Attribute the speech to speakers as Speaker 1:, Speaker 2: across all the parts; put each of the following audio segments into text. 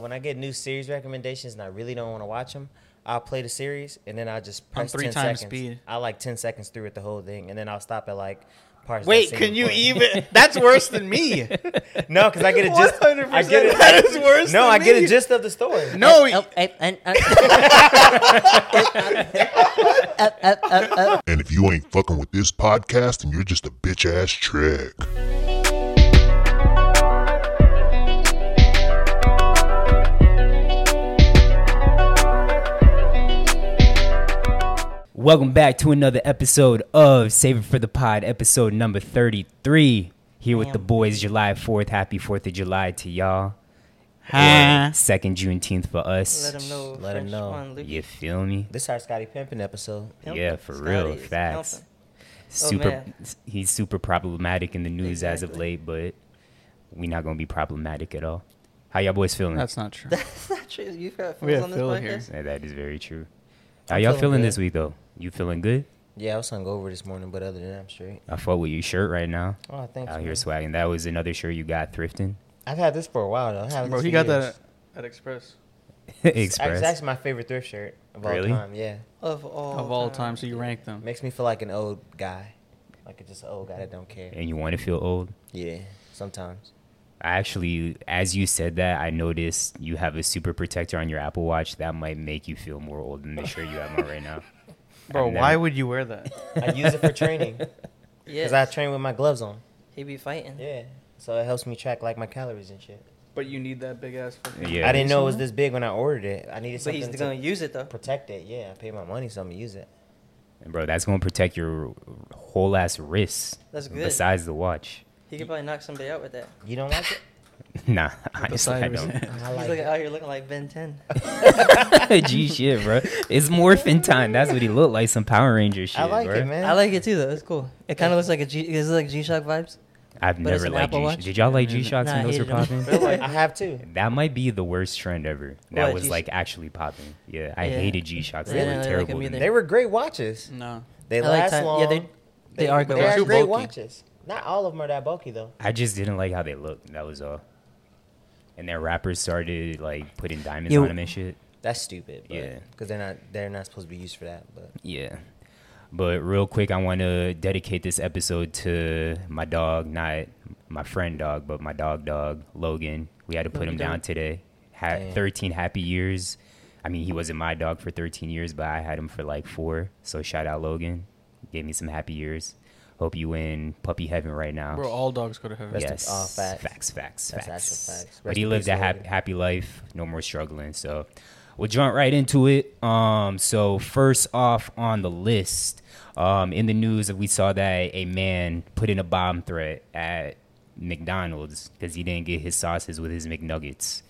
Speaker 1: When I get new series recommendations and I really don't want to watch them, I'll play the series and then I'll just press
Speaker 2: three
Speaker 1: 10
Speaker 2: times
Speaker 1: seconds.
Speaker 2: speed.
Speaker 1: I like 10 seconds through with the whole thing and then I'll stop at like parts. that
Speaker 2: Wait,
Speaker 1: seem
Speaker 2: can you
Speaker 1: important.
Speaker 2: even? That's worse than me.
Speaker 1: No, because I get it just. I get it.
Speaker 2: That is worse.
Speaker 1: no,
Speaker 2: than
Speaker 1: I get
Speaker 2: me.
Speaker 1: a gist of the story.
Speaker 2: No,
Speaker 3: Oh, eh, and, and,
Speaker 4: And if you ain't fucking with this podcast, then you're just a bitch ass trick.
Speaker 5: Welcome back to another episode of Save It for the Pod, episode number 33. Here with the boys, July 4th. Happy 4th of July to y'all.
Speaker 2: Huh?
Speaker 5: Second Juneteenth for us.
Speaker 3: let him Oh, know.
Speaker 1: Let 'em
Speaker 3: French
Speaker 1: know.
Speaker 3: One, Luke.
Speaker 5: You feel me?
Speaker 1: This is our Scotty Pimpin episode.
Speaker 3: Pimpin'.
Speaker 5: yeah, for
Speaker 3: Scotty
Speaker 5: real.
Speaker 3: is
Speaker 5: Facts.
Speaker 3: pimpin'. Oh,
Speaker 5: Super.
Speaker 3: man.
Speaker 5: he's super problematic in the news as of
Speaker 3: Exactly.
Speaker 5: late, but we're not going to be problematic at all. How y'all boys feeling?
Speaker 2: that's not true.
Speaker 3: That's not true. You got
Speaker 2: We
Speaker 3: fools
Speaker 2: have
Speaker 3: on this
Speaker 2: Phil
Speaker 3: podcast.
Speaker 2: here.
Speaker 5: Yeah, that is very true. How y'all
Speaker 1: feeling
Speaker 5: feeling,
Speaker 1: good.
Speaker 5: this week, though? You feeling good?
Speaker 1: Yeah, I was hungover this morning, but other than that, I'm straight.
Speaker 5: I fought with your shirt right now.
Speaker 1: Oh, thanks.
Speaker 5: Out
Speaker 1: man.
Speaker 5: here swagging. That was another shirt you got thrifting.
Speaker 1: I've had this for a while though. I've had
Speaker 2: Bro,
Speaker 1: this
Speaker 2: he
Speaker 1: for
Speaker 2: got
Speaker 1: years.
Speaker 2: that at Express
Speaker 1: It's act-
Speaker 5: Express.
Speaker 1: It's actually my favorite thrift shirt of all
Speaker 5: Really?
Speaker 1: time. Yeah,
Speaker 3: Of all
Speaker 2: of all time. So you rank them.
Speaker 1: makes me feel like an old guy, like just an old guy that don't care.
Speaker 5: and you want to feel old.
Speaker 1: Yeah, sometimes.
Speaker 5: I actually, as you said that, I noticed you have a super protector on your Apple Watch. That might make you feel more old than the shirt you have on right now.
Speaker 2: Bro,
Speaker 5: I've
Speaker 2: why
Speaker 5: never-
Speaker 2: would you wear that?
Speaker 1: I use it for training
Speaker 3: Yes.
Speaker 1: because I train with my gloves on.
Speaker 3: he be fighting.
Speaker 1: Yeah, so it helps me track like my calories and shit.
Speaker 2: But you need that big ass. fucking-
Speaker 5: Yeah.
Speaker 1: I didn't know it was this big when I ordered it. I needed
Speaker 3: But he's
Speaker 1: something
Speaker 3: gonna
Speaker 1: to
Speaker 3: use it though.
Speaker 1: protect it. Yeah, I paid my money, so I'm gonna use it.
Speaker 5: And bro, that's gonna protect your whole ass wrist.
Speaker 3: That's good.
Speaker 5: Besides the watch.
Speaker 3: He could probably knock somebody out with that.
Speaker 1: You don't like it?
Speaker 5: Nah, honestly, I
Speaker 2: side was-
Speaker 5: don't.
Speaker 1: I
Speaker 3: He's
Speaker 1: like
Speaker 3: looking
Speaker 1: it.
Speaker 3: out here looking like Ben 10.
Speaker 5: G shit, bro. It's morphin time. That's what he looked like. Some Power Ranger shit,
Speaker 1: I like
Speaker 5: bro.
Speaker 1: it, man.
Speaker 3: I like it too though. It's cool. It kind of looks like a G. Is it like G-Shock vibes?
Speaker 5: I've
Speaker 3: But it's
Speaker 5: never
Speaker 3: an
Speaker 5: liked
Speaker 3: Apple
Speaker 5: G.
Speaker 3: Watch?
Speaker 5: Did y'all like G Shocks
Speaker 3: Nah, I
Speaker 5: when those were
Speaker 3: hated 'em.
Speaker 5: popping?
Speaker 1: I have too.
Speaker 5: That might be the worst trend ever. That
Speaker 3: What,
Speaker 5: was
Speaker 3: G-
Speaker 5: like actually popping. Yeah, I
Speaker 3: Yeah.
Speaker 5: hated G Shocks. They
Speaker 3: Yeah, I
Speaker 5: were
Speaker 3: didn't like 'em
Speaker 5: terrible. to
Speaker 3: either.
Speaker 5: me.
Speaker 1: They were great watches.
Speaker 2: No.
Speaker 1: They
Speaker 3: I like
Speaker 1: last
Speaker 3: time-
Speaker 1: long.
Speaker 3: yeah, they- they are good
Speaker 1: They are
Speaker 2: watches.
Speaker 1: great
Speaker 2: Too bulky.
Speaker 1: watches. Not all of them are that bulky though.
Speaker 5: I just didn't like how they looked. That was all. And their rappers started like putting diamonds
Speaker 3: Yeah,
Speaker 5: on
Speaker 3: w-
Speaker 5: them and shit.
Speaker 1: That's stupid. But,
Speaker 5: Yeah.
Speaker 1: because they're not they're not supposed to be used for that. But
Speaker 5: Yeah. But real quick, I want to dedicate this episode to my dog, not my friend dog, but my dog dog, Logan. We had to put him down today. Ha-
Speaker 1: Damn.
Speaker 5: 13 happy years. I mean, he wasn't my dog for 13 years, but I had him for like four. So shout out Logan. Gave me some happy years. Hope you in puppy heaven right now.
Speaker 2: Bro, all dogs go to heaven.
Speaker 1: Rest in-
Speaker 5: yes.
Speaker 1: oh, facts.
Speaker 5: Facts, facts,
Speaker 1: That's
Speaker 5: facts.
Speaker 1: actual facts.
Speaker 5: But
Speaker 1: Rest
Speaker 5: he
Speaker 1: in
Speaker 5: lived
Speaker 1: peace,
Speaker 5: a happy,
Speaker 1: Logan.
Speaker 5: happy life, no more struggling. So we'll jump right into it. Um, so first off on the list, um, in the news, we saw that a man put in a bomb threat at McDonald's because he didn't get his sauces with his McNuggets.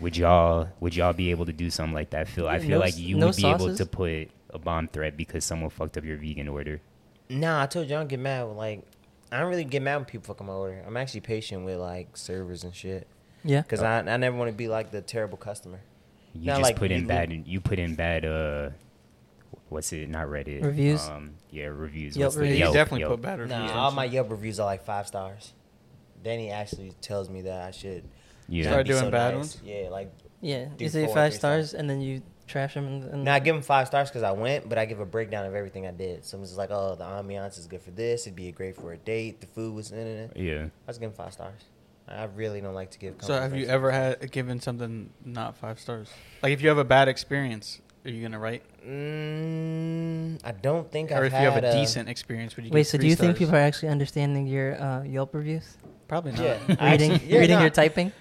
Speaker 5: Would y'all would y'all be able to do something like that, Phil? I
Speaker 3: Yeah,
Speaker 5: feel
Speaker 3: no
Speaker 5: like
Speaker 3: s-
Speaker 5: you
Speaker 3: no
Speaker 5: would be able
Speaker 3: sauces?
Speaker 5: to put a bomb threat because someone fucked up your vegan order.
Speaker 1: nah, I told you I don't get mad. When, like I don't really get mad when people fuck up my order. I'm actually patient with like servers and shit.
Speaker 3: Yeah.
Speaker 1: Cause I I never want to be like the terrible customer.
Speaker 5: Oh. You
Speaker 1: Not
Speaker 5: just
Speaker 1: like
Speaker 5: put in
Speaker 1: you-
Speaker 5: bad. You put in bad. Uh, what's it? Not Reddit.
Speaker 3: Reviews?
Speaker 5: Um, yeah, reviews.
Speaker 3: Yelp
Speaker 5: What's the-
Speaker 3: reviews.
Speaker 2: He
Speaker 3: Yo,
Speaker 2: definitely
Speaker 5: Yelp.
Speaker 2: put bad reviews.
Speaker 1: Nah,
Speaker 2: on
Speaker 1: all
Speaker 2: shit.
Speaker 1: my Yelp reviews are like five stars. Danny actually tells me that I should.
Speaker 5: Yeah.
Speaker 1: not
Speaker 2: Start
Speaker 1: be
Speaker 2: doing bad ones?
Speaker 1: Yeah, like
Speaker 3: Yeah.
Speaker 1: Do
Speaker 3: You say
Speaker 1: four,
Speaker 3: five
Speaker 1: three
Speaker 3: stars and then you trash him. And, and
Speaker 1: Now I give them five stars because I went, but I give a breakdown of everything I did. So I'm just like, oh, the ambiance is good for this. It'd be great for a date. The food was in it. I
Speaker 5: Yeah.
Speaker 1: was giving five stars. I really don't like to give.
Speaker 2: So have you
Speaker 1: compliments.
Speaker 2: ever had given something not five stars? Like if you have a bad experience, are you gonna write?
Speaker 1: Mm, I don't think
Speaker 2: or
Speaker 1: I've
Speaker 2: if you
Speaker 1: had uh,
Speaker 2: have a decent experience, would you?
Speaker 3: Wait.
Speaker 2: give
Speaker 3: So do
Speaker 2: three
Speaker 3: you think
Speaker 2: stars?
Speaker 3: people are actually understanding your uh, Yelp reviews?
Speaker 2: probably not?
Speaker 1: Yeah, I
Speaker 3: Reading,
Speaker 1: actually- yeah,
Speaker 3: reading
Speaker 1: no,
Speaker 3: your typing.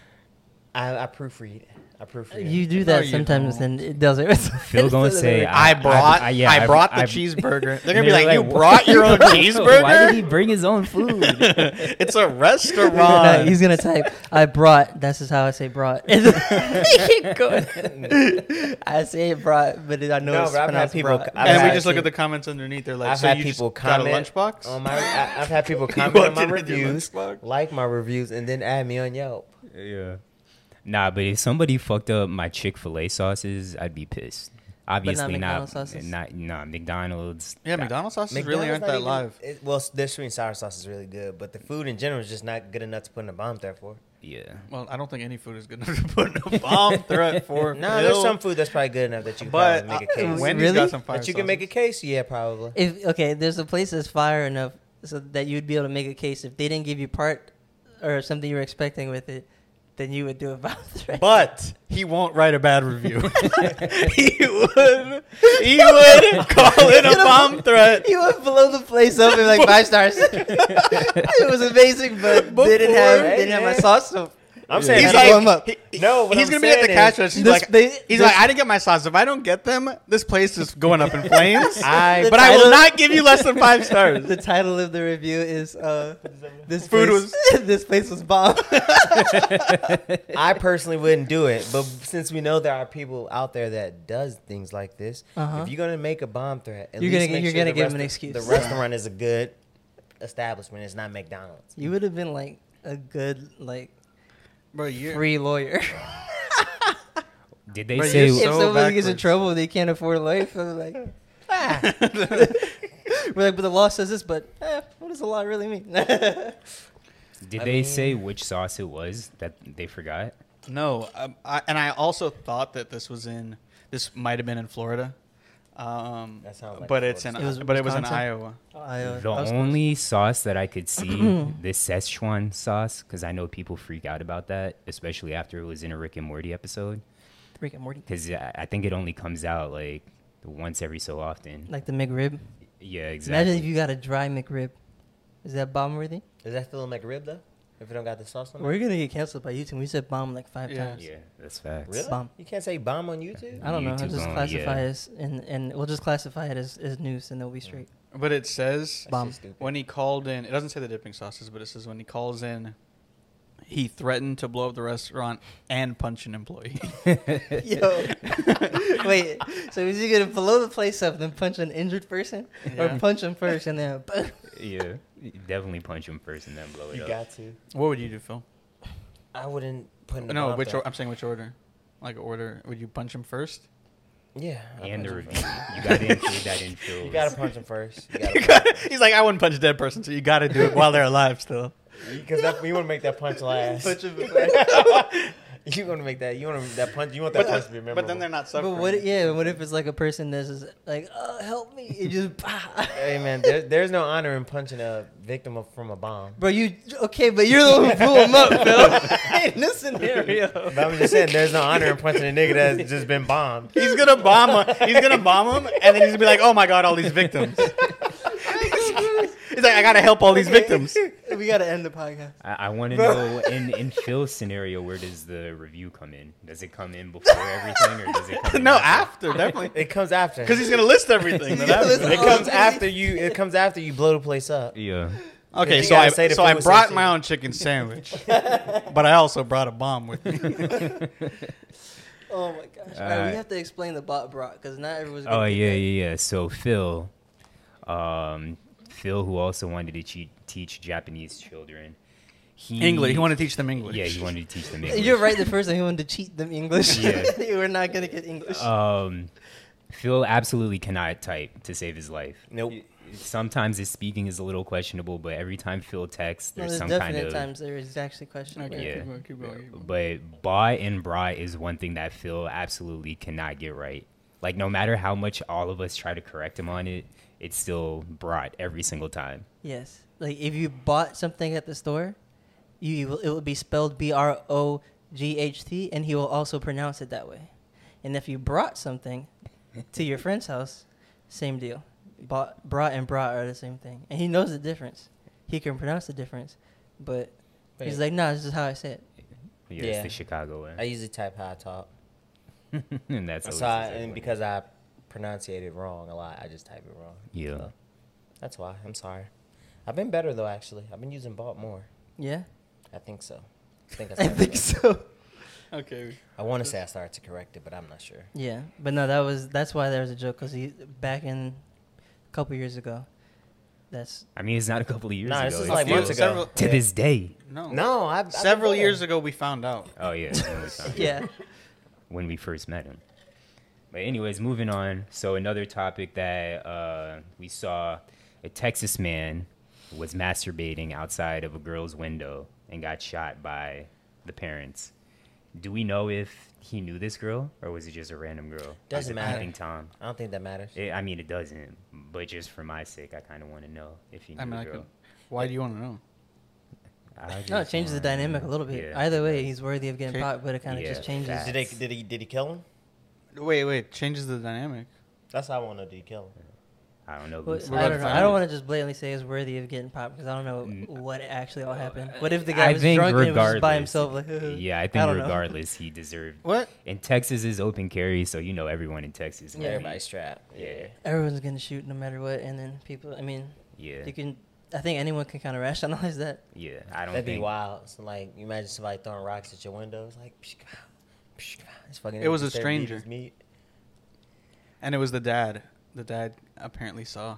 Speaker 1: I, I proofread. I proofread.
Speaker 3: You do
Speaker 2: No,
Speaker 3: that
Speaker 2: you
Speaker 3: sometimes,
Speaker 2: don't.
Speaker 3: and it doesn't.
Speaker 5: Phil gonna say
Speaker 2: I brought. I,
Speaker 5: yeah,
Speaker 2: brought the
Speaker 5: I've-
Speaker 2: cheeseburger. They're
Speaker 5: And
Speaker 2: gonna be like, "You
Speaker 5: "What?
Speaker 2: brought your own
Speaker 5: Why did he
Speaker 2: cheeseburger?
Speaker 5: bring his own food?
Speaker 2: it's
Speaker 3: No,
Speaker 2: a restaurant."
Speaker 3: he's gonna type. I brought. That's just how I say brought. I say it brought, but it- I know
Speaker 1: No,
Speaker 3: it's
Speaker 1: but I've had
Speaker 3: pronounced
Speaker 1: people-
Speaker 3: brought.
Speaker 1: I've
Speaker 2: and we
Speaker 1: had
Speaker 2: just look at the comments underneath. They're like,
Speaker 1: I've
Speaker 2: "So
Speaker 1: had
Speaker 2: you just
Speaker 1: people
Speaker 2: got a
Speaker 1: comment
Speaker 2: lunchbox?"
Speaker 1: on my. I, I've had people comment
Speaker 2: walked
Speaker 1: on my
Speaker 2: in with your
Speaker 1: reviews,
Speaker 2: lunchbox.
Speaker 1: like my reviews, and then add me on Yelp.
Speaker 5: yeah. Nah, but if somebody fucked up my Chick Fil A sauces, I'd be pissed. Obviously not.
Speaker 3: McDonald's sauces?
Speaker 5: Not nah, McDonald's.
Speaker 2: yeah,
Speaker 5: Nah,
Speaker 2: McDonald's sauces really aren't
Speaker 1: McDonald's
Speaker 2: that
Speaker 1: not
Speaker 2: live.
Speaker 1: even- it- well, their sweet and sour sauce is really good, but the food in general is just not good enough to put in a bomb there for.
Speaker 5: Yeah.
Speaker 2: Well, I don't think any food is good enough to put in a bomb threat for.
Speaker 1: No, there's
Speaker 2: Phil,
Speaker 1: some food that's probably good enough that you can
Speaker 2: But
Speaker 1: probably make
Speaker 2: uh,
Speaker 1: a case.
Speaker 2: Wendy's
Speaker 3: Really?
Speaker 2: got some fire
Speaker 1: But you can make a
Speaker 2: sauces.
Speaker 1: case, yeah, probably.
Speaker 3: If okay, there's a place that's fire enough so that you'd be able to make a case. If they didn't give you part or something you were expecting with it, then you would do a bomb threat.
Speaker 2: But he won't write a bad review. he would. He would call it a bomb threat.
Speaker 3: you would blow the place up in like five stars. it was amazing, but
Speaker 2: Before-
Speaker 3: didn't have
Speaker 1: Hey,
Speaker 3: didn't have my
Speaker 1: man.
Speaker 3: sauce. So
Speaker 1: I'm
Speaker 2: He's
Speaker 1: saying
Speaker 3: He's
Speaker 1: that's
Speaker 3: like-
Speaker 1: what-
Speaker 3: up.
Speaker 2: he-
Speaker 1: No, what
Speaker 2: he's
Speaker 1: I'm
Speaker 2: gonna be at the
Speaker 1: saying
Speaker 2: cash
Speaker 1: is-
Speaker 2: register. He's
Speaker 3: This-
Speaker 2: like,
Speaker 3: they-
Speaker 2: he's
Speaker 3: this-
Speaker 2: like, I didn't get my sauce. If I don't get them, this place is going up in flames.
Speaker 1: I-
Speaker 2: but I will
Speaker 3: title-
Speaker 2: not give you less than five stars.
Speaker 3: the title of the review is uh, "This
Speaker 2: Food
Speaker 3: place, this place was bomb."
Speaker 1: I personally wouldn't do it, but since we know there are people out there that does things like this,
Speaker 3: Uh-huh.
Speaker 1: if you're gonna make a bomb threat, at
Speaker 3: You're
Speaker 1: least
Speaker 3: gonna get-
Speaker 1: make
Speaker 3: you're
Speaker 1: sure
Speaker 3: gonna
Speaker 1: the
Speaker 3: give 'em an
Speaker 1: rest-
Speaker 3: excuse.
Speaker 1: The restaurant is a good establishment. It's not McDonald's.
Speaker 3: you would have been like a good like
Speaker 2: Bro, you're,
Speaker 3: free lawyer.
Speaker 5: Did they
Speaker 2: Bro,
Speaker 5: say?
Speaker 2: you're
Speaker 3: if
Speaker 2: so
Speaker 3: someone gets in
Speaker 2: backwards.
Speaker 3: trouble, they can't afford life. I'm like, ah. we're like, but the law says this, but eh, what does the law really mean?
Speaker 5: Did
Speaker 1: I
Speaker 5: they
Speaker 1: mean-
Speaker 5: say which sauce it was that they forgot?
Speaker 2: No, um, I, and I also thought that this was in this might have been in Florida, um,
Speaker 1: That sounds like
Speaker 2: but it's in
Speaker 1: Florida.
Speaker 3: It was
Speaker 2: but it was in
Speaker 3: Wisconsin?
Speaker 2: Iowa.
Speaker 3: I, uh,
Speaker 5: The
Speaker 3: I was-
Speaker 5: only sauce that I could see this Szechuan sauce, because I know people freak out about that, especially after it was in a Rick and Morty episode,
Speaker 3: Rick and Morty,
Speaker 5: because I think it only comes out like once every so often.
Speaker 3: like the McRib.
Speaker 5: yeah,
Speaker 3: Imagine
Speaker 5: exactly.
Speaker 3: if you got a dry McRib. Is that bomb worthy?
Speaker 1: Is that still a McRib though? If it don't got the sauce on it,
Speaker 3: We're gonna get canceled by YouTube. We said bomb like five
Speaker 2: Yeah.
Speaker 3: times.
Speaker 5: yeah, that's facts.
Speaker 1: really?
Speaker 3: Bomb.
Speaker 1: You can't say bomb on YouTube.
Speaker 3: I don't know. I'll
Speaker 5: YouTube
Speaker 3: just
Speaker 5: only,
Speaker 3: classify
Speaker 5: yeah.
Speaker 3: us and and we'll just classify it as, as news, and they'll be straight.
Speaker 2: But it says
Speaker 1: That's
Speaker 3: Bomb.
Speaker 1: just stupid.
Speaker 2: when he called in, it doesn't say the dipping sauces, but it says when he calls in, he threatened to blow up the restaurant and punch an employee.
Speaker 3: Yo, wait. So is he gonna blow the place up, then punch an injured person,
Speaker 2: Yeah.
Speaker 3: or punch him first and then? boom?
Speaker 5: Yeah, you definitely punch him first and then blow it
Speaker 1: You
Speaker 5: up.
Speaker 1: got to.
Speaker 2: what would you do, Phil?
Speaker 1: I wouldn't put in a
Speaker 2: No,
Speaker 1: bomb
Speaker 2: which or,
Speaker 1: threat.
Speaker 2: I'm saying which order? Like order? Would you punch him first?
Speaker 1: yeah. I'll
Speaker 5: and
Speaker 1: punch
Speaker 5: the
Speaker 1: him
Speaker 5: review.
Speaker 1: first.
Speaker 5: You got to include that in
Speaker 1: You
Speaker 5: Phil's.
Speaker 1: gotta punch him first. You gotta
Speaker 2: He's like, I wouldn't punch a dead person, so you got to do it while they're alive still.
Speaker 1: Because that you want to make that punch last.
Speaker 3: Punch him
Speaker 1: you want to make that. You want to that punch. You want that punch to be memorable.
Speaker 2: But then they're not
Speaker 3: But
Speaker 2: suffering.
Speaker 3: what? Yeah. What if it's like a person that's just like, oh, help me! It just, bah.
Speaker 1: Hey man, there, there's no honor in punching a victim of, from a bomb.
Speaker 3: bro, you okay? But you're the one who blew him up, Phil. In this scenario,
Speaker 1: But I'm just saying, there's no honor in punching a nigga that's just been bombed.
Speaker 2: He's gonna bomb him. He's gonna bomb him, and then he's gonna be like, "Oh my god, all these victims." he's like, "I gotta help all these victims."
Speaker 3: we gotta end the podcast.
Speaker 5: I, I want to know in in Phil's scenario where does the review come in? Does it come in before everything, or does it come in
Speaker 2: No,
Speaker 5: after?
Speaker 2: after definitely,
Speaker 1: It comes after.
Speaker 2: because he's gonna list everything. that happened.
Speaker 1: it comes after you. It comes after you blow the place up.
Speaker 5: Yeah.
Speaker 2: Okay,
Speaker 1: You
Speaker 2: so
Speaker 1: gotta
Speaker 2: I
Speaker 1: say the
Speaker 2: so I
Speaker 1: food was
Speaker 2: brought
Speaker 1: so
Speaker 2: my
Speaker 1: cheap.
Speaker 2: own chicken sandwich, but I also brought a bomb with me.
Speaker 3: Oh my gosh! All right,
Speaker 5: Alright.
Speaker 3: we have to explain the bot brought because not everyone's. Gonna
Speaker 5: Oh
Speaker 3: get
Speaker 5: yeah,
Speaker 3: that.
Speaker 5: yeah, yeah. So Phil, um, Phil, who also wanted to che- teach Japanese children, he
Speaker 2: English. He wanted to teach them English.
Speaker 5: Yeah, he wanted to teach them English.
Speaker 3: You're right. The first time he wanted to cheat them English.
Speaker 5: Yeah.
Speaker 3: We're not gonna get English.
Speaker 5: Um, Phil absolutely cannot type to save his life.
Speaker 1: Nope.
Speaker 5: Sometimes his speaking is a little questionable, but every time Phil texts,
Speaker 3: no,
Speaker 5: there's,
Speaker 3: there's
Speaker 5: some
Speaker 3: definite
Speaker 5: kind of
Speaker 3: times there is actually questionable.
Speaker 2: Okay.
Speaker 5: yeah.
Speaker 2: Keep going, keep going, keep going.
Speaker 5: But ba and bra is one thing that Phil absolutely cannot get right. Like no matter how much all of us try to correct him on it, it's still brought every single time.
Speaker 3: Yes. Like if you bought something at the store, you, you will, it will be spelled B R O G H T, and he will also pronounce it that way. And if you brought something to your friend's house, same deal. Bought, brought and brought are the same thing, and he knows the difference. He can pronounce the difference, but he's
Speaker 1: Wait,
Speaker 3: like, "Nah, this is how I say it."
Speaker 5: Yeah,
Speaker 1: Yeah.
Speaker 5: it's the Chicago
Speaker 1: I
Speaker 5: way,
Speaker 1: usually type how I talk.
Speaker 5: and that's always
Speaker 1: so I,
Speaker 5: the same
Speaker 1: and
Speaker 5: way.
Speaker 1: because I pronunciate it wrong a lot, I just type it wrong.
Speaker 5: Yeah.
Speaker 1: So, that's why. I'm sorry. I've been better though. Actually, I've been using bot more.
Speaker 3: Yeah,
Speaker 1: I think so. I think I,
Speaker 3: I
Speaker 1: started-
Speaker 3: think so.
Speaker 2: Okay.
Speaker 1: I want to say I started to correct it, but I'm not sure.
Speaker 3: Yeah, but no, that was that's why there was a joke because he back in a couple years ago. That's
Speaker 5: I mean, it's not a couple of years
Speaker 1: Nah,
Speaker 5: ago.
Speaker 1: this is
Speaker 5: it's
Speaker 1: like
Speaker 5: still-
Speaker 1: months ago.
Speaker 2: Several-
Speaker 5: To this day.
Speaker 2: No.
Speaker 1: No, I've, I've been
Speaker 2: Several
Speaker 1: better.
Speaker 2: years ago, we found out.
Speaker 5: Oh yeah, it's the only time.
Speaker 3: yeah.
Speaker 5: when we first met him. But anyways, moving on. So another topic that uh, we saw: a Texas man was masturbating outside of a girl's window and got shot by the parents. Do we know if he knew this girl or was it just a random girl?
Speaker 1: Doesn't
Speaker 5: Is it
Speaker 1: matter.
Speaker 5: peeping Tom.
Speaker 1: I don't think that matters.
Speaker 5: It, I mean, it doesn't. But just for my sake, I kind of want to know if he knew
Speaker 2: I mean,
Speaker 5: the
Speaker 2: I
Speaker 5: girl.
Speaker 2: could. Why do you want to know?
Speaker 5: I
Speaker 3: No, it
Speaker 5: just
Speaker 3: changes the
Speaker 5: wanna
Speaker 3: dynamic a
Speaker 5: know.
Speaker 3: little bit.
Speaker 5: Yeah.
Speaker 3: Either way, he's worthy of getting
Speaker 2: Okay.
Speaker 3: popped, but it kind of
Speaker 5: Yeah,
Speaker 3: just changes.
Speaker 5: facts.
Speaker 1: Did they? Did he? Did he kill him?
Speaker 2: Wait, wait. Changes the dynamic.
Speaker 1: That's how I want to know. Did he kill him?
Speaker 5: I don't know.
Speaker 3: Well,
Speaker 5: Lucy.
Speaker 3: I
Speaker 2: we're about
Speaker 3: don't
Speaker 2: to
Speaker 3: know.
Speaker 2: find
Speaker 3: I don't
Speaker 2: out.
Speaker 3: want to just blatantly say it's worthy of getting popped because I don't know
Speaker 5: Mm.
Speaker 3: what actually all happened.
Speaker 5: Uh,
Speaker 3: What if the guy
Speaker 5: I
Speaker 3: was
Speaker 5: think
Speaker 3: drunk and was just by
Speaker 5: regardless-
Speaker 3: himself? Like,
Speaker 5: yeah, I think
Speaker 3: don't know.
Speaker 5: regardless, he deserved.
Speaker 2: What?
Speaker 5: And Texas is open carry, so you know everyone in Texas.
Speaker 3: Yeah.
Speaker 1: Everybody's strapped.
Speaker 5: Yeah.
Speaker 3: Everyone's gonna shoot no matter what, and then people. I mean,
Speaker 5: Yeah.
Speaker 3: you can. I think anyone can kind of rationalize that.
Speaker 5: Yeah. I don't
Speaker 1: That'd
Speaker 5: think.
Speaker 1: be wild. So like, you imagine somebody throwing rocks at your window. It's like, psh, come out, psh, come out. It's fucking.
Speaker 2: It was a
Speaker 1: it's their
Speaker 2: stranger.
Speaker 1: beaters meet.
Speaker 2: And it was the dad. The dad apparently saw,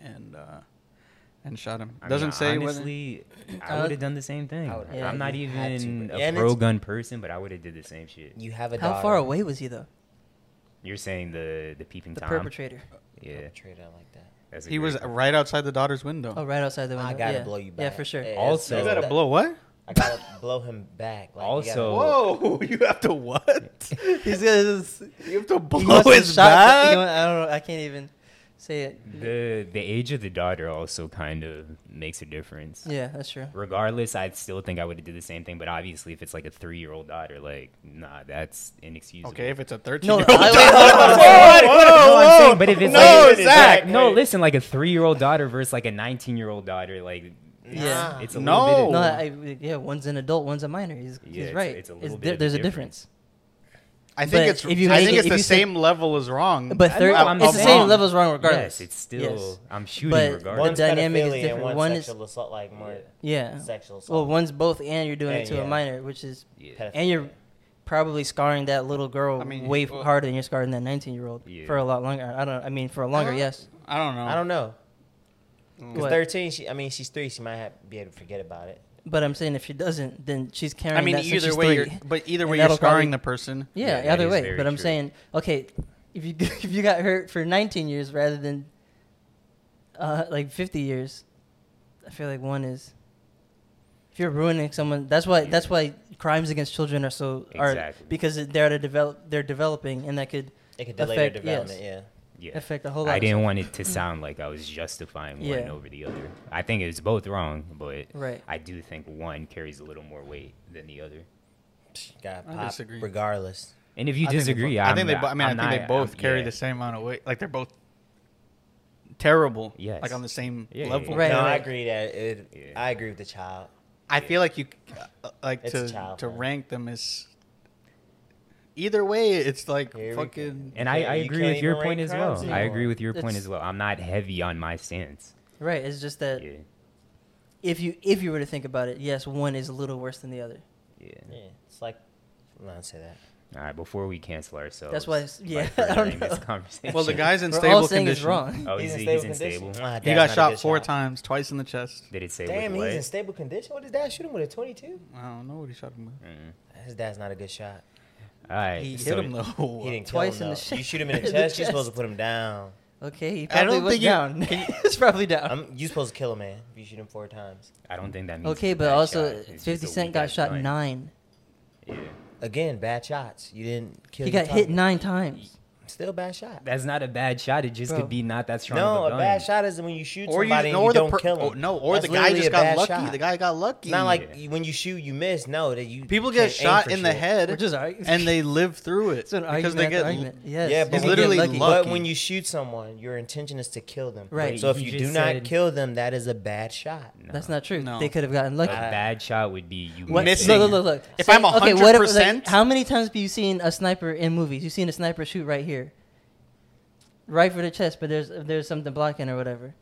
Speaker 2: and uh, and shot him.
Speaker 5: I mean,
Speaker 2: Doesn't say whether.
Speaker 5: honestly.
Speaker 3: Uh, I
Speaker 5: I would
Speaker 3: would-
Speaker 5: have done the same thing.
Speaker 1: I would-
Speaker 3: Yeah,
Speaker 5: I'm not
Speaker 1: you had to,
Speaker 5: even
Speaker 1: but- Yeah,
Speaker 5: a
Speaker 1: and
Speaker 5: pro
Speaker 1: it's-
Speaker 5: gun person, but I would have did the same shit.
Speaker 1: You have a
Speaker 3: How
Speaker 1: daughter.
Speaker 3: far away was he though?
Speaker 5: You're saying the the peeping
Speaker 3: The
Speaker 5: tom.
Speaker 3: perpetrator.
Speaker 5: Yeah,
Speaker 1: Perpetrator like that.
Speaker 5: that's a
Speaker 2: He
Speaker 5: great
Speaker 2: was
Speaker 5: one.
Speaker 2: right outside the daughter's window.
Speaker 3: Oh, right outside the window.
Speaker 1: I gotta
Speaker 3: yeah.
Speaker 1: blow you back.
Speaker 3: Yeah, for sure.
Speaker 1: Yeah,
Speaker 5: Also-
Speaker 1: that's-
Speaker 5: You gotta
Speaker 2: Blow what?
Speaker 1: I gotta blow him back. Like, you gotta-
Speaker 5: Also-
Speaker 2: Whoa! You have to what?
Speaker 3: He's gonna just
Speaker 2: You have to
Speaker 3: he
Speaker 2: blow
Speaker 3: must have
Speaker 2: his
Speaker 3: shot- you know
Speaker 2: back.
Speaker 3: what, I don't know. I can't even say it.
Speaker 5: the the age of the daughter also kind of makes a difference.
Speaker 3: Yeah, that's true.
Speaker 5: Regardless, I still think I would have did the same thing. But obviously, if it's like a three year old daughter, like nah, that's inexcusable.
Speaker 2: Okay, if it's a
Speaker 3: No,
Speaker 2: thirteen-year-old,
Speaker 3: no, I- wait, hold on.
Speaker 5: No, I'm saying, but if it's
Speaker 2: No,
Speaker 5: like,
Speaker 2: Zach,
Speaker 5: no,
Speaker 2: wait.
Speaker 5: listen, like a three year old daughter versus like a nineteen year old daughter, like
Speaker 3: Yeah.
Speaker 5: it's a
Speaker 2: No.
Speaker 5: little bit.
Speaker 3: No,
Speaker 5: Of,
Speaker 3: I, I- yeah, one's an adult, one's a minor. He's,
Speaker 5: Yeah,
Speaker 3: he's
Speaker 5: it's-
Speaker 3: right.
Speaker 5: it's a little bit
Speaker 3: di-
Speaker 5: of a
Speaker 3: there's a
Speaker 5: difference.
Speaker 3: difference.
Speaker 2: I think
Speaker 3: But
Speaker 2: it's.
Speaker 3: if you
Speaker 2: I
Speaker 3: make
Speaker 2: think
Speaker 3: it-
Speaker 2: it's
Speaker 3: if
Speaker 2: the
Speaker 3: you said-
Speaker 2: same level as wrong.
Speaker 3: But
Speaker 5: I'm-
Speaker 3: third,
Speaker 5: I'm-
Speaker 3: it's the
Speaker 5: I'm
Speaker 3: same
Speaker 5: wrong.
Speaker 3: level as wrong regardless.
Speaker 5: yes, it's still
Speaker 3: Yes.
Speaker 5: I'm shooting
Speaker 3: But-
Speaker 5: regardless.
Speaker 1: One's
Speaker 3: the dynamic is
Speaker 1: pedophilia
Speaker 3: different.
Speaker 1: And one's
Speaker 3: One is-
Speaker 1: sexual assault, like more
Speaker 3: Yeah.
Speaker 1: sexual assault.
Speaker 3: Well, one's both, and you're doing
Speaker 1: Yeah,
Speaker 3: it to
Speaker 1: yeah.
Speaker 3: a minor, which is,
Speaker 5: Yeah.
Speaker 3: and you're probably scarring that little girl
Speaker 2: I mean,
Speaker 3: way
Speaker 2: well-
Speaker 3: harder than you're scarring that 19 year old
Speaker 5: Yeah.
Speaker 3: for a lot longer. I don't. I mean, for a longer,
Speaker 2: Uh-huh.
Speaker 3: yes.
Speaker 2: I don't know.
Speaker 1: I don't know. Because
Speaker 3: What?
Speaker 1: thirteen, she. I mean, she's three. She might have, be able to forget about it.
Speaker 3: But I'm saying if she doesn't, then she's carrying.
Speaker 2: I mean,
Speaker 3: that since
Speaker 2: either
Speaker 3: she's
Speaker 2: way, you're,
Speaker 3: three.
Speaker 2: but either
Speaker 3: And
Speaker 2: way, you're
Speaker 3: that'll
Speaker 2: scarring
Speaker 3: probably-
Speaker 2: the person.
Speaker 3: Yeah,
Speaker 5: Yeah, that
Speaker 3: either
Speaker 5: is
Speaker 3: way.
Speaker 5: very
Speaker 3: But I'm
Speaker 5: true.
Speaker 3: saying, okay, if you if you got hurt for 19 years rather than uh, like 50 years, I feel like one is. If you're ruining someone, that's why that's why crimes against children are so are
Speaker 5: Exactly.
Speaker 3: because they're to develop they're developing and that could
Speaker 1: It could delay
Speaker 3: Affect-
Speaker 1: their development.
Speaker 5: Yeah.
Speaker 3: affect a whole lot.
Speaker 5: I
Speaker 3: of
Speaker 5: didn't want it to sound like I was justifying one
Speaker 3: Yeah.
Speaker 5: over the other. I think it's both wrong, but
Speaker 3: Right.
Speaker 5: I do think one carries a little more weight than the other.
Speaker 1: Yeah, got
Speaker 2: I
Speaker 1: popped
Speaker 2: disagree.
Speaker 1: regardless.
Speaker 5: And if you
Speaker 2: I think they bo-
Speaker 5: disagree,
Speaker 2: I think they.
Speaker 5: I'm-
Speaker 2: bo- I mean,
Speaker 5: I'm
Speaker 2: I think
Speaker 5: not-
Speaker 2: they both
Speaker 5: I'm-
Speaker 2: carry
Speaker 5: yeah.
Speaker 2: the same amount of weight. Like they're both terrible.
Speaker 5: Yes.
Speaker 2: Like on the same
Speaker 5: Yeah, yeah,
Speaker 2: level.
Speaker 5: yeah.
Speaker 3: Right,
Speaker 1: no, I
Speaker 3: right.
Speaker 1: agree that it.
Speaker 5: Yeah.
Speaker 1: I agree with the child.
Speaker 2: I feel like you, uh, like
Speaker 1: It's
Speaker 2: to
Speaker 1: child,
Speaker 2: to
Speaker 1: man.
Speaker 2: rank them is. Either way, it's like
Speaker 1: Here we go.
Speaker 2: fucking.
Speaker 5: And I,
Speaker 1: Yeah,
Speaker 5: I
Speaker 1: you
Speaker 5: agree
Speaker 1: can't
Speaker 5: with your
Speaker 1: even
Speaker 5: point
Speaker 1: rank
Speaker 5: as well.
Speaker 1: crimes
Speaker 5: I agree
Speaker 1: anymore.
Speaker 5: with your point
Speaker 3: It's-
Speaker 5: as well. I'm not heavy on my stance.
Speaker 3: Right. It's just that
Speaker 5: Yeah.
Speaker 3: if you if you were to think about it, yes, one is a little worse than the other.
Speaker 5: Yeah.
Speaker 1: Yeah, it's like. I'm not gonna say that.
Speaker 5: All right, before we cancel ourselves.
Speaker 3: That's why it's-
Speaker 5: by
Speaker 3: yeah, I don't
Speaker 5: furthering this
Speaker 3: know.
Speaker 5: conversation.
Speaker 2: Well, the guy's in
Speaker 3: We're
Speaker 2: stable
Speaker 3: all saying it's
Speaker 2: condition.
Speaker 3: wrong.
Speaker 5: Oh, he's, he's unstable.
Speaker 1: Ah,
Speaker 2: He
Speaker 1: dad's
Speaker 2: got
Speaker 1: not a
Speaker 2: shot
Speaker 1: good
Speaker 2: four
Speaker 1: shot.
Speaker 2: times, twice in the chest.
Speaker 5: Did it say
Speaker 1: Damn,
Speaker 5: with
Speaker 1: he's
Speaker 5: what?
Speaker 1: in stable condition. What did dad shoot him with? A 22?
Speaker 2: I don't know what he shot him with.
Speaker 5: Mm.
Speaker 1: His dad's not a good shot.
Speaker 5: All right.
Speaker 2: He
Speaker 5: so-
Speaker 2: hit him though.
Speaker 1: He didn't
Speaker 3: Twice
Speaker 1: kill
Speaker 3: in
Speaker 1: him, though.
Speaker 3: the shin-
Speaker 1: You shoot him in the
Speaker 3: in the
Speaker 1: chest. You're supposed
Speaker 3: chest.
Speaker 1: to put him down.
Speaker 3: Okay. He
Speaker 2: I
Speaker 3: probably
Speaker 2: don't
Speaker 3: was
Speaker 2: think you-
Speaker 3: down. it's probably down.
Speaker 1: I'm, you're supposed to kill a man if you shoot him four times.
Speaker 5: I don't think that means.
Speaker 3: okay,
Speaker 5: it's a
Speaker 3: but
Speaker 5: bad
Speaker 3: also
Speaker 5: shot. It's just
Speaker 3: 50
Speaker 5: a
Speaker 3: Cent
Speaker 5: weak
Speaker 3: got
Speaker 5: ass
Speaker 3: shot
Speaker 5: joint.
Speaker 3: nine.
Speaker 5: Yeah.
Speaker 1: Again, bad shots. You didn't kill.
Speaker 3: He
Speaker 1: your
Speaker 3: got hit
Speaker 1: target.
Speaker 3: nine times.
Speaker 1: Still bad shot.
Speaker 5: That's not a bad shot. It just
Speaker 3: Bro.
Speaker 5: could be not that strong.
Speaker 1: No,
Speaker 5: of
Speaker 1: a
Speaker 5: a, gun.
Speaker 1: bad shot is when you shoot
Speaker 2: Or you,
Speaker 1: somebody and
Speaker 2: or
Speaker 1: you
Speaker 2: the
Speaker 1: don't
Speaker 2: per-
Speaker 1: kill him.
Speaker 2: oh, no, or
Speaker 1: That's
Speaker 2: the guy
Speaker 1: literally
Speaker 2: just
Speaker 1: a
Speaker 2: got
Speaker 1: bad
Speaker 2: lucky.
Speaker 1: shot.
Speaker 2: The guy got lucky.
Speaker 1: Not like
Speaker 5: Yeah.
Speaker 1: you- when you shoot, you miss. No, that you
Speaker 2: People get
Speaker 1: can't aim
Speaker 2: shot
Speaker 1: for
Speaker 2: in the
Speaker 1: shit.
Speaker 2: head,
Speaker 3: Which is alright.
Speaker 2: and they live through it
Speaker 3: It's an
Speaker 2: because
Speaker 3: argument.
Speaker 2: they
Speaker 3: after
Speaker 2: get.
Speaker 3: argument. Yes.
Speaker 1: yeah,
Speaker 3: you
Speaker 1: but
Speaker 2: It's
Speaker 3: get
Speaker 1: when
Speaker 2: literally
Speaker 3: lucky.
Speaker 2: luck.
Speaker 1: But
Speaker 2: lucky.
Speaker 1: when you shoot someone, your intention is to kill them.
Speaker 3: Right.
Speaker 1: So if
Speaker 5: You
Speaker 1: you,
Speaker 5: just
Speaker 1: do not
Speaker 5: said-
Speaker 1: kill them, that is a bad shot.
Speaker 5: No.
Speaker 3: That's not true.
Speaker 2: No.
Speaker 3: They could have gotten
Speaker 5: A
Speaker 3: lucky.
Speaker 5: bad shot would be you
Speaker 2: What-
Speaker 5: missing.
Speaker 2: Missing.
Speaker 3: Look, look, look, look.
Speaker 2: If
Speaker 3: Say,
Speaker 2: I'm
Speaker 3: okay, what if- like,
Speaker 2: 100%
Speaker 3: how many times have you seen a sniper in movies? You've seen a sniper shoot right here, right for the chest, but there's there's something blocking or whatever.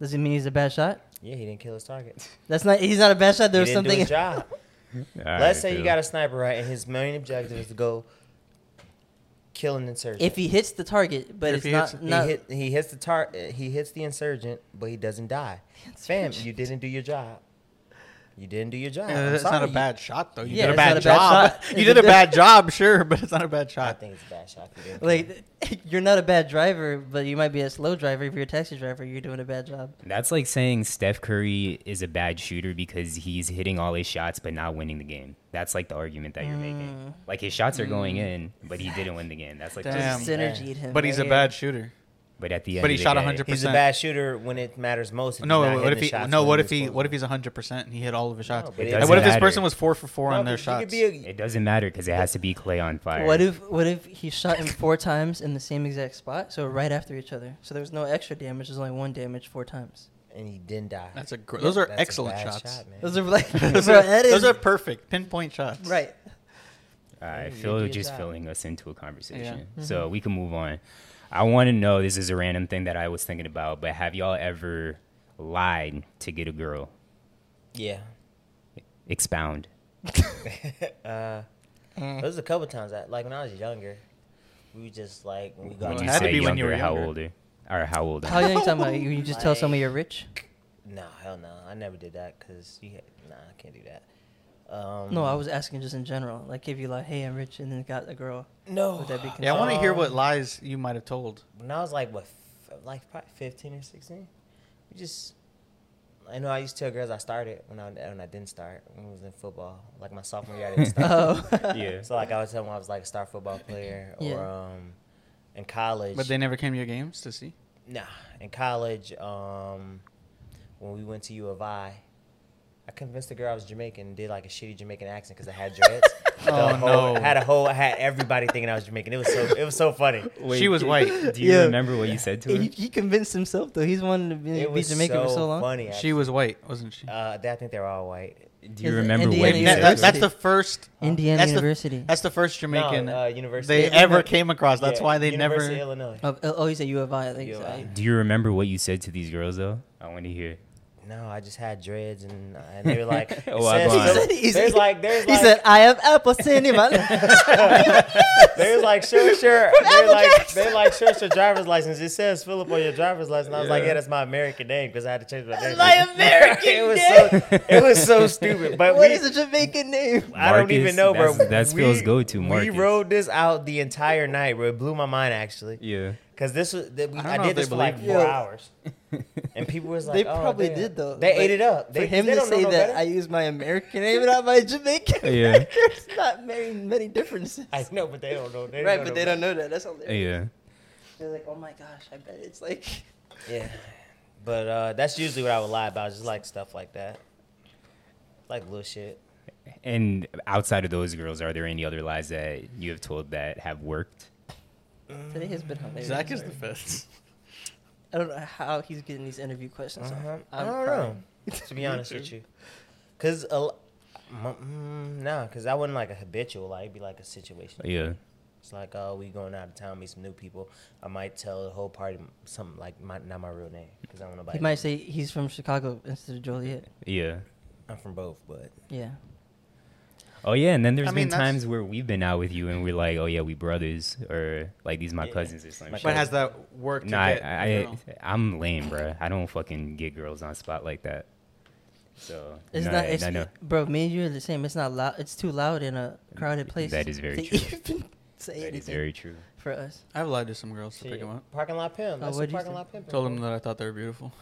Speaker 3: Does it mean he's a bad shot?
Speaker 1: Yeah, he didn't kill his target.
Speaker 3: That's not. He's not a bad shot.
Speaker 1: He
Speaker 3: There
Speaker 1: didn't
Speaker 3: was
Speaker 1: do
Speaker 3: something.
Speaker 1: his job.
Speaker 5: All right,
Speaker 1: Let's say you
Speaker 5: Phil.
Speaker 1: got a sniper right, and his main objective is to go kill an insurgent.
Speaker 3: If he hits the target, but it's
Speaker 2: If he
Speaker 3: not.
Speaker 2: hits-
Speaker 1: he,
Speaker 3: not
Speaker 1: hit, he hits the tar- he hits the insurgent, but he doesn't die. Fam,
Speaker 3: insurgent.
Speaker 1: you didn't do your job. You didn't do your job.
Speaker 2: Yeah,
Speaker 1: I'm
Speaker 2: it's not a
Speaker 1: sorry. You-
Speaker 2: bad shot though. You
Speaker 3: Yeah,
Speaker 2: did a
Speaker 3: it's not
Speaker 2: bad
Speaker 3: a bad
Speaker 2: job.
Speaker 3: shot.
Speaker 2: you did a bad job, sure, but it's not a bad
Speaker 1: I
Speaker 2: shot.
Speaker 1: think it's a bad shot. for them.
Speaker 3: Like you're not a bad driver, but you might be a slow driver. If you're a taxi driver, you're doing a bad job.
Speaker 5: That's like saying Steph Curry is a bad shooter because he's hitting all his shots but not winning the game. That's like the argument that you're making. Like his shots are going in, but he didn't win the game. That's like,
Speaker 2: Damn.
Speaker 5: just,
Speaker 3: Just synergied him.
Speaker 2: But he's
Speaker 3: right
Speaker 2: a
Speaker 3: here.
Speaker 2: bad shooter.
Speaker 5: but at the end,
Speaker 2: But he
Speaker 5: of the
Speaker 2: shot
Speaker 5: day,
Speaker 2: 100%.
Speaker 1: he's a bad shooter when it matters most.
Speaker 2: No,
Speaker 1: he's not
Speaker 2: what
Speaker 1: hitting
Speaker 2: if
Speaker 1: the
Speaker 2: he?
Speaker 1: shots
Speaker 2: No,
Speaker 1: when
Speaker 2: what
Speaker 1: he's
Speaker 2: if he?
Speaker 1: supposed
Speaker 2: What
Speaker 1: to.
Speaker 2: if he's 100 percent and he hit all of his shots?
Speaker 1: but it
Speaker 2: and what
Speaker 5: doesn't
Speaker 2: if this
Speaker 5: matter.
Speaker 2: person was four for four
Speaker 1: No,
Speaker 2: on their
Speaker 1: because you could
Speaker 2: shots?
Speaker 1: be a-
Speaker 5: It doesn't matter because it has to be clay on fire.
Speaker 3: What if what if he shot him four times in the same exact spot, so right after each other? So there was no extra damage. There's only one damage four times.
Speaker 1: and he didn't die.
Speaker 2: That's a gr- those are
Speaker 1: That's a
Speaker 2: excellent
Speaker 1: bad
Speaker 2: shots.
Speaker 1: shot, man.
Speaker 3: Those are like
Speaker 2: those,
Speaker 3: bro,
Speaker 2: are,
Speaker 3: that is-
Speaker 2: those are perfect pinpoint shots.
Speaker 3: right.
Speaker 5: All
Speaker 1: Yeah,
Speaker 5: right,
Speaker 1: you
Speaker 5: Phil
Speaker 1: did
Speaker 5: Uh, just
Speaker 1: that.
Speaker 5: filling us into a conversation. So we can move on. I want to know this is a random thing that I was thinking about, but have y'all ever lied to get a girl?
Speaker 1: yeah.
Speaker 5: Expound.
Speaker 2: Mm.
Speaker 1: There's a couple times that, like when I was younger, we would just like when we got
Speaker 2: Well,
Speaker 5: Would
Speaker 2: it
Speaker 5: you
Speaker 2: had to
Speaker 5: say
Speaker 2: be
Speaker 5: younger,
Speaker 2: when you were
Speaker 5: how
Speaker 2: younger.
Speaker 5: older? Or how old?
Speaker 3: How
Speaker 5: are you?
Speaker 3: young are you talking about? You, you just tell someone you're rich?
Speaker 1: No, hell no. I never did that because you had, nah, I can't do that. Um,
Speaker 3: No, I was asking just in general. Like if you like, hey, I'm rich, and then got a girl,
Speaker 1: Um, no.
Speaker 3: would that be? Considered?
Speaker 2: Yeah, I want to hear what
Speaker 1: Um,
Speaker 2: lies you might have told.
Speaker 1: when I was like what, f- like probably fifteen or sixteen, you just. I know I used to tell girls I started when I when I didn't start when I was in football. Like my sophomore year, I didn't start.
Speaker 3: Oh,
Speaker 5: yeah.
Speaker 1: So like I would tell them I was like a star football player or
Speaker 3: Yeah.
Speaker 1: um, in college.
Speaker 2: But they never came to your games to see.
Speaker 1: Nah, in college, um, when we went to U of I, I convinced the girl I was Jamaican and did like a shitty Jamaican accent because I had dreads. The
Speaker 2: Oh,
Speaker 1: whole-
Speaker 2: no.
Speaker 1: I had a whole. I had everybody thinking I was Jamaican. It was so. It was so funny.
Speaker 2: she was white.
Speaker 5: Do you
Speaker 3: Yeah.
Speaker 5: remember what you said to her?
Speaker 3: he, he convinced himself though. He's wanted to be,
Speaker 1: It
Speaker 3: be
Speaker 1: was
Speaker 3: Jamaican
Speaker 1: so
Speaker 3: for so long.
Speaker 1: funny.
Speaker 2: She
Speaker 1: actually.
Speaker 2: was white, wasn't she?
Speaker 1: Uh, they, I think they were all white.
Speaker 5: Do you
Speaker 3: Is it
Speaker 5: remember what
Speaker 3: Indiana
Speaker 5: you
Speaker 2: That-
Speaker 5: said?
Speaker 2: that-
Speaker 5: to her?
Speaker 2: that's the first
Speaker 3: Indiana
Speaker 2: that's the-
Speaker 3: University.
Speaker 2: that's the first Jamaican
Speaker 1: No, uh, University.
Speaker 2: they
Speaker 1: Isn't
Speaker 2: ever
Speaker 1: it-
Speaker 2: came across. That's
Speaker 1: Yeah,
Speaker 2: why they
Speaker 1: University
Speaker 2: never.
Speaker 1: of Illinois.
Speaker 3: Oh, oh, he's at U of I. I think
Speaker 1: U of
Speaker 3: so.
Speaker 1: I.
Speaker 5: Do you remember what you said to these girls though? I want to hear.
Speaker 1: No, I just had dreads and, uh, and they were like, it
Speaker 5: Oh, I
Speaker 1: says-
Speaker 5: go on.
Speaker 3: He's-
Speaker 1: there's like, there's
Speaker 3: He
Speaker 1: like,
Speaker 3: said, "I have apple cinnamon."
Speaker 1: They was like, sure, sure. They
Speaker 3: Apple
Speaker 1: like,
Speaker 3: Jacks.
Speaker 1: they like, sure, it's your driver's license. It says Philip on your driver's license. I was like, yeah, that's my American name because I had to change my name.
Speaker 3: My American
Speaker 1: it was so, it was so stupid. But
Speaker 3: what
Speaker 1: we,
Speaker 3: is a Jamaican name?
Speaker 1: I don't
Speaker 5: Marcus,
Speaker 1: even know, bro.
Speaker 5: that's- that's Phil's
Speaker 1: We-
Speaker 5: go-to, Marcus.
Speaker 1: We rode this out the entire night, bro. It blew my mind actually,
Speaker 5: Yeah.
Speaker 1: because this was that we,
Speaker 2: I don't
Speaker 1: I,
Speaker 2: know if
Speaker 1: did
Speaker 2: they
Speaker 1: this for like
Speaker 2: believe
Speaker 1: four
Speaker 3: you. Yeah.
Speaker 1: hours, and people was like,
Speaker 3: They
Speaker 1: oh,
Speaker 3: probably
Speaker 1: damn.
Speaker 3: did though.
Speaker 1: They
Speaker 3: But
Speaker 1: ate it up. They,
Speaker 3: For him
Speaker 1: they
Speaker 3: to
Speaker 1: don't know
Speaker 3: say
Speaker 1: no
Speaker 3: that
Speaker 1: better.
Speaker 3: I use my American name and not my Jamaican.
Speaker 5: Yeah.
Speaker 3: name, There's not very many differences.
Speaker 1: I know, but they don't know. They
Speaker 3: right,
Speaker 1: don't
Speaker 3: but
Speaker 1: know
Speaker 3: they
Speaker 1: no
Speaker 3: don't know that. That's all. They're,
Speaker 5: Yeah.
Speaker 3: they're like, "Oh my gosh, I bet it's like."
Speaker 1: Yeah, but uh, that's usually what I would lie about. Just like stuff like that, like little shit.
Speaker 5: And outside of those girls, are there any other lies that you have told that have worked?
Speaker 3: Today has been hilarious.
Speaker 2: Zach is the best.
Speaker 3: I don't know how he's getting these interview questions. off.
Speaker 1: Uh-huh. I
Speaker 3: I'm
Speaker 1: don't know.
Speaker 3: crying.
Speaker 1: To be honest with you, because a l- mm, mm, nah, because I wasn't like a habitual. Like it'd be like a situation.
Speaker 5: Yeah.
Speaker 1: It's like oh, we going out of town, meet some new people. I might tell the whole party something like my, not my real name because I don't know.
Speaker 3: He might say he's from Chicago instead of Joliet.
Speaker 5: Yeah.
Speaker 1: I'm from both, but
Speaker 3: Yeah.
Speaker 5: Oh yeah, and then there's
Speaker 2: I mean,
Speaker 5: been
Speaker 2: that's-
Speaker 5: times where we've been out with you and we're like, oh yeah, we brothers, or like these my
Speaker 1: Yeah.
Speaker 5: cousins or something.
Speaker 1: My
Speaker 2: But has that worked?
Speaker 5: Nah,
Speaker 2: to get
Speaker 5: I,
Speaker 2: girl?
Speaker 5: I I'm lame, bro. I don't fucking get girls on spot like that. So
Speaker 3: It's
Speaker 5: no,
Speaker 3: not,
Speaker 5: I-
Speaker 3: it's,
Speaker 5: I know.
Speaker 3: bro. Me and you are the same. It's not loud. It's too loud in a crowded place.
Speaker 5: That is very
Speaker 3: to
Speaker 5: true.
Speaker 3: Even say
Speaker 5: That is
Speaker 3: anything
Speaker 5: very true.
Speaker 3: for us.
Speaker 2: I've lied to some girls to pick
Speaker 1: Shit.
Speaker 2: them up.
Speaker 1: Parking lot pimp.
Speaker 3: Oh,
Speaker 1: That's what
Speaker 3: what'd you
Speaker 1: parking
Speaker 3: say?
Speaker 1: lot pimp.
Speaker 2: Told them that I thought they were beautiful.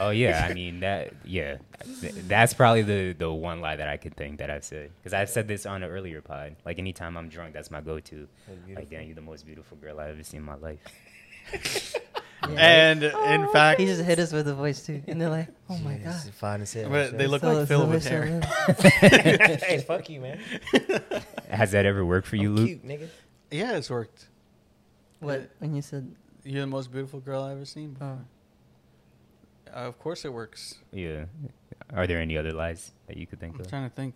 Speaker 5: Oh yeah, I mean that. Yeah, Th- that's probably the the one lie that I could think that I've said because I've said this on an earlier pod. Like anytime I'm drunk, that's my go-to. Like damn, you're the most beautiful girl I've ever seen in my life.
Speaker 2: And
Speaker 5: Oh,
Speaker 2: in fact,
Speaker 3: He just hit us with a voice too, and they're like, "Oh my god."
Speaker 1: It's fine as hell.
Speaker 2: but they
Speaker 1: sure.
Speaker 2: look
Speaker 3: So-
Speaker 2: like Phil
Speaker 3: so
Speaker 2: with
Speaker 3: we're so
Speaker 2: hair.
Speaker 3: real.
Speaker 1: hey, fuck you, man.
Speaker 5: Has that ever worked for you,
Speaker 1: I'm
Speaker 5: Luke?
Speaker 1: cute, nigga.
Speaker 2: Yeah, it's worked.
Speaker 3: What when you said?
Speaker 2: You're the most beautiful girl I've ever seen.
Speaker 3: Oh.
Speaker 2: Before.
Speaker 5: Oh.
Speaker 2: Uh, of course it works.
Speaker 5: Yeah. Are there any other lies that you could think
Speaker 2: I'm
Speaker 5: of?
Speaker 2: trying to think.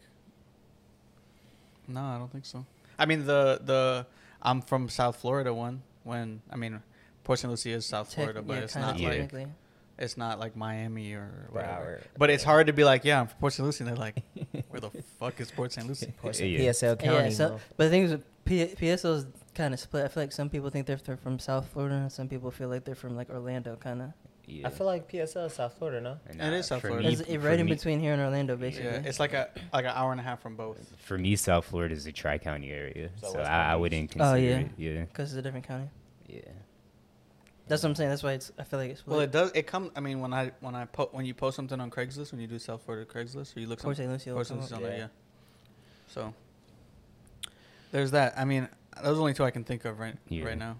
Speaker 2: No, I don't think so. I mean the the I'm from South Florida one when I mean Port St. Lucie is South
Speaker 3: Tech-
Speaker 2: Florida, but
Speaker 3: yeah,
Speaker 2: it's
Speaker 3: kinda
Speaker 2: not
Speaker 5: Yeah.
Speaker 2: like
Speaker 3: technically.
Speaker 2: it's not like Miami or
Speaker 1: Right,
Speaker 2: whatever.
Speaker 1: right.
Speaker 2: But it's hard to be like, yeah, I'm from Port St. Lucie. And they're like, where the fuck is Port St. Lucie?
Speaker 1: Of course,
Speaker 5: Yeah.
Speaker 1: PSL
Speaker 3: Yeah,
Speaker 1: County.
Speaker 3: so,
Speaker 1: bro.
Speaker 3: but the thing is, P- PSL is kind of split. I feel like some people think they're, they're from South Florida, and some people feel like they're from like Orlando, kind of.
Speaker 5: Yeah.
Speaker 1: I feel like PSL is South Florida, no?
Speaker 5: And, uh,
Speaker 2: It is South
Speaker 5: for
Speaker 2: Florida.
Speaker 5: me-
Speaker 3: It's it
Speaker 5: for
Speaker 3: right in
Speaker 5: me-
Speaker 3: between here and Orlando, basically.
Speaker 2: Yeah, it's like a like an hour and a half from both.
Speaker 5: For me, South Florida is a tri county area,
Speaker 1: So
Speaker 5: so
Speaker 1: West
Speaker 5: I, I
Speaker 1: Palm
Speaker 5: wouldn't consider
Speaker 3: Oh,
Speaker 5: it. Yeah,
Speaker 3: because it's a different county.
Speaker 5: yeah.
Speaker 3: That's what I'm saying. That's why it's. I feel like it's.
Speaker 2: Well, it does. It comes. I mean, when I when I po- when you post something on Craigslist, when you do South Florida Craigslist, or you look
Speaker 3: Port
Speaker 2: some-
Speaker 3: St. Lucie will
Speaker 2: Port
Speaker 3: come
Speaker 2: St. Lucie
Speaker 1: up.
Speaker 2: on there,
Speaker 1: Yeah.
Speaker 2: yeah. So there's that. I mean, those are only two I can think of right
Speaker 5: Yeah.
Speaker 2: right now.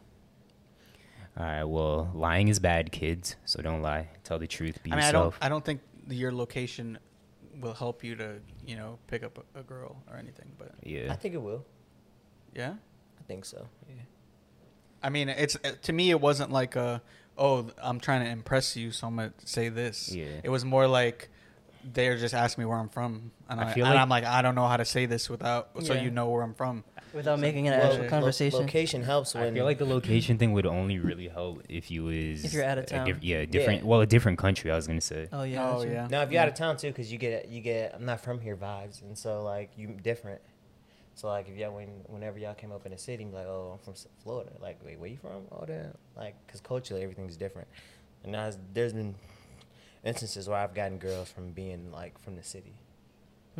Speaker 5: All right. Well, lying is bad, kids. So don't lie. Tell the truth. Be
Speaker 2: I mean, I don't
Speaker 5: yourself.
Speaker 2: I don't think your location will help you to you know pick up a, a girl or anything. But
Speaker 5: yeah.
Speaker 1: I think it will.
Speaker 2: yeah,
Speaker 1: I think so.
Speaker 2: I mean, it's uh, to me it wasn't like a oh I'm trying to impress you, so I'm gonna say this.
Speaker 5: Yeah.
Speaker 2: It was more like they're just asking me where I'm from, and,
Speaker 5: I
Speaker 2: I
Speaker 5: feel
Speaker 2: and
Speaker 5: like-
Speaker 2: I'm like I don't know how to say this without so
Speaker 3: Yeah.
Speaker 2: you know where I'm from.
Speaker 3: without making an
Speaker 2: Well,
Speaker 3: actual
Speaker 2: lo-
Speaker 3: conversation.
Speaker 1: location helps when
Speaker 5: I feel like the location thing would only really help if you was
Speaker 3: If you're out of
Speaker 5: a
Speaker 3: town.
Speaker 5: diff- yeah, different.
Speaker 1: Yeah.
Speaker 5: Well, a different country. I was gonna say.
Speaker 3: Oh yeah.
Speaker 2: oh
Speaker 3: that's true.
Speaker 2: yeah.
Speaker 1: Now, if you're out of town too, because you get you get I'm not from here vibes, and so like you different. So like if y'all when whenever y'all came up in the city, be like oh I'm from S- Florida, like wait where you from? Oh damn, like because culturally everything's different. And now it's- there's been instances where I've gotten girls from being like from the city,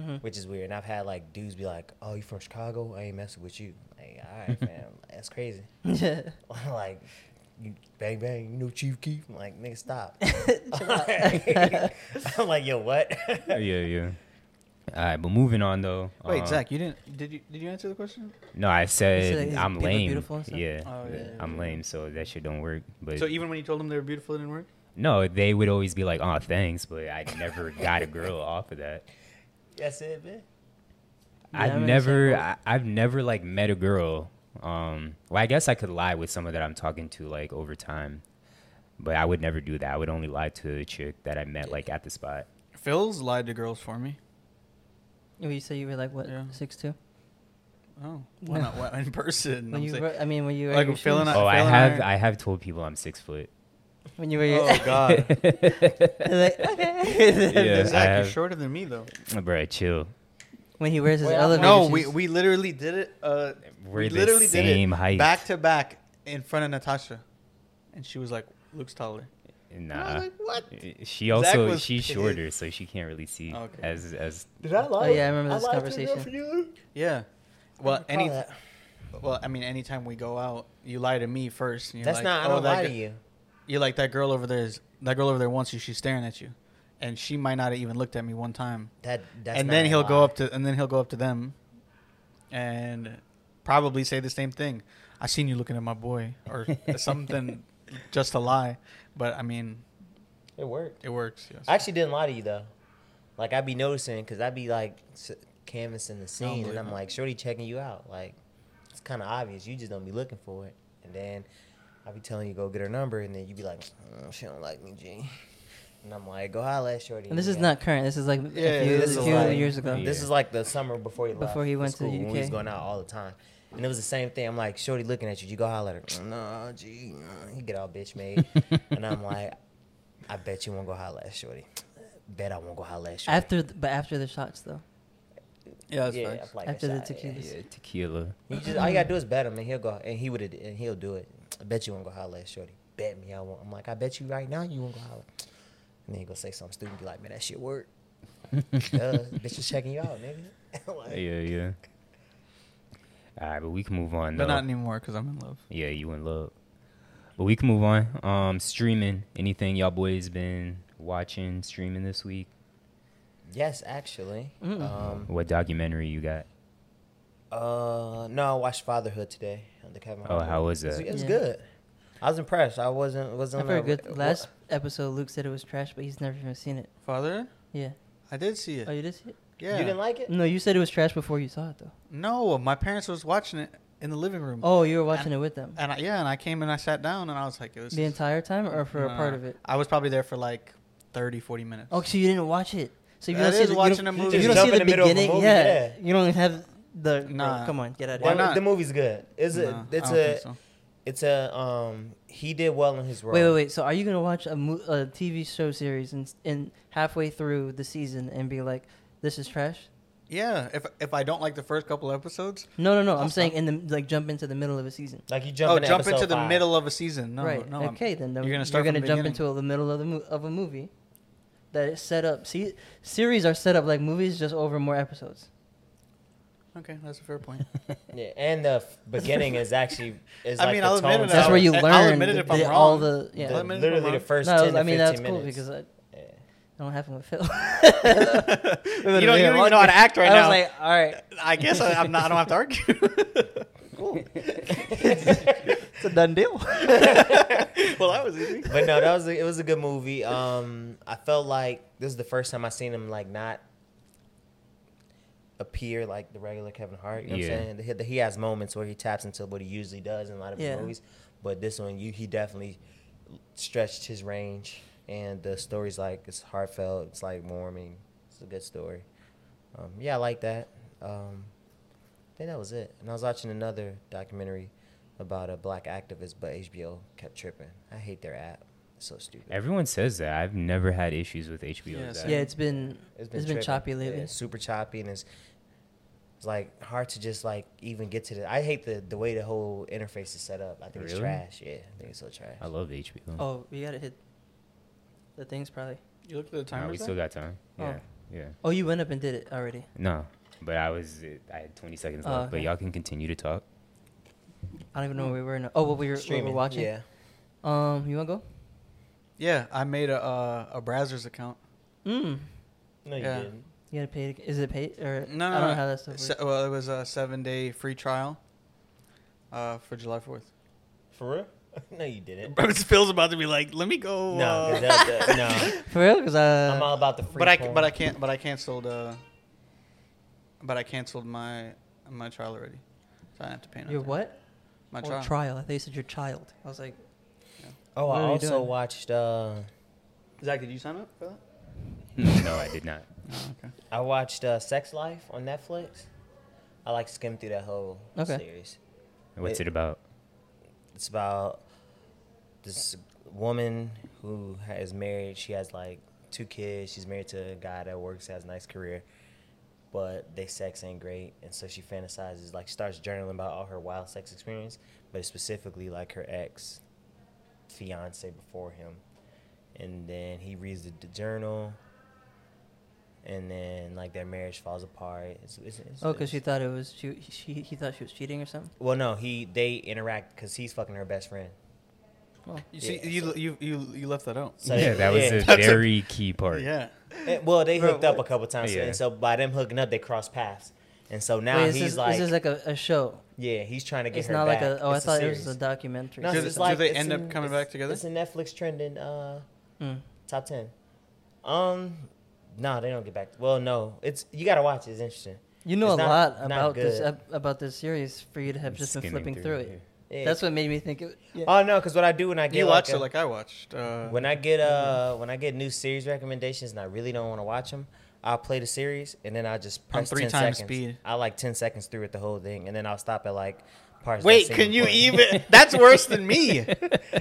Speaker 2: Mm-hmm.
Speaker 3: Mhm.
Speaker 1: which is weird. And I've had like dudes be like oh you from Chicago? I ain't messing with you. Like all right man, that's crazy.
Speaker 3: Yeah.
Speaker 1: like you bang bang, you know Chief Keef. I'm like nigga stop. I'm like yo what?
Speaker 5: yeah, yeah. All right, but moving on though.
Speaker 2: Wait,
Speaker 5: um,
Speaker 2: Zach, you didn't did you did you answer the question?
Speaker 5: No, I
Speaker 3: that
Speaker 5: said
Speaker 3: his
Speaker 5: I'm
Speaker 3: people are
Speaker 5: lame.
Speaker 3: beautiful and stuff?
Speaker 5: Yeah,
Speaker 2: Oh,
Speaker 5: yeah,
Speaker 2: yeah, yeah,
Speaker 5: I'm lame, so that shit don't work. But
Speaker 2: So even when you told them they were beautiful, it didn't work.
Speaker 5: no, they would always be like, "Oh, thanks," but I never got a girl off of that.
Speaker 1: That's it, man.
Speaker 3: Yeah, I'm
Speaker 5: I've
Speaker 3: in the
Speaker 5: never,
Speaker 3: same boat.
Speaker 5: I, I've never like met a girl. Um, well, I guess I could lie with someone that I'm talking to like over time, but I would never do that. I would only lie to a chick that I met like at the spot.
Speaker 2: Phil's lied to girls for me.
Speaker 3: Well, you say you were like what
Speaker 2: Yeah.
Speaker 3: six two?
Speaker 2: Oh, why
Speaker 3: No.
Speaker 2: not why- in person?
Speaker 3: When
Speaker 2: I'm
Speaker 3: you
Speaker 2: saying-
Speaker 3: were, uh, I mean, when you were
Speaker 2: Like,
Speaker 3: your
Speaker 2: feeling
Speaker 3: shoes.
Speaker 2: Uh,
Speaker 5: oh, I
Speaker 2: Phil and
Speaker 5: have,
Speaker 2: I-
Speaker 5: I have told people I'm six foot.
Speaker 3: when you were your,
Speaker 1: Oh
Speaker 2: Uh.
Speaker 1: God.
Speaker 3: like, okay.
Speaker 5: Yeah, I
Speaker 2: Zach,
Speaker 5: have,
Speaker 2: you're shorter than me though.
Speaker 5: bruh, chill.
Speaker 3: when he wears his
Speaker 1: Wait, I
Speaker 3: elevator
Speaker 2: No,
Speaker 3: shoes.
Speaker 2: we, we literally did it. Uh,
Speaker 5: We're
Speaker 2: we
Speaker 5: the
Speaker 2: literally
Speaker 5: same
Speaker 2: did it
Speaker 5: height.
Speaker 2: back to back in front of Natasha, and she was like, "Looks taller." And I
Speaker 5: Nah. Eh,
Speaker 2: was like, "What?"
Speaker 5: She also
Speaker 2: was
Speaker 5: she's
Speaker 2: pissed.
Speaker 5: shorter, so she can't really see
Speaker 2: Okay.
Speaker 5: as as
Speaker 1: Did I lie?
Speaker 3: Oh, yeah, I remember this
Speaker 1: lied to a
Speaker 3: conversation.
Speaker 1: girl for you?
Speaker 2: Yeah. Well,
Speaker 1: I recall
Speaker 2: any.
Speaker 1: that.
Speaker 2: Well, I mean, anytime we go out, you lie to me first. and you're
Speaker 1: That's
Speaker 2: like,
Speaker 1: not. I
Speaker 2: "Oh,
Speaker 1: don't
Speaker 2: that
Speaker 1: lie to
Speaker 2: gi-
Speaker 1: you.
Speaker 2: You're like that girl over there. Is, that girl over there wants you. She's staring at you, and she might not have even looked at me one time.
Speaker 1: That. That's
Speaker 2: and
Speaker 1: not
Speaker 2: then
Speaker 1: a
Speaker 2: he'll go
Speaker 1: lie.
Speaker 2: up to and then he'll go up to them and probably say the same thing i seen you looking at my boy or something just a lie but i mean
Speaker 1: It worked.
Speaker 2: it works yes.
Speaker 1: I actually didn't lie to you though. Like I'd be noticing because I'd be like s- canvassing the scene, and I'm
Speaker 2: Unbelievable.
Speaker 1: like, Shorty checking you out. Like it's kind of obvious. You just don't be looking for it. And then I'd be telling you go get her number, and then you'd be like, "Mm, she don't like me, G. And I'm like, go holla at Shorty.
Speaker 3: And this is not current. This is like
Speaker 2: Yeah,
Speaker 3: a few,
Speaker 2: this
Speaker 3: a
Speaker 2: is
Speaker 3: few
Speaker 2: like-
Speaker 3: years ago.
Speaker 5: Yeah.
Speaker 1: This is like the summer before he left
Speaker 3: Before he
Speaker 1: for
Speaker 3: went to the
Speaker 1: school, when we was
Speaker 3: UK.
Speaker 1: going out all the time, and it was the same thing. I'm like, Shorty looking at you. You go holler at her. "Mm, Nah, gee, nah." he get all bitch made, and I'm like, I bet you won't go holler at Shorty. Bet I won't go holler at Shorty.
Speaker 3: After, th- but after the shots though.
Speaker 2: yeah, that's
Speaker 1: yeah,
Speaker 2: facts.
Speaker 1: like
Speaker 3: After the
Speaker 1: tequila.
Speaker 3: tequilas.
Speaker 5: yeah, tequila.
Speaker 1: You just all you gotta do is bet him, and he'll go, and he would, and he'll do it. I bet you won't go holler at Shorty. Bet me, I won't. I'm like, I bet you right now you won't go holler. And then he go say something stupid, be like, man, that shit worked.
Speaker 2: Uh,
Speaker 1: Duh, bitch was checking you out, nigga. Like,
Speaker 5: Yeah, yeah. All right, but we can move on.
Speaker 2: but
Speaker 5: though.
Speaker 2: not anymore because i'm in love
Speaker 5: Yeah, you in love. But we can move on. Um, streaming. Anything y'all boys been watching, streaming this week?
Speaker 1: Yes, actually.
Speaker 3: Mm.
Speaker 1: Um,
Speaker 5: What documentary you got?
Speaker 1: Uh, no, I watched Fatherhood today. The Kevin.
Speaker 5: Oh,
Speaker 1: Hart
Speaker 5: how
Speaker 1: movie.
Speaker 5: was
Speaker 1: It was,
Speaker 5: that?
Speaker 1: it was
Speaker 3: Yeah.
Speaker 1: good. I was impressed. I wasn't wasn't
Speaker 3: I've heard
Speaker 1: a-
Speaker 3: good. Last episode, Luke said it was trash, but he's never even seen it.
Speaker 2: father
Speaker 3: Yeah.
Speaker 2: i did see
Speaker 3: Oh,
Speaker 2: it
Speaker 3: you did see it?
Speaker 2: yeah
Speaker 1: You didn't like it?
Speaker 3: No, you said it was trash before you saw it though.
Speaker 2: no my parents was watching it in the living room
Speaker 3: Oh, you were watching it with them
Speaker 2: Um, and I, yeah and i came and i sat down and i was like it was
Speaker 3: the entire time, or for a part
Speaker 2: Nah.
Speaker 3: of it.
Speaker 2: i was probably there for like 30 40 minutes
Speaker 3: Oh, so you didn't watch it. So if you
Speaker 2: That
Speaker 3: don't see
Speaker 2: is
Speaker 3: the,
Speaker 2: watching
Speaker 3: you don't,
Speaker 2: a movie.
Speaker 3: If you
Speaker 1: Just
Speaker 3: don't see
Speaker 1: jump in
Speaker 3: the,
Speaker 1: the middle of a
Speaker 3: beginning,
Speaker 1: movie,
Speaker 3: yeah,
Speaker 1: yeah.
Speaker 3: you don't even have the.
Speaker 2: Nah.
Speaker 3: come on, get out of
Speaker 1: Why
Speaker 2: Why
Speaker 3: here.
Speaker 1: not?
Speaker 2: not?
Speaker 1: The movie's good. It's a
Speaker 2: Nah,
Speaker 1: it's
Speaker 2: I don't
Speaker 1: a
Speaker 2: think so.
Speaker 1: it's a um he did well in his role.
Speaker 3: Wait, wait, wait. So are you gonna watch a, mo- a TV show series and and halfway through the season and be like, "This is trash"?
Speaker 2: Yeah, if if I don't like the first couple episodes,
Speaker 3: No, no, no. I'm
Speaker 2: Awesome.
Speaker 3: saying in the like jump into the middle of a season.
Speaker 1: Like you jump.
Speaker 2: oh,
Speaker 1: into
Speaker 2: jump into
Speaker 1: episode
Speaker 2: the
Speaker 1: five.
Speaker 2: middle of a season. No,
Speaker 3: right.
Speaker 2: no. I'm-
Speaker 3: okay, then the,
Speaker 2: you're
Speaker 3: you're
Speaker 2: gonna
Speaker 3: gonna,
Speaker 2: start. from the
Speaker 3: jump
Speaker 2: beginning.
Speaker 3: into the middle of the mo- of a movie that is set up. See, series are set up like movies, just over more episodes.
Speaker 2: Okay, that's a fair point.
Speaker 1: Yeah, and the f- beginning is actually is
Speaker 2: I
Speaker 1: like
Speaker 2: mean,
Speaker 1: the
Speaker 2: I'll admit
Speaker 1: tone
Speaker 2: it,
Speaker 3: That's
Speaker 2: I'll-
Speaker 3: where you
Speaker 2: I'll
Speaker 3: learn
Speaker 2: admit it
Speaker 3: the-
Speaker 2: if I'm
Speaker 3: the- all
Speaker 2: wrong.
Speaker 3: the yeah.
Speaker 1: the-
Speaker 2: I'll admit it if I'm
Speaker 1: literally the
Speaker 2: wrong.
Speaker 1: first
Speaker 3: no,
Speaker 1: 10 to
Speaker 3: I mean
Speaker 1: 15
Speaker 3: that's
Speaker 1: minutes.
Speaker 3: cool because I,
Speaker 1: Yeah.
Speaker 3: I don't happen with Phil.
Speaker 2: you don't, you don't even know how to act right
Speaker 3: I was
Speaker 2: now.
Speaker 3: like, all right,
Speaker 2: I guess I, I'm not. I don't have to argue.
Speaker 3: it's a done deal.
Speaker 2: well, that was easy.
Speaker 1: but no, that was a, it was a good movie. Um, I felt like this is the first time I seen him like not appear like the regular Kevin Hart. You know what
Speaker 5: Yeah.
Speaker 1: I'm saying? He- He, has moments where he taps into what he usually does in a lot of his
Speaker 3: Yeah.
Speaker 1: movies, but this one, you he definitely stretched his range, and the story's like it's heartfelt. It's like warming. It's a good story. Um, yeah, I like that. Um, I think that was it. And I was watching another documentary about a black activist, but HBO kept tripping. I hate their app. It's so stupid.
Speaker 5: Everyone says that. I've never had issues with HBO.
Speaker 2: Yeah,
Speaker 5: with that.
Speaker 2: same.
Speaker 3: yeah, it's been it's been,
Speaker 1: tripping.
Speaker 3: choppy
Speaker 1: Yeah,
Speaker 3: lately.
Speaker 1: it's super choppy, and it's, it's like hard to just like even get to the. I hate the the way the whole interface is set up. I think it's
Speaker 5: Really?
Speaker 1: trash. Yeah, I think it's so trash.
Speaker 5: I love HBO.
Speaker 3: Oh, we gotta hit the things probably.
Speaker 2: You looked at the
Speaker 5: no,
Speaker 2: timer.
Speaker 5: we still got time.
Speaker 3: Oh.
Speaker 5: Yeah, yeah.
Speaker 3: Oh, you went up and did it already.
Speaker 5: No, but I was. I had 20 seconds
Speaker 3: Oh,
Speaker 5: left. But
Speaker 3: okay.
Speaker 5: y'all can continue to talk.
Speaker 3: I don't even know where we were. Now. Oh, what we were, what we were
Speaker 1: Streaming,
Speaker 3: watching.
Speaker 1: Yeah,
Speaker 3: Um, you wanna go?
Speaker 2: yeah, I made a uh, a Brazzers account.
Speaker 3: Mm.
Speaker 1: no, you
Speaker 2: Yeah.
Speaker 1: didn't.
Speaker 3: You gotta pay. To, is it paid or
Speaker 2: No,
Speaker 3: I
Speaker 2: no,
Speaker 3: don't
Speaker 2: no.
Speaker 3: know how that stuff works.
Speaker 2: Se- well, it was a seven day free trial uh, for July Fourth.
Speaker 1: For real? no, you didn't.
Speaker 2: Phil's about to be like, "Let me go."
Speaker 1: No, that- that- no.
Speaker 3: For real? Cause uh,
Speaker 1: I'm all about the free.
Speaker 2: uh, but I
Speaker 1: porn.
Speaker 2: but I can't but I canceled uh but I canceled my my trial already, so I have to pay.
Speaker 3: your
Speaker 2: nothing.
Speaker 3: what?
Speaker 2: My
Speaker 3: Oh,
Speaker 2: trial.
Speaker 3: trial. I thought you said your child. I was like,
Speaker 1: Oh,
Speaker 3: What
Speaker 1: I
Speaker 3: are you
Speaker 1: also
Speaker 3: doing?
Speaker 1: watched. uh
Speaker 2: Zach, did you sign up for that?
Speaker 5: no, I did not.
Speaker 2: Oh, okay.
Speaker 1: I watched uh, Sex Life on Netflix. I like skimmed through that whole
Speaker 3: Okay.
Speaker 1: series.
Speaker 5: What's
Speaker 1: It-
Speaker 5: it about?
Speaker 1: It's about this woman who ha- is married. She has like two kids. She's married to a guy that works, has a nice career, but they sex ain't great. And so she fantasizes, like, starts journaling about all her wild sex experience, but specifically like her ex fiance before him. And then he reads the, the journal. And then, like, their marriage falls apart. It's, it's, it's,
Speaker 3: oh, cause she
Speaker 1: it's-
Speaker 3: thought it was she. She he thought she was cheating or something.
Speaker 1: Well, no, he they interact because he's fucking her best friend.
Speaker 2: You see,
Speaker 1: Yeah,
Speaker 2: you,
Speaker 1: so-
Speaker 2: you you you left that out.
Speaker 1: So
Speaker 5: yeah,
Speaker 1: they-
Speaker 5: that was
Speaker 1: yeah.
Speaker 5: a
Speaker 2: That's a-
Speaker 5: very key part.
Speaker 2: Yeah.
Speaker 1: And- Eh, well, they hooked up a couple times,
Speaker 5: Yeah.
Speaker 1: and so by them hooking up, they cross paths, and so now
Speaker 3: Wait, is
Speaker 1: he's
Speaker 3: this,
Speaker 1: like,
Speaker 3: is this like a, a show?
Speaker 1: yeah, he's trying to get
Speaker 3: It's
Speaker 1: her
Speaker 3: not
Speaker 1: back.
Speaker 3: like a. Oh,
Speaker 1: It's
Speaker 3: I thought it was a
Speaker 1: series.
Speaker 3: documentary.
Speaker 1: No,
Speaker 2: Do
Speaker 1: it's
Speaker 2: they-
Speaker 1: just
Speaker 2: do
Speaker 1: like-
Speaker 2: they
Speaker 1: it's
Speaker 2: end up coming
Speaker 1: it's-
Speaker 2: back together?
Speaker 1: It's a Netflix trending uh,
Speaker 3: Mm.
Speaker 1: top ten. Um, no, they don't get back. Well, no, it's you gotta watch. it. It's interesting.
Speaker 3: You know
Speaker 1: It's
Speaker 3: a
Speaker 1: not-
Speaker 3: lot
Speaker 1: not
Speaker 3: about this
Speaker 1: good.
Speaker 3: ep- about this series for you to have just been
Speaker 5: Skimming
Speaker 3: flipping
Speaker 5: through
Speaker 3: through,
Speaker 5: it,
Speaker 3: it.
Speaker 1: Yeah.
Speaker 3: That's what made me think. It, yeah.
Speaker 1: Oh no, because what I do when I get
Speaker 2: You
Speaker 1: like
Speaker 2: watched
Speaker 1: a-
Speaker 2: it like I watched. Uh,
Speaker 1: when I get uh when I get new series recommendations and I really don't want to watch them, I'll play the series and then I just
Speaker 2: On
Speaker 1: press
Speaker 2: three
Speaker 1: 10
Speaker 2: times
Speaker 1: seconds.
Speaker 2: speed.
Speaker 1: I like ten seconds through it the whole thing, and then I'll stop at like parts. that
Speaker 2: Wait,
Speaker 1: scene
Speaker 2: can you
Speaker 1: before.
Speaker 2: even? That's worse than me.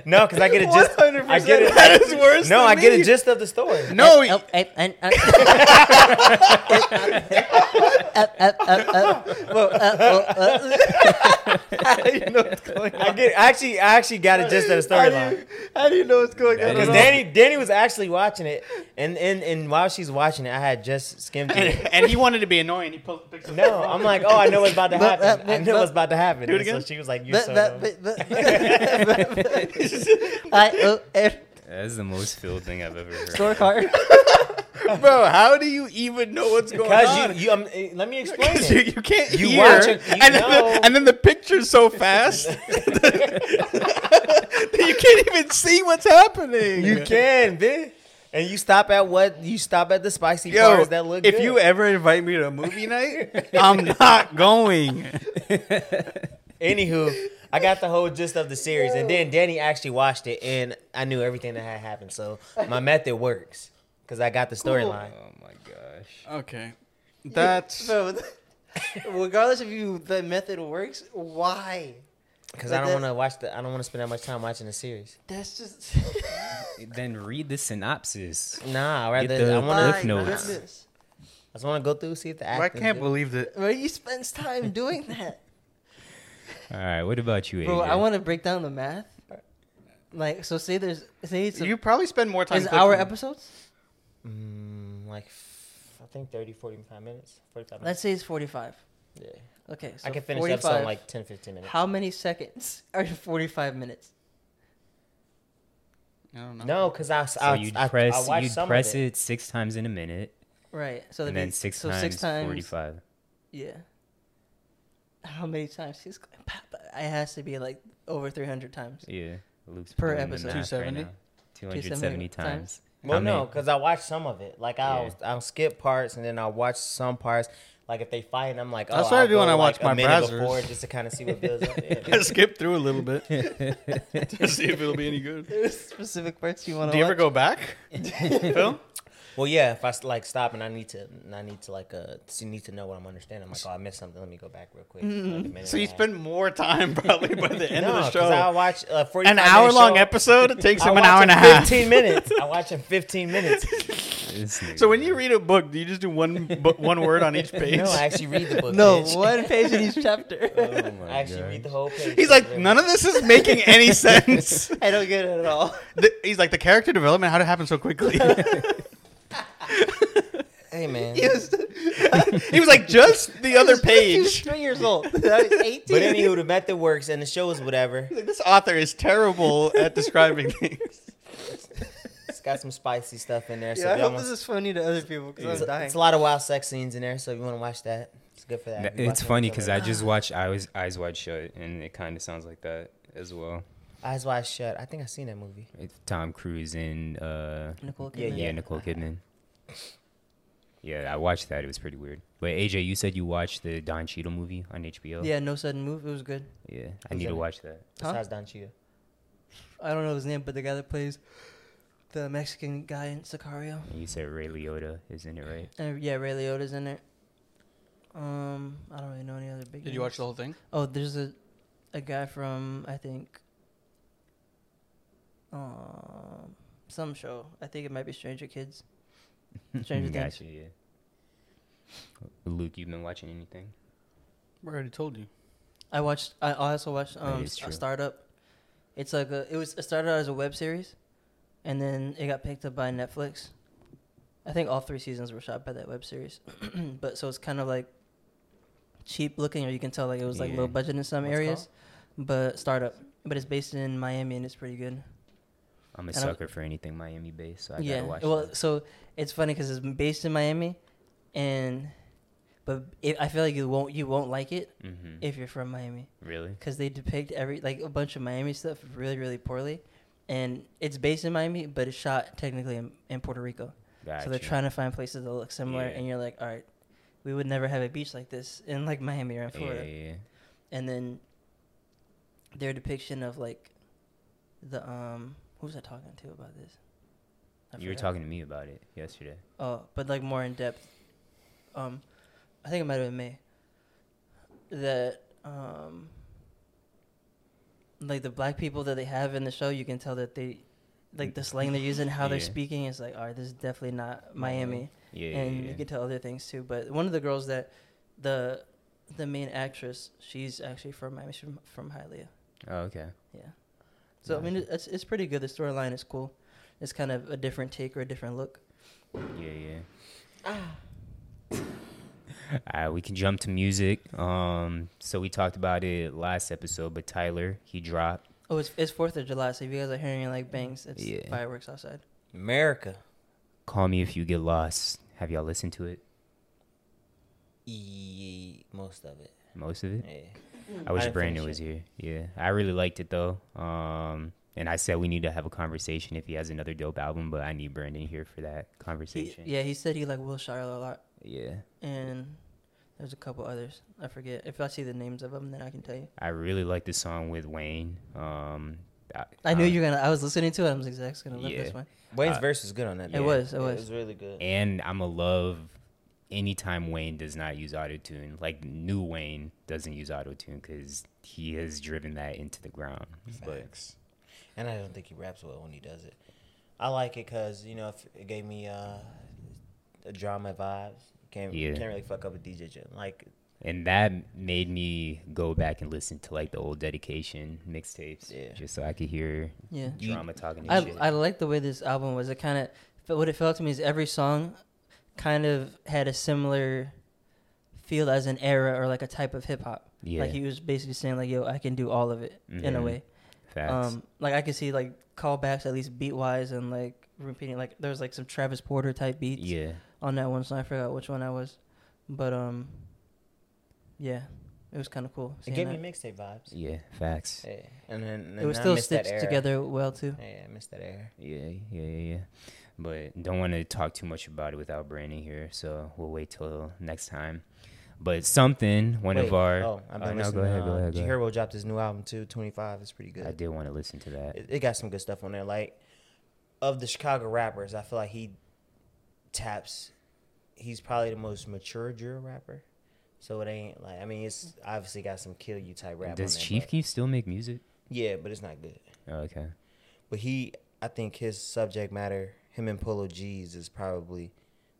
Speaker 1: No, because I get it just. I get it.
Speaker 2: That is worse.
Speaker 1: No,
Speaker 2: than
Speaker 1: I get
Speaker 2: me.
Speaker 1: a gist of the story.
Speaker 2: No,
Speaker 3: Oh, and, and, and,
Speaker 1: uh, I get. I actually, I actually got a gist of the storyline.
Speaker 2: how do you know what's going
Speaker 5: That
Speaker 2: on?
Speaker 5: is-
Speaker 1: Because
Speaker 5: know.
Speaker 1: Danny, Danny was actually watching it, and, and and while she's watching it, I had just skimmed it.
Speaker 2: and he wanted to be annoying. He pulled the picture.
Speaker 1: No, I'm like, oh, I know what's about to
Speaker 3: But-
Speaker 1: happen.
Speaker 3: but-
Speaker 1: I know
Speaker 3: but-
Speaker 1: what's about to happen.
Speaker 2: uh, Do it
Speaker 1: And
Speaker 2: again?
Speaker 1: So she was like, you're
Speaker 3: but-
Speaker 1: so.
Speaker 3: but-
Speaker 1: dumb.
Speaker 3: but- but- I- oh, and-
Speaker 5: That's the most filled thing I've ever heard.
Speaker 3: store card.
Speaker 2: bro, how do you even know what's going
Speaker 1: Because you, you um, eh, let me explain
Speaker 2: Because you,
Speaker 1: it.
Speaker 2: you can't
Speaker 1: You
Speaker 2: hear,
Speaker 1: watch it, you
Speaker 2: and, then
Speaker 1: know.
Speaker 2: the, and then the picture's so fast that you can't even see what's happening.
Speaker 1: You can, bitch. And you stop at what? You stop at the spicy
Speaker 2: Yo,
Speaker 1: parts that look
Speaker 2: if
Speaker 1: good.
Speaker 2: you ever invite me to a movie night, I'm not going.
Speaker 1: Anywho, I got the whole gist of the series, and then Danny actually watched it, and I knew everything that had happened. So my method works because I got the storyline.
Speaker 5: Oh my gosh.
Speaker 2: Okay, that's
Speaker 3: So, regardless of you, the method works. Why?
Speaker 1: Because
Speaker 3: But
Speaker 1: I don't
Speaker 3: that-
Speaker 1: want to watch the. I don't want to spend that much time watching the series.
Speaker 3: That's just
Speaker 5: Then read the synopsis.
Speaker 1: Nah, I rather
Speaker 5: the
Speaker 1: I
Speaker 5: Cliff
Speaker 1: want
Speaker 5: notes.
Speaker 1: to. I just want to go through see if the
Speaker 2: I
Speaker 1: acting.
Speaker 2: can't believe that.
Speaker 3: Where you spends time doing that,
Speaker 5: All right, what about you, AJ?
Speaker 3: bro? I want to break down the math. Like, so say there's say it's a,
Speaker 2: You probably spend more time.
Speaker 3: is it hour
Speaker 2: cooking.
Speaker 3: episodes.
Speaker 1: Mm, like f- I think 30, 45 minutes, forty five
Speaker 3: Let's
Speaker 1: minutes.
Speaker 3: say it's forty-five.
Speaker 1: yeah.
Speaker 3: Okay, so
Speaker 1: I can finish
Speaker 3: 45,
Speaker 1: up in like 10, 15 minutes.
Speaker 3: How many seconds are in forty-five minutes?
Speaker 2: I don't know.
Speaker 1: No, because I,
Speaker 5: so
Speaker 1: I,
Speaker 5: you
Speaker 1: I,
Speaker 5: press
Speaker 1: I watched
Speaker 5: you
Speaker 1: some
Speaker 5: press
Speaker 1: of it.
Speaker 5: it. six times in a minute,
Speaker 3: Right. So that'd
Speaker 5: and then
Speaker 3: be-
Speaker 5: six,
Speaker 3: so
Speaker 5: times
Speaker 3: six times
Speaker 5: forty-five.
Speaker 3: Yeah. How many times he's going? pop, pop. It has to be like over three hundred times.
Speaker 5: Yeah, Luke's
Speaker 3: Per
Speaker 5: pulling the
Speaker 3: episode.
Speaker 5: math right
Speaker 2: 270?
Speaker 5: now. 270 times.
Speaker 1: Well,
Speaker 5: How many-
Speaker 1: no, because I watched some of it. Like I'll
Speaker 5: Yeah.
Speaker 1: I'll skip parts and then I'll watch some parts. Like if they fight, I'm like, oh,
Speaker 2: That's what I
Speaker 1: I'll
Speaker 2: do when
Speaker 1: go,
Speaker 2: I
Speaker 1: like,
Speaker 2: watch
Speaker 1: a
Speaker 2: my
Speaker 1: minute
Speaker 2: browsers.
Speaker 1: before just to kind of see what builds up.
Speaker 2: I
Speaker 1: Yeah.
Speaker 2: skip through a little bit to see if it'll be any good.
Speaker 3: There's specific parts you want
Speaker 2: Do
Speaker 3: to
Speaker 2: you
Speaker 3: watch.
Speaker 2: ever go back, Phil?
Speaker 1: well, yeah. If I s- like stop and I need to, and I need to like uh s- need to know what I'm understanding. I'm like, oh, I missed something. Let me go back real quick. like, a minute
Speaker 2: Mm-hmm. So you
Speaker 1: and a half.
Speaker 2: spend more time probably by the end
Speaker 1: no,
Speaker 2: of the
Speaker 1: 'cause I
Speaker 2: show.
Speaker 1: watch uh, a 45
Speaker 2: An
Speaker 1: minute
Speaker 2: hour long
Speaker 1: show.
Speaker 2: episode it takes
Speaker 1: I
Speaker 2: him an
Speaker 1: watch
Speaker 2: hour
Speaker 1: it
Speaker 2: and a half.
Speaker 1: 15 minutes. I watch in 15 minutes.
Speaker 5: This nigga.
Speaker 2: So when you read a book, do you just do one bu- one word on each page?
Speaker 1: No, I actually read the book.
Speaker 3: No,
Speaker 1: bitch.
Speaker 3: one page in each chapter.
Speaker 5: Oh my
Speaker 1: I actually
Speaker 5: gosh.
Speaker 1: read the whole page.
Speaker 2: He's like, none of this is making any sense.
Speaker 3: I don't get it at all.
Speaker 2: The- He's like, the character development, how did it happen so quickly?
Speaker 1: Hey, man.
Speaker 3: He was,
Speaker 2: he was like, just the other
Speaker 3: he was
Speaker 2: page.
Speaker 3: three years old. I was eighteen.
Speaker 1: But anywho, the method works and the show is whatever.
Speaker 2: He's like, this author is terrible at describing things.
Speaker 1: It's got some spicy stuff in there. So
Speaker 3: yeah,
Speaker 1: if
Speaker 3: I
Speaker 1: y'all
Speaker 3: hope
Speaker 1: want-
Speaker 3: this is funny to other people because
Speaker 1: it's,
Speaker 3: I'm
Speaker 1: a-
Speaker 3: dying.
Speaker 1: it's a lot of wild sex scenes in there. So if you want to watch that, it's good for that.
Speaker 5: Th-
Speaker 1: If you watch
Speaker 5: It's
Speaker 1: it,
Speaker 5: funny
Speaker 1: good.
Speaker 5: because I just watched Eyes Eyes Wide Shut, and it kind of sounds like that as well.
Speaker 1: Eyes Wide Shut. I think i seen that movie.
Speaker 5: It's Tom Cruise and uh,
Speaker 3: Nicole
Speaker 1: Yeah,
Speaker 5: yeah,
Speaker 1: Kidman.
Speaker 5: Nicole Kidman. Yeah, I watched that. It was pretty weird. But AJ, you said you watched the Don Cheadle movie on HBO.
Speaker 3: Yeah, no sudden move. It was good.
Speaker 5: yeah. I
Speaker 1: Who's
Speaker 5: need
Speaker 1: in
Speaker 5: to
Speaker 1: it?
Speaker 5: watch that.
Speaker 3: Huh?
Speaker 1: Besides Don Cheadle.
Speaker 3: I don't know his name, but the guy that plays the Mexican guy in Sicario.
Speaker 5: And you said Ray Liotta is in it, right?
Speaker 3: Uh, yeah, Ray Liotta's in it. Um, I don't really know any other big.
Speaker 2: Did you
Speaker 3: names.
Speaker 2: watch the whole thing?
Speaker 3: Oh, there's a a guy from I think um some show. I think it might be Stranger Kids. Stranger Things.
Speaker 5: Gotcha, yeah. Luke, you've been watching anything?
Speaker 2: We already told you.
Speaker 3: I watched. I also watched um
Speaker 5: is
Speaker 3: S-
Speaker 5: true.
Speaker 3: a startup. It's like a. It was it started out as a web series, and then it got picked up by Netflix. I think all three seasons were shot by that web series, but so it's kind of like cheap looking, or you can tell like it was like
Speaker 5: Yeah.
Speaker 3: low budget in some
Speaker 1: What's it
Speaker 3: areas. But startup, but it's based in Miami and it's pretty good.
Speaker 5: I'm a
Speaker 3: I don't-
Speaker 5: sucker for anything Miami based, so I
Speaker 3: yeah.
Speaker 5: gotta watch
Speaker 3: well,
Speaker 5: that.
Speaker 3: so it's funny because it's based in Miami, and but it, I feel like you won't you won't like it
Speaker 5: hmm
Speaker 3: if you're from Miami.
Speaker 5: really?
Speaker 3: because they depict every like a bunch of Miami stuff really really poorly, and it's based in Miami, but it's shot technically in, in Puerto Rico.
Speaker 5: Gotcha.
Speaker 3: So they're trying to find places that look similar,
Speaker 5: Yeah.
Speaker 3: and you're like, all right, we would never have a beach like this in like Miami or in
Speaker 5: Yeah,
Speaker 3: Florida.
Speaker 5: yeah.
Speaker 3: And then their depiction of like the um who was I talking to about this? I
Speaker 5: You were
Speaker 3: forgot.
Speaker 5: talking to me about it yesterday.
Speaker 3: Oh, but like more in depth. Um, I think it might have been May. That um, like the black people that they have in the show, you can tell that they, like the slang they're using, how they're
Speaker 5: Yeah.
Speaker 3: speaking is like, all right, this is definitely not Miami,
Speaker 5: Yeah, yeah,
Speaker 3: and
Speaker 5: yeah.
Speaker 3: you can tell other things too. But one of the girls that, the, the main actress, she's actually from Miami, she's from, from Hialeah.
Speaker 5: Oh, okay.
Speaker 3: Yeah. So I mean,
Speaker 5: Nice.
Speaker 3: it's it's pretty good. The storyline is cool. It's kind of a different take or a different look.
Speaker 5: Yeah,
Speaker 3: Ah.
Speaker 5: yeah. All right, we can jump to music. Um, so we talked about it last episode, but Tyler he dropped.
Speaker 3: Oh, it's it's Fourth of July, so if you guys are hearing like bangs, it's
Speaker 5: Yeah.
Speaker 3: fireworks outside.
Speaker 1: America.
Speaker 5: Call me if you get lost. Have y'all listened to it?
Speaker 1: E- most of it.
Speaker 5: Most of it.
Speaker 1: Yeah.
Speaker 5: I wish
Speaker 1: didn't
Speaker 5: Brandon
Speaker 1: finish
Speaker 5: was here. Yeah, I really liked it though. Um, and I said we need to have a conversation if he has another dope album, but I need Brandon here for that
Speaker 3: He,
Speaker 5: conversation.
Speaker 3: yeah, he said he like Will Shiloh a lot,
Speaker 5: yeah.
Speaker 3: and there's a couple others. I forget if I see the names of them, then I can tell you.
Speaker 5: I really like the song with Wayne. Um,
Speaker 3: I knew
Speaker 5: uh,
Speaker 3: you were gonna. I was listening to it. I was like, Zach's gonna love
Speaker 5: Yeah.
Speaker 3: this one.
Speaker 1: Wayne's
Speaker 5: Uh,
Speaker 1: verse was good on that.
Speaker 3: It
Speaker 1: though.
Speaker 3: was, it
Speaker 1: It
Speaker 3: was.
Speaker 1: was really good.
Speaker 5: and I'm a love anytime Wayne does not use auto tune. Like new Wayne doesn't use auto tune because he has driven that into the ground. But
Speaker 1: Facts. And I don't think he raps well when he does it. I like it because you know if it gave me uh, a drama vibes. Can't
Speaker 5: Yeah.
Speaker 1: can't really fuck up with DJ Jim. Like
Speaker 5: and that made me go back and listen to like the old dedication mixtapes,
Speaker 1: Yeah.
Speaker 5: just so I could hear
Speaker 3: Yeah.
Speaker 1: You-
Speaker 5: drama talking and
Speaker 3: I,
Speaker 5: shit.
Speaker 3: I like the way this album was. It kind of what it felt to me is every song kind of had a similar feel as an era or like a type of hip hop.
Speaker 5: yeah,
Speaker 3: Like he was basically saying like, "Yo, I can do all of it in a
Speaker 5: Mhm.
Speaker 3: way."
Speaker 5: facts.
Speaker 3: Um, like I could see like callbacks at least beat wise and like repeating like there was like some Travis Porter type beats
Speaker 5: yeah,
Speaker 3: on that one. So I forgot which one I was, but um, yeah, it was kind of cool.
Speaker 1: it
Speaker 3: seeing
Speaker 1: gave
Speaker 3: that.
Speaker 1: me mixtape vibes.
Speaker 5: yeah, facts.
Speaker 1: Yeah. And then and
Speaker 3: it was
Speaker 1: I
Speaker 3: still
Speaker 1: missed that
Speaker 3: stitched
Speaker 1: era.
Speaker 3: together well too.
Speaker 1: Yeah, I missed that air.
Speaker 5: Yeah, yeah, yeah, yeah. But don't want to talk too much about it without Brandon here, so we'll wait till next time. But something, one of
Speaker 1: Wait,
Speaker 5: our.
Speaker 1: Oh, I've been
Speaker 5: uh, no,
Speaker 1: listening.
Speaker 5: go ahead, go
Speaker 1: uh,
Speaker 5: ahead, go
Speaker 1: G
Speaker 5: ahead.
Speaker 1: Herbo dropped his new album too. Twenty five. It's pretty good.
Speaker 5: I did want to listen to that.
Speaker 1: it, it got some good stuff on there. Like of the Chicago rappers, I feel like he taps. He's probably the most mature drill rapper. So it ain't like I mean it's obviously got some kill you type rap.
Speaker 5: Does
Speaker 1: on there,
Speaker 5: Chief
Speaker 1: but-
Speaker 5: Keef still make music?
Speaker 1: Yeah, but it's not good.
Speaker 5: Oh, okay.
Speaker 1: But he, I think his subject matter, him and Polo G's, is probably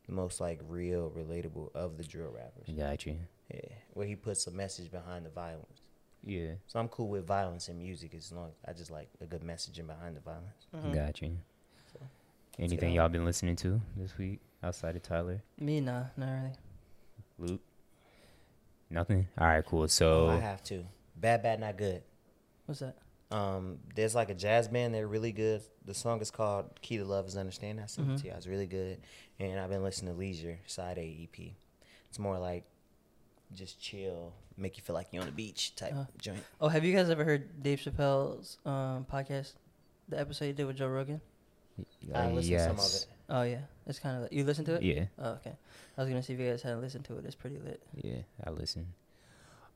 Speaker 1: the most like real, relatable of the drill rappers.
Speaker 5: Got you.
Speaker 1: Yeah, where he puts a message behind the violence.
Speaker 5: Yeah.
Speaker 1: So I'm cool with violence in music as long as I just like a good messaging behind the violence.
Speaker 5: Got you.
Speaker 1: Mm-hmm. So,
Speaker 5: Anything
Speaker 1: on.
Speaker 5: y'all been listening to this week outside of Tyler?
Speaker 3: Me nah, not really.
Speaker 5: Luke? Nothing? All right, cool.
Speaker 1: Oh, I
Speaker 5: So,
Speaker 1: have to. Bad, bad, not good.
Speaker 3: What's that?
Speaker 1: Um, there's like a jazz band. They're really good. The song is called "Key to Love Is Understanding." I sent it to you. It's really good, and I've been listening to Leisure Side A EP. It's more like just chill, make you feel like you're on the beach type
Speaker 3: Uh.
Speaker 1: joint.
Speaker 3: Oh, have you guys ever heard Dave Chappelle's um, podcast? The episode he did with Joe Rogan.
Speaker 5: uh,
Speaker 1: I listened to some of
Speaker 5: yes.
Speaker 1: it.
Speaker 3: Oh yeah, it's kind of like, you listened to it.
Speaker 5: Yeah,
Speaker 3: Oh okay. I was gonna see if you guys had listened to it. It's pretty lit.
Speaker 5: yeah, I listen.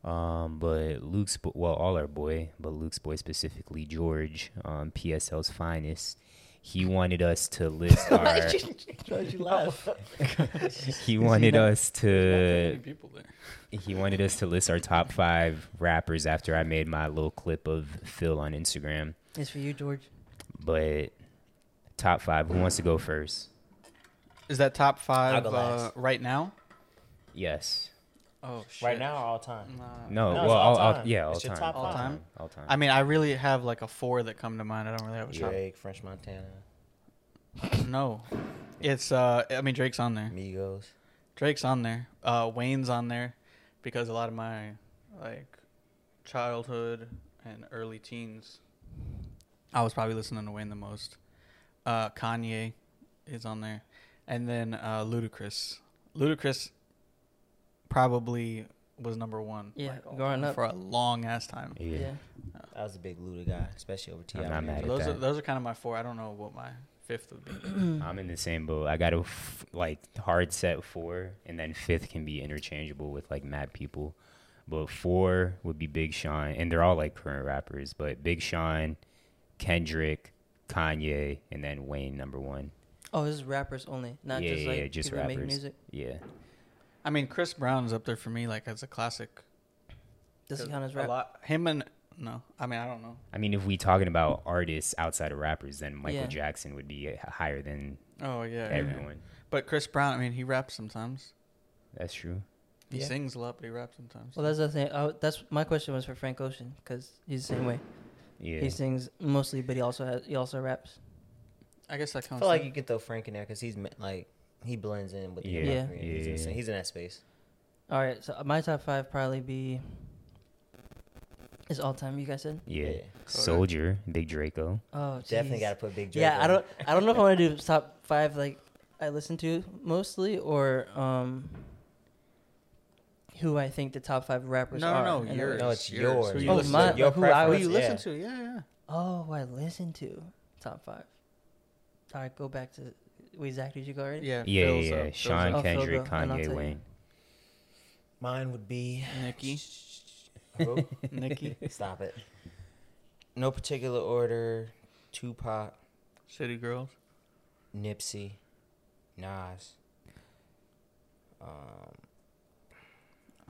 Speaker 5: Um, but Luke's, bo- well, all our boy, but Luke's boy specifically, George, um, PSL's finest. He wanted us to list our.
Speaker 1: you laugh?
Speaker 5: he wanted us to
Speaker 2: people there.
Speaker 5: he wanted us to list our top five rappers after I made my little clip of Phil on Instagram.
Speaker 3: It's for you, George.
Speaker 5: But top five, who wants to go first?
Speaker 2: Is that top
Speaker 1: I'll
Speaker 2: five
Speaker 1: go
Speaker 2: uh,
Speaker 1: last.
Speaker 2: right now?
Speaker 5: Yes.
Speaker 2: Oh shit!
Speaker 1: Right now, or all time.
Speaker 2: Nah.
Speaker 5: No.
Speaker 1: No,
Speaker 5: well,
Speaker 1: it's all
Speaker 5: all, all-
Speaker 1: time.
Speaker 5: yeah, all
Speaker 1: It's your
Speaker 5: time.
Speaker 1: top
Speaker 5: all
Speaker 2: five.
Speaker 5: time. All time.
Speaker 2: I mean, I really have like a four that come to mind. I don't really have a top.
Speaker 1: Drake, French Montana,
Speaker 2: No, it's uh, I mean Drake's on there.
Speaker 1: Migos.
Speaker 2: Drake's on there. Uh, Wayne's on there because a lot of my like childhood and early teens, I was probably listening to Wayne the most. Uh, Kanye is on there, and then uh, Ludacris. Ludacris probably was number one.
Speaker 3: Yeah,
Speaker 2: like, all
Speaker 3: growing
Speaker 2: time
Speaker 3: up.
Speaker 2: for a long ass time.
Speaker 5: yeah.
Speaker 1: I was a big Luda guy, especially over Ti.
Speaker 5: I'm not mad at
Speaker 2: Those
Speaker 5: that.
Speaker 2: are those are kind of my four. I don't know what my fifth would be.
Speaker 3: Mm.
Speaker 5: I'm in the same boat. I got a f- like hard set four, and then fifth can be interchangeable with like mad people. But four would be Big Sean, and they're all like current rappers. But Big Sean, Kendrick, Kanye, and then Wayne number one.
Speaker 3: Oh, this is rappers only, not
Speaker 5: Yeah,
Speaker 3: just
Speaker 5: yeah,
Speaker 3: like
Speaker 5: yeah, just
Speaker 3: people that make
Speaker 5: rappers.
Speaker 3: music.
Speaker 5: Yeah,
Speaker 2: I mean, Chris Brown's up there for me, like as a classic.
Speaker 3: Does he
Speaker 2: 'Cause
Speaker 3: count as
Speaker 2: a
Speaker 3: rap?
Speaker 2: lot- Him and no, I mean I don't know.
Speaker 5: I mean, if we talking about artists outside of rappers, then Michael
Speaker 3: Yeah.
Speaker 5: Jackson would be uh, h- higher than
Speaker 2: Oh yeah, yeah.
Speaker 5: everyone.
Speaker 2: But Chris Brown, I mean, he raps sometimes.
Speaker 5: That's true.
Speaker 2: He
Speaker 1: Yeah.
Speaker 2: sings a lot, but he raps sometimes.
Speaker 3: Well, that's the thing. I, that's my question was for Frank Ocean because he's the same way.
Speaker 5: Yeah,
Speaker 3: He sings mostly, but he also has he also raps.
Speaker 2: I guess that
Speaker 1: I
Speaker 2: counts.
Speaker 3: Oh,
Speaker 1: feel like
Speaker 2: too.
Speaker 1: you can throw Frank in there because he's me- like he blends in with the
Speaker 5: Yeah.
Speaker 1: yeah.
Speaker 5: Yeah.
Speaker 1: He's, in,
Speaker 5: Yeah.
Speaker 1: he's in that space.
Speaker 3: All right, so my top five probably be is all time. You guys said.
Speaker 5: yeah.
Speaker 1: Yeah.
Speaker 5: Soldier, Big Draco.
Speaker 3: Oh,
Speaker 1: Definitely
Speaker 3: jeez.
Speaker 1: got to put Big Drake.
Speaker 3: Yeah, I
Speaker 1: on.
Speaker 3: don't. I don't know if I want to do top five like I listen to mostly, or um, who I think the top five rappers
Speaker 2: no,
Speaker 3: are.
Speaker 2: no,
Speaker 3: in
Speaker 2: no,
Speaker 3: a-
Speaker 2: yours.
Speaker 1: No, it's yours.
Speaker 2: Who
Speaker 1: You
Speaker 2: you
Speaker 3: Oh,
Speaker 2: listen
Speaker 3: my-
Speaker 2: to?
Speaker 3: Your
Speaker 2: who, I, who
Speaker 1: preference,
Speaker 2: you
Speaker 1: yeah.
Speaker 2: listen to? Yeah, yeah.
Speaker 3: Oh, who I listen to top five. All right, go back to. Wait, Zach, did you go already?
Speaker 2: Yeah,
Speaker 5: Yeah,
Speaker 2: Phil's
Speaker 5: yeah.
Speaker 2: up,
Speaker 5: yeah.
Speaker 2: Phil's
Speaker 5: Sean,
Speaker 2: up.
Speaker 3: Oh, Phil
Speaker 5: Kendrick,
Speaker 3: go, and I'll
Speaker 5: Kanye,
Speaker 3: tell you.
Speaker 5: Wayne.
Speaker 1: Mine would be.
Speaker 2: Nicki,
Speaker 1: Who?
Speaker 2: Nicki,
Speaker 1: Stop it. No particular order. Tupac,
Speaker 2: City Girls.
Speaker 1: Nipsey, Nas. Um,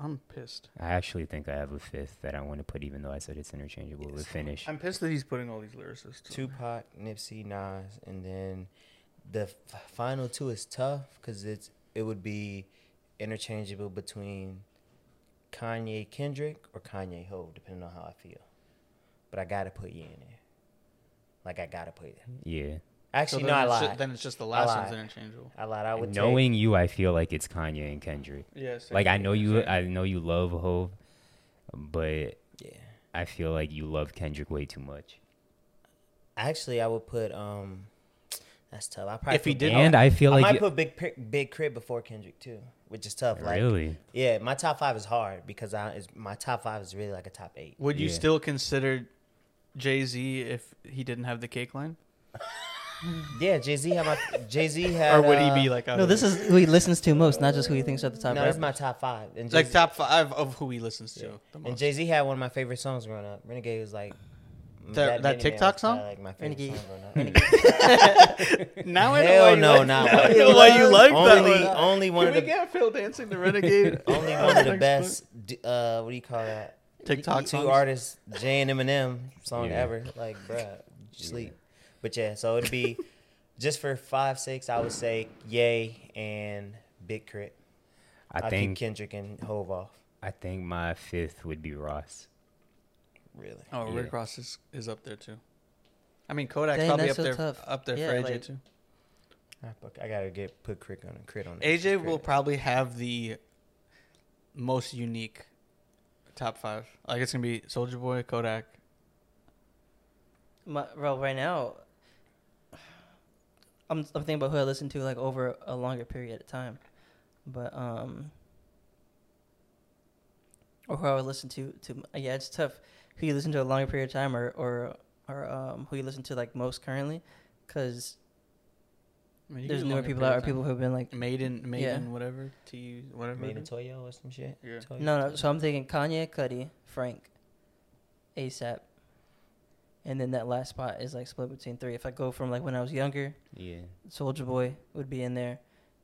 Speaker 2: I'm pissed.
Speaker 5: I actually think I have a fifth that I want to put, even though I said it's interchangeable with finish.
Speaker 2: I'm pissed that he's putting all these lyricists. Two.
Speaker 1: Tupac, Nipsey, Nas, and then the f- final two is tough because it's it would be interchangeable between Kanye Kendrick or Kanye Ho, depending on how I feel. But I gotta put Ye in there. Like I gotta put it.
Speaker 5: Yeah.
Speaker 2: So
Speaker 1: Actually,
Speaker 2: then
Speaker 1: no, I
Speaker 2: it's ju-
Speaker 1: lied.
Speaker 2: then it's just the last one's
Speaker 1: lied.
Speaker 2: interchangeable.
Speaker 1: I lied. I would
Speaker 5: Knowing you, I feel like it's Kanye and Kendrick.
Speaker 2: Yes.
Speaker 5: Like I know you, I know you love Hove, but
Speaker 1: Take, yeah.
Speaker 5: I feel like you love Kendrick way too much.
Speaker 1: Actually, I would put um. That's tough. I probably
Speaker 2: If he
Speaker 1: put-
Speaker 2: did,
Speaker 5: and I feel
Speaker 1: I
Speaker 5: like
Speaker 1: might
Speaker 5: you-
Speaker 1: put Big Pri- Big Crib before Kendrick too, which is tough. Like,
Speaker 5: really,
Speaker 1: yeah, my top five is hard because I is my top five is really like a top eight.
Speaker 2: would you
Speaker 5: Yeah.
Speaker 2: still consider Jay Z if he didn't have the cake line,
Speaker 1: Yeah, Jay Z had my Jay Z had.
Speaker 2: or would
Speaker 1: uh,
Speaker 2: he be like? out
Speaker 3: No,
Speaker 2: of
Speaker 3: this
Speaker 2: it?
Speaker 3: is who he listens to most, not just who he thinks are the top.
Speaker 1: No, it's
Speaker 3: rappers.
Speaker 1: my top five. And
Speaker 2: like
Speaker 1: Jay-Z-
Speaker 2: top five of who he listens to the most.
Speaker 1: And Jay Z had one of my favorite songs growing up. Renegade was like Benny
Speaker 2: That- that
Speaker 1: Man
Speaker 2: TikTok
Speaker 1: was probably,
Speaker 2: song?
Speaker 1: Like my favorite
Speaker 3: Renegade.
Speaker 1: song growing up. Renegade.
Speaker 2: now I know why
Speaker 1: Hell
Speaker 2: you
Speaker 1: no, not
Speaker 2: like- now I
Speaker 1: one.
Speaker 2: know why you like
Speaker 1: only,
Speaker 2: that one.
Speaker 1: Only one
Speaker 2: Can we
Speaker 1: of the
Speaker 2: get Phil dancing to Renegade?
Speaker 1: only one of the best. d- Uh, what do you call that?
Speaker 2: TikTok
Speaker 1: two
Speaker 2: songs?
Speaker 1: artists, Jay and Eminem song
Speaker 5: Yeah.
Speaker 1: ever. Like, bruh, sleep. But yeah, so it'd be just for five, six. I would say Yay and Big Crit.
Speaker 5: I
Speaker 1: I'll keep
Speaker 5: think
Speaker 1: Kendrick and Hove off.
Speaker 5: I think my fifth would be Ross.
Speaker 1: Really.
Speaker 2: Oh,
Speaker 5: Yeah.
Speaker 2: Rick Ross is, is up there too. I mean, Kodak's
Speaker 3: Dang,
Speaker 2: probably up
Speaker 3: that's
Speaker 2: there,
Speaker 3: so tough.
Speaker 2: up there
Speaker 3: Yeah,
Speaker 2: for AJ
Speaker 3: like-
Speaker 2: too.
Speaker 1: I fuck- I gotta get put Crit on it. Crit on it.
Speaker 2: AJ will
Speaker 1: Crit.
Speaker 2: probably have the most unique top five. Like it's gonna be Soldier Boy, Kodak.
Speaker 3: My, well, right now, I'm, I'm thinking about who I listen to like over a longer period of time, but um, or who I would listen to to yeah, it's tough. Who you listen to a longer period of time, or or or um, who you listen to like most currently, because
Speaker 2: I mean, you
Speaker 3: there's
Speaker 2: get a
Speaker 3: newer
Speaker 2: longer
Speaker 3: people
Speaker 2: period
Speaker 3: out
Speaker 2: of
Speaker 3: or
Speaker 2: time.
Speaker 3: people who've been like
Speaker 2: Maiden, Maiden,
Speaker 3: Yeah.
Speaker 2: whatever to you, whatever.
Speaker 1: Made
Speaker 2: Maiden.
Speaker 1: in Toyo or some shit.
Speaker 2: Yeah.
Speaker 1: Toyo,
Speaker 3: No, no.
Speaker 1: Toyo.
Speaker 3: So I'm thinking Kanye, Cudi, Frank, ASAP, and then that last spot is like split between three. If I go from like when I was younger,
Speaker 5: Yeah,
Speaker 3: Soldier Boy would be in there,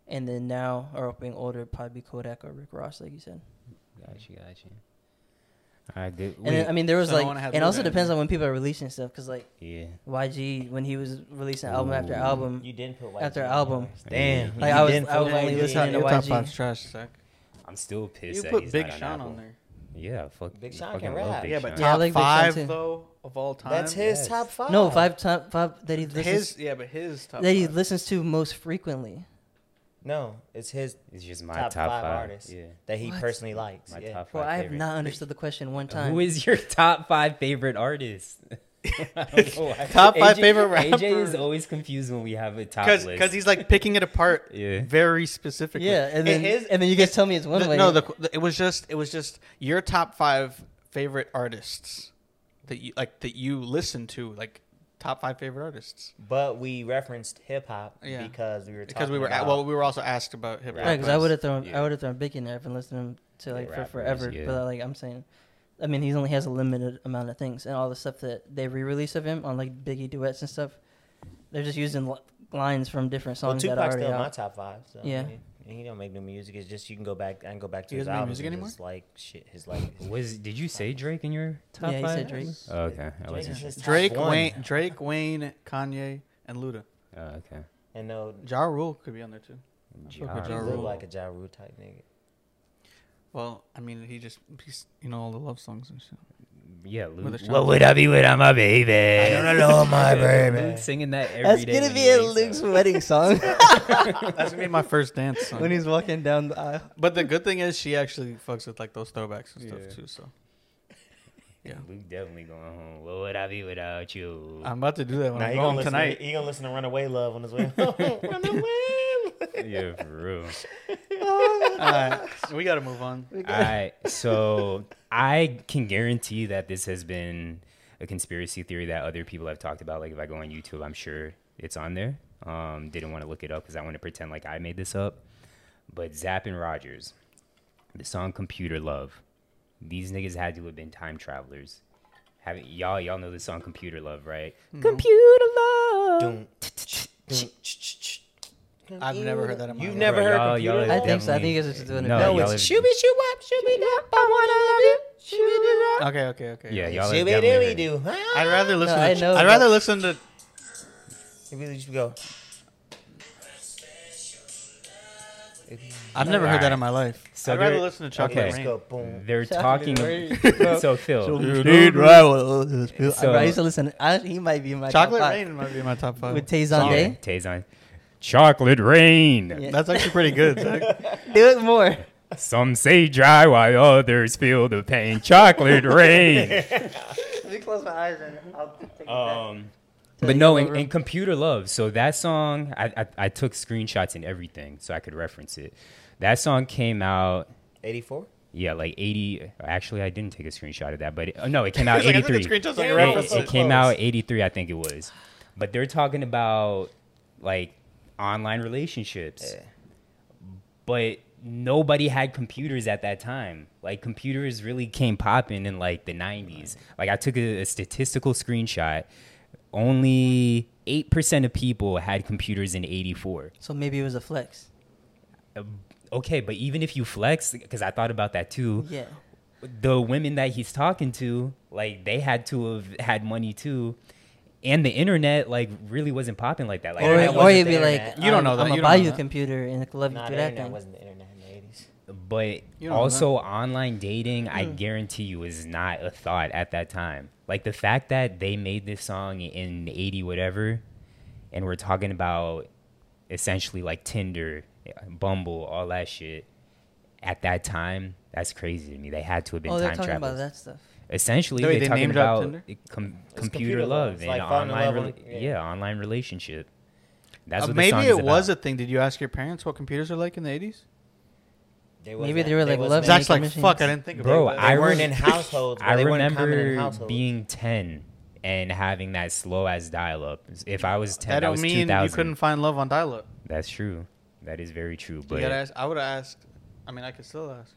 Speaker 3: and then now or being older, probably be Kodak or Rick Ross, like you said.
Speaker 5: gotcha, gotcha. All right, good.
Speaker 3: And then, um, I mean, there was
Speaker 2: So no one
Speaker 3: like,
Speaker 2: had
Speaker 3: it also
Speaker 2: Luda in
Speaker 3: depends
Speaker 2: there.
Speaker 3: on when people are releasing stuff, because like
Speaker 5: yeah,
Speaker 3: YG when he was releasing album after
Speaker 5: Ooh.
Speaker 3: album,
Speaker 1: You didn't put
Speaker 3: After
Speaker 1: YG on
Speaker 3: album.
Speaker 1: yours. Damn.
Speaker 5: Like,
Speaker 1: you
Speaker 3: I was-
Speaker 1: didn't
Speaker 3: I
Speaker 1: put
Speaker 3: was only
Speaker 1: YG.
Speaker 3: listening to
Speaker 2: Your top
Speaker 3: YG.
Speaker 2: five's trash, Zach.
Speaker 5: I'm still
Speaker 2: You
Speaker 5: pissed. that
Speaker 2: put
Speaker 5: he's
Speaker 2: Big
Speaker 5: not
Speaker 2: Sean
Speaker 5: Apple.
Speaker 2: on there.
Speaker 5: Yeah, fuck.
Speaker 1: Big
Speaker 5: I
Speaker 1: Sean
Speaker 5: fucking
Speaker 1: can
Speaker 5: love
Speaker 1: rap.
Speaker 5: Big
Speaker 2: yeah, but
Speaker 5: Sean.
Speaker 3: Yeah, I
Speaker 2: top
Speaker 3: like Big Sean,
Speaker 2: five
Speaker 3: too.
Speaker 2: though of all time.
Speaker 1: That's his
Speaker 5: Yes.
Speaker 1: top five.
Speaker 3: no five top five that he listens
Speaker 2: His yeah, but his top.
Speaker 3: that he
Speaker 2: five.
Speaker 3: listens to most frequently.
Speaker 1: No, it's his
Speaker 5: it's just my
Speaker 1: top, five,
Speaker 5: artists.
Speaker 1: artists
Speaker 5: Yeah,
Speaker 1: that he
Speaker 3: What?
Speaker 1: personally likes.
Speaker 5: my
Speaker 1: yeah.
Speaker 5: top five.
Speaker 3: Well, I have
Speaker 5: favorite.
Speaker 3: not understood the question one time.
Speaker 5: Who is your top five favorite artists?
Speaker 2: Top
Speaker 5: top
Speaker 2: five favorite
Speaker 5: AJ is
Speaker 2: rapper.
Speaker 5: always confused when we have a top
Speaker 2: because
Speaker 5: list.
Speaker 2: because he's like picking it apart
Speaker 5: Yeah.
Speaker 2: very specifically.
Speaker 3: Yeah, and then
Speaker 2: his-
Speaker 3: and then you guys tell me it's one
Speaker 2: the-
Speaker 3: way.
Speaker 2: no, the, the- it was just it was just your top five favorite artists that you like that you listen to like top five favorite artists
Speaker 1: But we referenced hip hop
Speaker 2: Yeah.
Speaker 1: because we were talking
Speaker 2: because we were
Speaker 1: about,
Speaker 2: at, well we were also asked about hip hop.
Speaker 3: Right, because I
Speaker 5: Rappers,
Speaker 3: would have thrown
Speaker 5: yeah.
Speaker 3: I would have thrown Big in there. I've been listening to him to like
Speaker 5: Yeah,
Speaker 3: for
Speaker 5: rappers,
Speaker 3: forever.
Speaker 5: yeah.
Speaker 3: But like I'm saying, I mean he's only has a limited amount of things, and all the stuff that they re-release of him on like Biggie duets and stuff, they're just using li- lines from different
Speaker 1: well,
Speaker 3: songs that are
Speaker 1: Tupac's
Speaker 3: already
Speaker 1: still in my
Speaker 3: out.
Speaker 1: top five. So, I
Speaker 3: Yeah.
Speaker 1: mean, and he don't make new music. It's just you can go back and go back to
Speaker 2: He
Speaker 1: his
Speaker 2: doesn't make
Speaker 1: albums
Speaker 2: music
Speaker 1: and
Speaker 2: anymore?
Speaker 1: just like shit. His like his-
Speaker 5: Was did you say Drake in your top
Speaker 3: Yeah, he
Speaker 5: five?
Speaker 3: said Drake.
Speaker 5: Oh, okay, I
Speaker 1: Drake
Speaker 5: wasn't
Speaker 1: is
Speaker 5: sure.
Speaker 1: his top
Speaker 2: Drake
Speaker 1: one.
Speaker 2: Wayne Drake Wayne Kanye and Luda.
Speaker 5: Oh, okay.
Speaker 1: and no,
Speaker 2: Ja Rule could be on there too.
Speaker 5: Ja
Speaker 2: Ja
Speaker 1: he look
Speaker 2: Rule.
Speaker 1: like a Ja Rule type nigga.
Speaker 2: Well, I mean he just he's, you know all the love songs and shit.
Speaker 5: Yeah, Luke.
Speaker 2: With a
Speaker 5: what
Speaker 2: Sean.
Speaker 5: would I be without my baby? I don't know my
Speaker 1: baby.
Speaker 5: Luke singing that every day.
Speaker 3: That's gonna
Speaker 5: when
Speaker 3: be
Speaker 5: he
Speaker 3: a
Speaker 5: wakes
Speaker 3: Luke's
Speaker 5: up.
Speaker 3: wedding song
Speaker 2: That's gonna be my first dance song.
Speaker 3: when he's walking down the aisle.
Speaker 2: But the good thing is she actually fucks with like those throwbacks and stuff
Speaker 5: Yeah.
Speaker 2: too. So Yeah.
Speaker 5: Luke definitely going home. What would I be without you?
Speaker 2: I'm about to do that when
Speaker 1: Nah,
Speaker 2: I
Speaker 1: he
Speaker 2: go
Speaker 1: gonna
Speaker 2: home
Speaker 1: listen.
Speaker 2: tonight.
Speaker 1: he gonna listen to Runaway Love on his way. Runaway.
Speaker 5: yeah, for real.
Speaker 2: Alright, we gotta move on.
Speaker 5: All right, so I can guarantee that this has been a conspiracy theory that other people have talked about. Like, if I go on YouTube, I'm sure it's on there. Um, didn't want to look it up because I want to pretend like I made this up. But Zapp and Rogers, the song "Computer Love," these niggas had to have been time travelers. Have y'all y'all know the song "Computer Love," right? Computer love.
Speaker 1: Doom.
Speaker 2: I've never heard that in my
Speaker 1: You've
Speaker 2: life.
Speaker 1: never
Speaker 5: Bro,
Speaker 1: heard
Speaker 5: y'all-
Speaker 1: Computer
Speaker 5: y'all
Speaker 1: Love?
Speaker 3: I think so. I
Speaker 5: definitely-
Speaker 3: think you guys are just doing it.
Speaker 5: No,
Speaker 1: No,
Speaker 5: y'all
Speaker 1: it's
Speaker 5: have-
Speaker 1: shooby shooby wop shooby dop. I wanna love
Speaker 2: Okay, okay, okay.
Speaker 5: Yeah,
Speaker 2: okay.
Speaker 5: y'all. have
Speaker 1: you. Shooby
Speaker 5: definitely
Speaker 1: dooby
Speaker 5: heard it.
Speaker 1: doo.
Speaker 2: I'd rather listen.
Speaker 3: I
Speaker 2: to
Speaker 3: know,
Speaker 2: I'd
Speaker 3: but-
Speaker 2: rather listen to.
Speaker 1: Maybe we should go.
Speaker 2: I've never heard that
Speaker 5: Alright.
Speaker 2: in my life.
Speaker 5: So
Speaker 2: I'd rather
Speaker 5: they're-
Speaker 2: listen to Chocolate
Speaker 5: okay.
Speaker 2: Rain.
Speaker 1: Go boom.
Speaker 5: They're talking. so Phil,
Speaker 2: Dude,
Speaker 5: So-
Speaker 3: I used to listen. I, he might be in my top
Speaker 2: Chocolate
Speaker 3: five.
Speaker 2: Rain might be in my top five.
Speaker 3: with
Speaker 5: yeah,
Speaker 3: Tazon Day.
Speaker 5: Tazon, chocolate rain.
Speaker 3: Yeah.
Speaker 2: That's actually pretty good. Zach.
Speaker 3: Do it more.
Speaker 5: Some say dry, while others feel the pain. Chocolate rain.
Speaker 3: Let me close my eyes and I'll take it
Speaker 5: Um, but no, in, in computer love. So that song, I, I I took screenshots and everything so I could reference it. That song came out.
Speaker 1: 84?
Speaker 5: Yeah, like 80. Actually, I didn't take a screenshot of that, but it, oh, no, it came out
Speaker 2: It's like, I took a
Speaker 5: 83.
Speaker 2: screenshot so I
Speaker 5: it
Speaker 2: can reference
Speaker 5: it
Speaker 1: it.
Speaker 5: came out 83, I think it was. But they're talking about like online relationships.
Speaker 1: Yeah.
Speaker 5: But nobody had computers at that time. Like computers really came popping in like the 90s. Like I took a, a statistical screenshot. Only 8% of people had computers in 84
Speaker 3: So maybe it was a flex.
Speaker 5: okay, but even if you flex, because I thought about that too.
Speaker 3: Yeah.
Speaker 5: The women that he's talking to, like they had to have had money too, and the internet like really wasn't popping like that. Like,
Speaker 1: Or-
Speaker 5: that
Speaker 1: or
Speaker 3: Or, or
Speaker 1: wasn't
Speaker 3: you'd be
Speaker 1: there,
Speaker 3: like,
Speaker 1: man.
Speaker 2: You don't
Speaker 3: um,
Speaker 2: know that.
Speaker 3: I'm
Speaker 2: You
Speaker 3: gonna
Speaker 2: don't
Speaker 3: buy
Speaker 2: know
Speaker 3: you a
Speaker 2: that.
Speaker 3: computer and love you
Speaker 1: Nah,
Speaker 3: through
Speaker 1: the
Speaker 3: that
Speaker 1: internet
Speaker 3: thing.
Speaker 1: wasn't the internet in the 80s.
Speaker 5: but
Speaker 2: You don't
Speaker 5: also online dating, I
Speaker 3: Hmm.
Speaker 5: guarantee you, is not a thought at that time. Like the fact that they made this song in eighty whatever, and we're talking about essentially like Tinder, Bumble, all that shit. At that time, that's crazy to me. They had to have been
Speaker 3: Oh, they're
Speaker 5: time
Speaker 3: talking
Speaker 5: travelers.
Speaker 3: about that stuff.
Speaker 5: essentially
Speaker 2: Wait,
Speaker 5: they're
Speaker 2: they
Speaker 5: talking
Speaker 2: name dropped
Speaker 5: about
Speaker 2: Tinder?
Speaker 5: it- com- computer,
Speaker 1: computer
Speaker 5: love
Speaker 1: love. It's
Speaker 5: and
Speaker 1: like falling in
Speaker 5: online
Speaker 1: love
Speaker 5: rela-
Speaker 1: on-
Speaker 5: yeah.
Speaker 1: yeah.
Speaker 5: online relationship that's
Speaker 2: Uh,
Speaker 5: what
Speaker 2: maybe
Speaker 5: the song
Speaker 2: it
Speaker 5: is
Speaker 2: was a
Speaker 5: about.
Speaker 2: thing. Did you ask your parents what computers are like in the eighties?
Speaker 1: They
Speaker 3: Maybe
Speaker 1: wasn't-
Speaker 3: they were, like,
Speaker 1: wasn't-
Speaker 3: love
Speaker 2: Zach's
Speaker 3: making
Speaker 2: like,
Speaker 3: machines.
Speaker 2: fuck, I didn't think about
Speaker 5: Bro,
Speaker 2: that.
Speaker 5: I
Speaker 1: They weren't
Speaker 5: rem-
Speaker 1: in households.
Speaker 5: i
Speaker 1: they weren't common in
Speaker 5: remember
Speaker 1: households.
Speaker 5: being 10 and having that slow as dial up if i was 10
Speaker 2: that
Speaker 5: that
Speaker 2: don't
Speaker 5: was
Speaker 2: mean you
Speaker 5: 2000
Speaker 2: couldn't find love on dial-up.
Speaker 5: that's true that is very true
Speaker 2: You
Speaker 5: but
Speaker 2: gotta ask, I would have asked. I mean, I could still ask.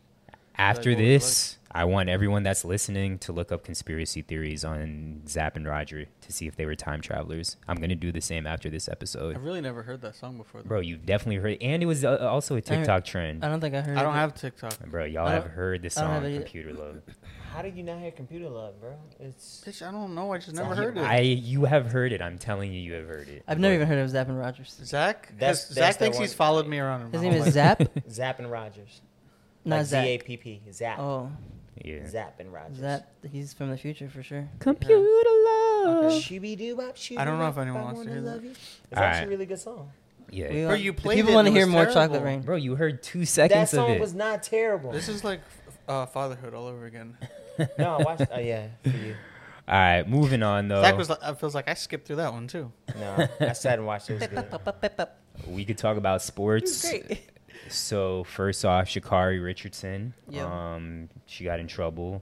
Speaker 5: after
Speaker 2: like, what was it
Speaker 5: this i want everyone that's listening to look up conspiracy theories on zapp and roger to see if they were time travelers i'm gonna do the same after this episode
Speaker 2: I've really never heard that song before. Though.
Speaker 5: Bro, you've definitely heard, and it was uh, also a TikTok trend.
Speaker 3: I don't think I heard.
Speaker 2: I don't
Speaker 3: of it.
Speaker 2: have TikTok.
Speaker 5: Bro, y'all
Speaker 3: I
Speaker 5: have
Speaker 3: don't-
Speaker 5: heard the
Speaker 3: I don't
Speaker 5: song
Speaker 3: have it either.
Speaker 5: "Computer Love."
Speaker 1: How did you not hear computer love, bro? It's
Speaker 2: Bitch, I don't know. I just never
Speaker 1: not-
Speaker 2: heard it.
Speaker 5: I, you have heard it. I'm telling you, you have heard it.
Speaker 3: I've never
Speaker 5: But
Speaker 3: even heard of Zapp and Rogers.
Speaker 2: Zach,
Speaker 1: That's- that's
Speaker 2: has- Zach
Speaker 1: the
Speaker 2: thinks
Speaker 1: one-
Speaker 2: he's followed me around. in
Speaker 3: His
Speaker 2: my
Speaker 3: name
Speaker 2: whole
Speaker 3: is
Speaker 2: life.
Speaker 3: Zap,
Speaker 1: Zap and Rogers.
Speaker 3: not
Speaker 1: like
Speaker 3: Zach.
Speaker 1: Z-A-P-P. Zap.
Speaker 3: Oh,
Speaker 5: Yeah.
Speaker 1: Zap and Rogers.
Speaker 3: Zap. He's from the future for sure.
Speaker 5: Computer Love.
Speaker 3: Oh.
Speaker 2: Okay.
Speaker 1: Shooby-doo-bop,
Speaker 2: I don't know if
Speaker 1: shooby-doo-bop,
Speaker 2: anyone
Speaker 1: I
Speaker 2: wants to
Speaker 1: wanna
Speaker 2: hear that.
Speaker 1: love you. It's
Speaker 5: All
Speaker 1: actually
Speaker 5: right.
Speaker 1: a really good song.
Speaker 5: Yeah.
Speaker 3: We
Speaker 2: Bro,
Speaker 3: all-
Speaker 2: you
Speaker 3: if
Speaker 2: played
Speaker 3: People
Speaker 2: it,
Speaker 3: wanna
Speaker 2: it
Speaker 3: hear
Speaker 2: was
Speaker 3: more
Speaker 2: terrible.
Speaker 3: Chocolate Rain.
Speaker 5: Bro, you heard two seconds
Speaker 1: that
Speaker 5: of
Speaker 1: song
Speaker 5: it.
Speaker 1: was not terrible.
Speaker 2: This is like uh, fatherhood all over again.
Speaker 1: no, I watched. Oh yeah, for you.
Speaker 5: All right, moving on
Speaker 1: Oh.
Speaker 5: though.
Speaker 2: Zach was like, I feels like I skipped through that one too.
Speaker 1: No, I sat and watched. It was good.
Speaker 3: Pep, pep, pep.
Speaker 5: we could talk about sports.
Speaker 3: Great.
Speaker 5: So first off, Shakari Richardson.
Speaker 3: Yeah.
Speaker 5: Um, she got in trouble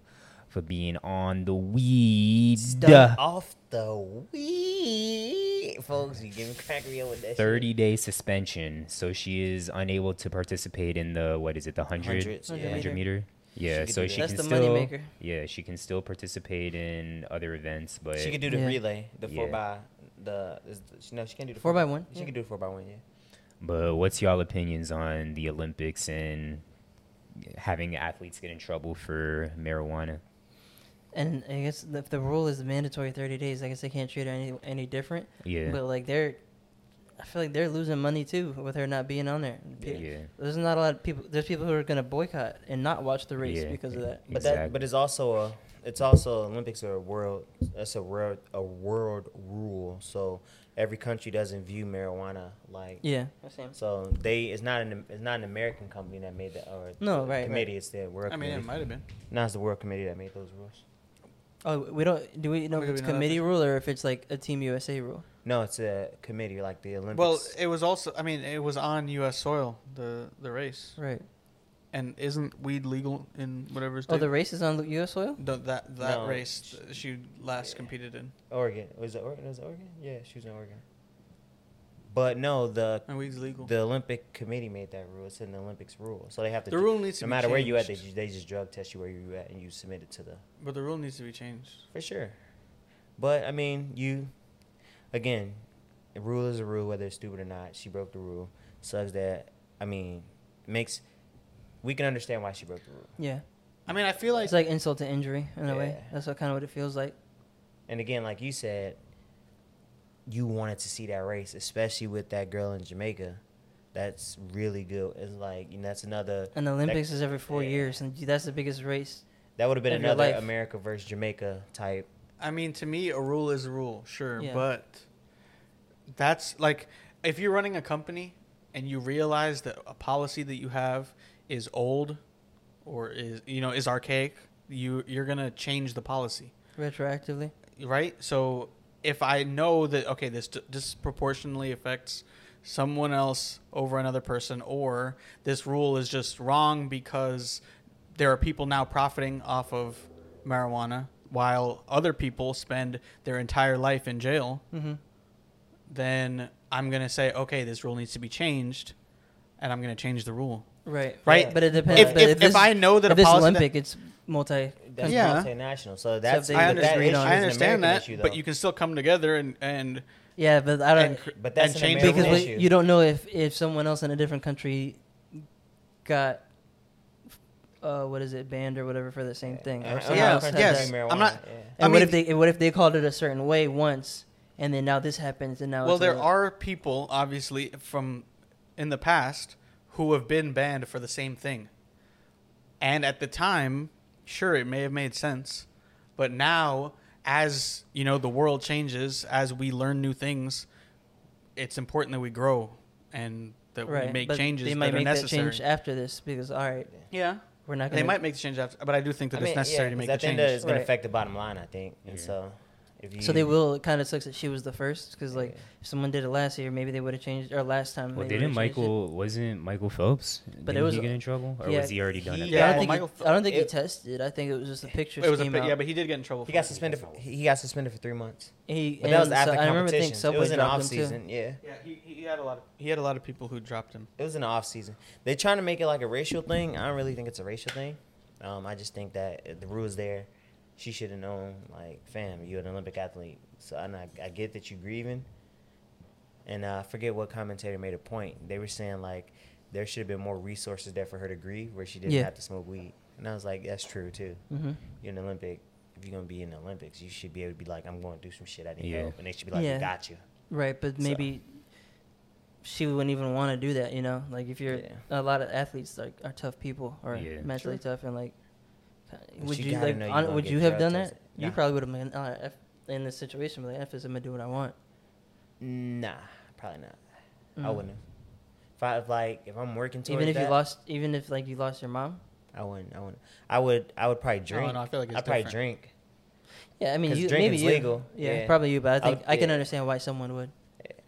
Speaker 5: for being on the weed.
Speaker 1: Done off the weed, folks. You getting crackery up with that? shit.
Speaker 5: 30 day suspension. So she is unable to participate in the what is it, the 100,
Speaker 1: 100s,
Speaker 5: 100
Speaker 1: yeah.
Speaker 5: meter? Yeah,
Speaker 1: could
Speaker 5: so
Speaker 1: do
Speaker 5: she
Speaker 1: that.
Speaker 5: can
Speaker 3: That's the
Speaker 5: still
Speaker 3: moneymaker.
Speaker 5: Yeah, she can still participate in other events, but
Speaker 1: She could do the
Speaker 3: Yeah.
Speaker 1: relay, the four
Speaker 5: Yeah.
Speaker 1: by the. Is the she- no, she can't do the
Speaker 3: Four by one?
Speaker 1: She
Speaker 3: Yeah.
Speaker 1: can do the four by one. Yeah.
Speaker 5: but what's y'all opinions on the Olympics and having athletes get in trouble for marijuana?
Speaker 3: And I guess if the rule is mandatory 30 days, I guess they can't treat her any any different.
Speaker 5: Yeah.
Speaker 3: But like they're, I feel like they're losing money too with her not being on there. Pe-
Speaker 5: Yeah.
Speaker 3: There's not a lot of people. There's people who are gonna boycott and not watch the race
Speaker 5: Yeah.
Speaker 3: because of
Speaker 2: Mm-hmm.
Speaker 3: that.
Speaker 1: But
Speaker 5: Exactly.
Speaker 1: that, but it's also a, it's also Olympics are a world. That's a world, a world rule. So every country doesn't view marijuana like.
Speaker 3: Yeah.
Speaker 1: So they, it's not an, it's not an American company that made that or
Speaker 3: No,
Speaker 1: the
Speaker 3: right, right.
Speaker 1: committee. It's the world.
Speaker 2: I mean, it
Speaker 1: committee.
Speaker 2: might have been.
Speaker 1: No, it's the world committee that made those rules.
Speaker 3: Oh, we don't. Do we know if
Speaker 2: Okay,
Speaker 3: it's
Speaker 2: we know that
Speaker 3: committee
Speaker 2: for
Speaker 3: rule or if it's like a Team USA rule?
Speaker 1: No, it's a committee like the Olympics.
Speaker 2: Well, it was also. I mean, it was on U.S. soil the the race.
Speaker 3: Right.
Speaker 2: And isn't weed legal in whatever state?
Speaker 3: Oh, the race is on U.S. soil.
Speaker 2: No, that that
Speaker 1: No.
Speaker 2: race th- she last competed in.
Speaker 1: Oregon was it Oregon? Was it Oregon? Yeah, she was in Oregon. But no, the
Speaker 2: And weed's legal.
Speaker 1: the Olympic committee made that rule. It's in the Olympics rule, so they have to.
Speaker 2: The
Speaker 1: ju-
Speaker 2: rule needs to
Speaker 1: no
Speaker 2: be
Speaker 1: matter where you at, they,
Speaker 2: changed.
Speaker 1: ju- they just drug test you where you at, and you submit it to the
Speaker 2: but the rule needs to be changed.
Speaker 1: for sure. But I mean, you again, a rule is a rule, whether it's stupid or not. She broke the rule. Sucks that I mean, makes we can understand why she broke the rule.
Speaker 3: Yeah.
Speaker 2: I mean, I feel like,
Speaker 3: It's like insult to injury in a way.
Speaker 1: Yeah.
Speaker 3: That's what kind of what it feels like.
Speaker 1: And again, like you said, you wanted to see that race, especially with that girl in Jamaica that's really good. It's like and that's another
Speaker 3: And the Olympics
Speaker 1: that,
Speaker 3: is every four
Speaker 1: yeah.
Speaker 3: years, and that's the biggest race.
Speaker 1: That would have been
Speaker 3: of your
Speaker 1: another
Speaker 3: life.
Speaker 1: America versus Jamaica type.
Speaker 2: I mean, to me, a rule is a rule, sure,
Speaker 3: Yeah.
Speaker 2: but that's like if you're running a company and you realize that a policy that you have is old or is you know is archaic, you you're gonna change the policy,
Speaker 3: Retroactively,
Speaker 2: right? So if I know that okay, this d- disproportionately affects someone else over another person, or this rule is just wrong because there are people now profiting off of marijuana while other people spend their entire life in jail,
Speaker 1: Mm-hmm.
Speaker 2: then I'm gonna say okay, this rule needs to be changed, and I'm gonna change the rule.
Speaker 3: right?
Speaker 2: Right.
Speaker 3: But it depends.
Speaker 2: If-
Speaker 3: but
Speaker 2: if- if
Speaker 3: this-
Speaker 2: I know that
Speaker 3: if
Speaker 2: a
Speaker 3: it's
Speaker 2: policy that-
Speaker 3: Olympic, it's multi.
Speaker 1: That's
Speaker 2: Yeah.
Speaker 1: multinational. So that's
Speaker 3: they
Speaker 1: but
Speaker 2: I,
Speaker 1: that
Speaker 3: would
Speaker 2: understand,
Speaker 3: agree
Speaker 1: issue
Speaker 3: on
Speaker 1: is
Speaker 3: it.
Speaker 2: I
Speaker 1: an
Speaker 2: understand
Speaker 1: American
Speaker 2: that,
Speaker 1: issue,
Speaker 2: but
Speaker 1: though.
Speaker 2: you can still come together and and
Speaker 3: Yeah, but I don't
Speaker 2: and, cr-
Speaker 1: But that's
Speaker 2: and
Speaker 1: an
Speaker 2: change the
Speaker 1: American
Speaker 3: because
Speaker 2: rules.
Speaker 1: issue.
Speaker 3: we, you don't know if if someone else in a different country got. Uh, what is it, banned or whatever for the same thing?
Speaker 1: Uh,
Speaker 3: Or
Speaker 1: uh,
Speaker 3: someone
Speaker 2: Yeah,
Speaker 3: else had
Speaker 1: American
Speaker 2: yes.
Speaker 3: that.
Speaker 1: marijuana,
Speaker 2: I'm not-
Speaker 1: yeah.
Speaker 3: And
Speaker 2: I
Speaker 3: what
Speaker 2: mean-
Speaker 3: if they and what if they called it a certain way once, and then now this happens, and now
Speaker 2: Well,
Speaker 3: it's
Speaker 2: there
Speaker 3: a,
Speaker 2: are people, obviously, from in the past who have been banned for the same thing. And at the time, sure, it may have made sense, but now, as you know, the world changes, as we learn new things, it's important that we grow and that we make
Speaker 3: but
Speaker 2: changes
Speaker 3: They might
Speaker 2: that
Speaker 3: make
Speaker 2: are necessary.
Speaker 3: that change after this because all right,
Speaker 2: yeah,
Speaker 3: we're not. Gonna,
Speaker 2: they might make the change after, but I do think that
Speaker 1: I mean,
Speaker 2: it's necessary
Speaker 1: yeah,
Speaker 2: to
Speaker 1: 'cause
Speaker 2: make the
Speaker 1: at the
Speaker 2: change.
Speaker 1: end of it, It's going
Speaker 3: Right.
Speaker 1: to affect the bottom line, I think. And
Speaker 5: Yeah.
Speaker 1: so, if you
Speaker 3: So they will. It kind of sucks that she was the first because like
Speaker 1: Yeah.
Speaker 3: if someone did it last year, maybe they would have changed or last time.
Speaker 5: Well,
Speaker 3: they
Speaker 5: didn't
Speaker 3: would've changed
Speaker 5: Michael? Wasn't Michael Phelps?
Speaker 3: But it
Speaker 5: didn't
Speaker 3: was-
Speaker 5: he get in trouble, or
Speaker 3: yeah,
Speaker 5: was he already done?
Speaker 1: he-
Speaker 5: it?
Speaker 3: It. Yeah,
Speaker 1: Yeah,
Speaker 3: I, don't think
Speaker 2: Michael
Speaker 3: he, I don't think he
Speaker 1: it-
Speaker 3: tested. I think it was just the pictures
Speaker 2: it was a
Speaker 3: came
Speaker 2: bit-
Speaker 3: out.
Speaker 2: yeah, but he did get in trouble.
Speaker 1: He
Speaker 2: for
Speaker 1: got
Speaker 2: it.
Speaker 1: suspended. For, he got suspended for three months.
Speaker 3: he,
Speaker 1: But that was
Speaker 3: and
Speaker 1: after
Speaker 3: so, I remember
Speaker 1: competition.
Speaker 3: think
Speaker 1: It
Speaker 3: Subway
Speaker 1: was in the
Speaker 3: dropped
Speaker 1: off
Speaker 3: him, too.
Speaker 1: season. Yeah,
Speaker 2: Yeah, he, he had a lot. Of, he had a lot of people who dropped him.
Speaker 1: it was in the off season. They're trying to make it like a racial thing. I don't really think it's a racial thing. Um, I just think that the rules there. She should have known, like, fam, you're an Olympic athlete. So and I, I get that you're grieving. And uh, I forget what commentator made a point. They were saying like there should have been more resources there for her to grieve, where she didn't
Speaker 3: Yeah.
Speaker 1: have to smoke weed. And I was like, that's true too.
Speaker 3: Mhm.
Speaker 1: You're an Olympic. If you're gonna be in the Olympics, you should be able to be like, I'm going to do some shit I didn't
Speaker 5: Yeah.
Speaker 1: help, and they should be like,
Speaker 3: Yeah.
Speaker 1: we got you.
Speaker 3: Right, but
Speaker 1: So-
Speaker 3: maybe she wouldn't even want to do that. You know, like if you're
Speaker 1: Yeah.
Speaker 3: a lot of athletes like are tough people or
Speaker 5: Yeah.
Speaker 3: mentally
Speaker 2: Sure.
Speaker 3: tough and like.
Speaker 1: But
Speaker 3: Would
Speaker 1: you
Speaker 3: you,
Speaker 1: gotta
Speaker 3: like?
Speaker 1: know you
Speaker 3: hon-
Speaker 1: gonna
Speaker 3: would
Speaker 1: get
Speaker 3: you have
Speaker 1: drug
Speaker 3: done that?
Speaker 1: tested.
Speaker 3: You
Speaker 1: Nah.
Speaker 3: probably would have been uh, F, in this situation. Like, F is I'm gonna do what I want.
Speaker 1: Nah, probably not. I
Speaker 3: Mhm.
Speaker 1: wouldn't. have. If I if like, if I'm working towards
Speaker 3: Even if
Speaker 1: that,
Speaker 3: you lost, even if like you lost your mom.
Speaker 1: I wouldn't. I wouldn't. I would. I would probably drink.
Speaker 2: no, I feel like it's
Speaker 1: I'd probably
Speaker 2: different.
Speaker 1: drink.
Speaker 3: Yeah, I mean,
Speaker 1: 'Cause
Speaker 3: you, maybe
Speaker 1: drinking's
Speaker 3: you,
Speaker 1: legal.
Speaker 3: Yeah,
Speaker 1: Yeah.
Speaker 3: probably you, but I
Speaker 1: I
Speaker 3: think I,
Speaker 1: would-
Speaker 3: can
Speaker 1: yeah.
Speaker 3: understand why someone would.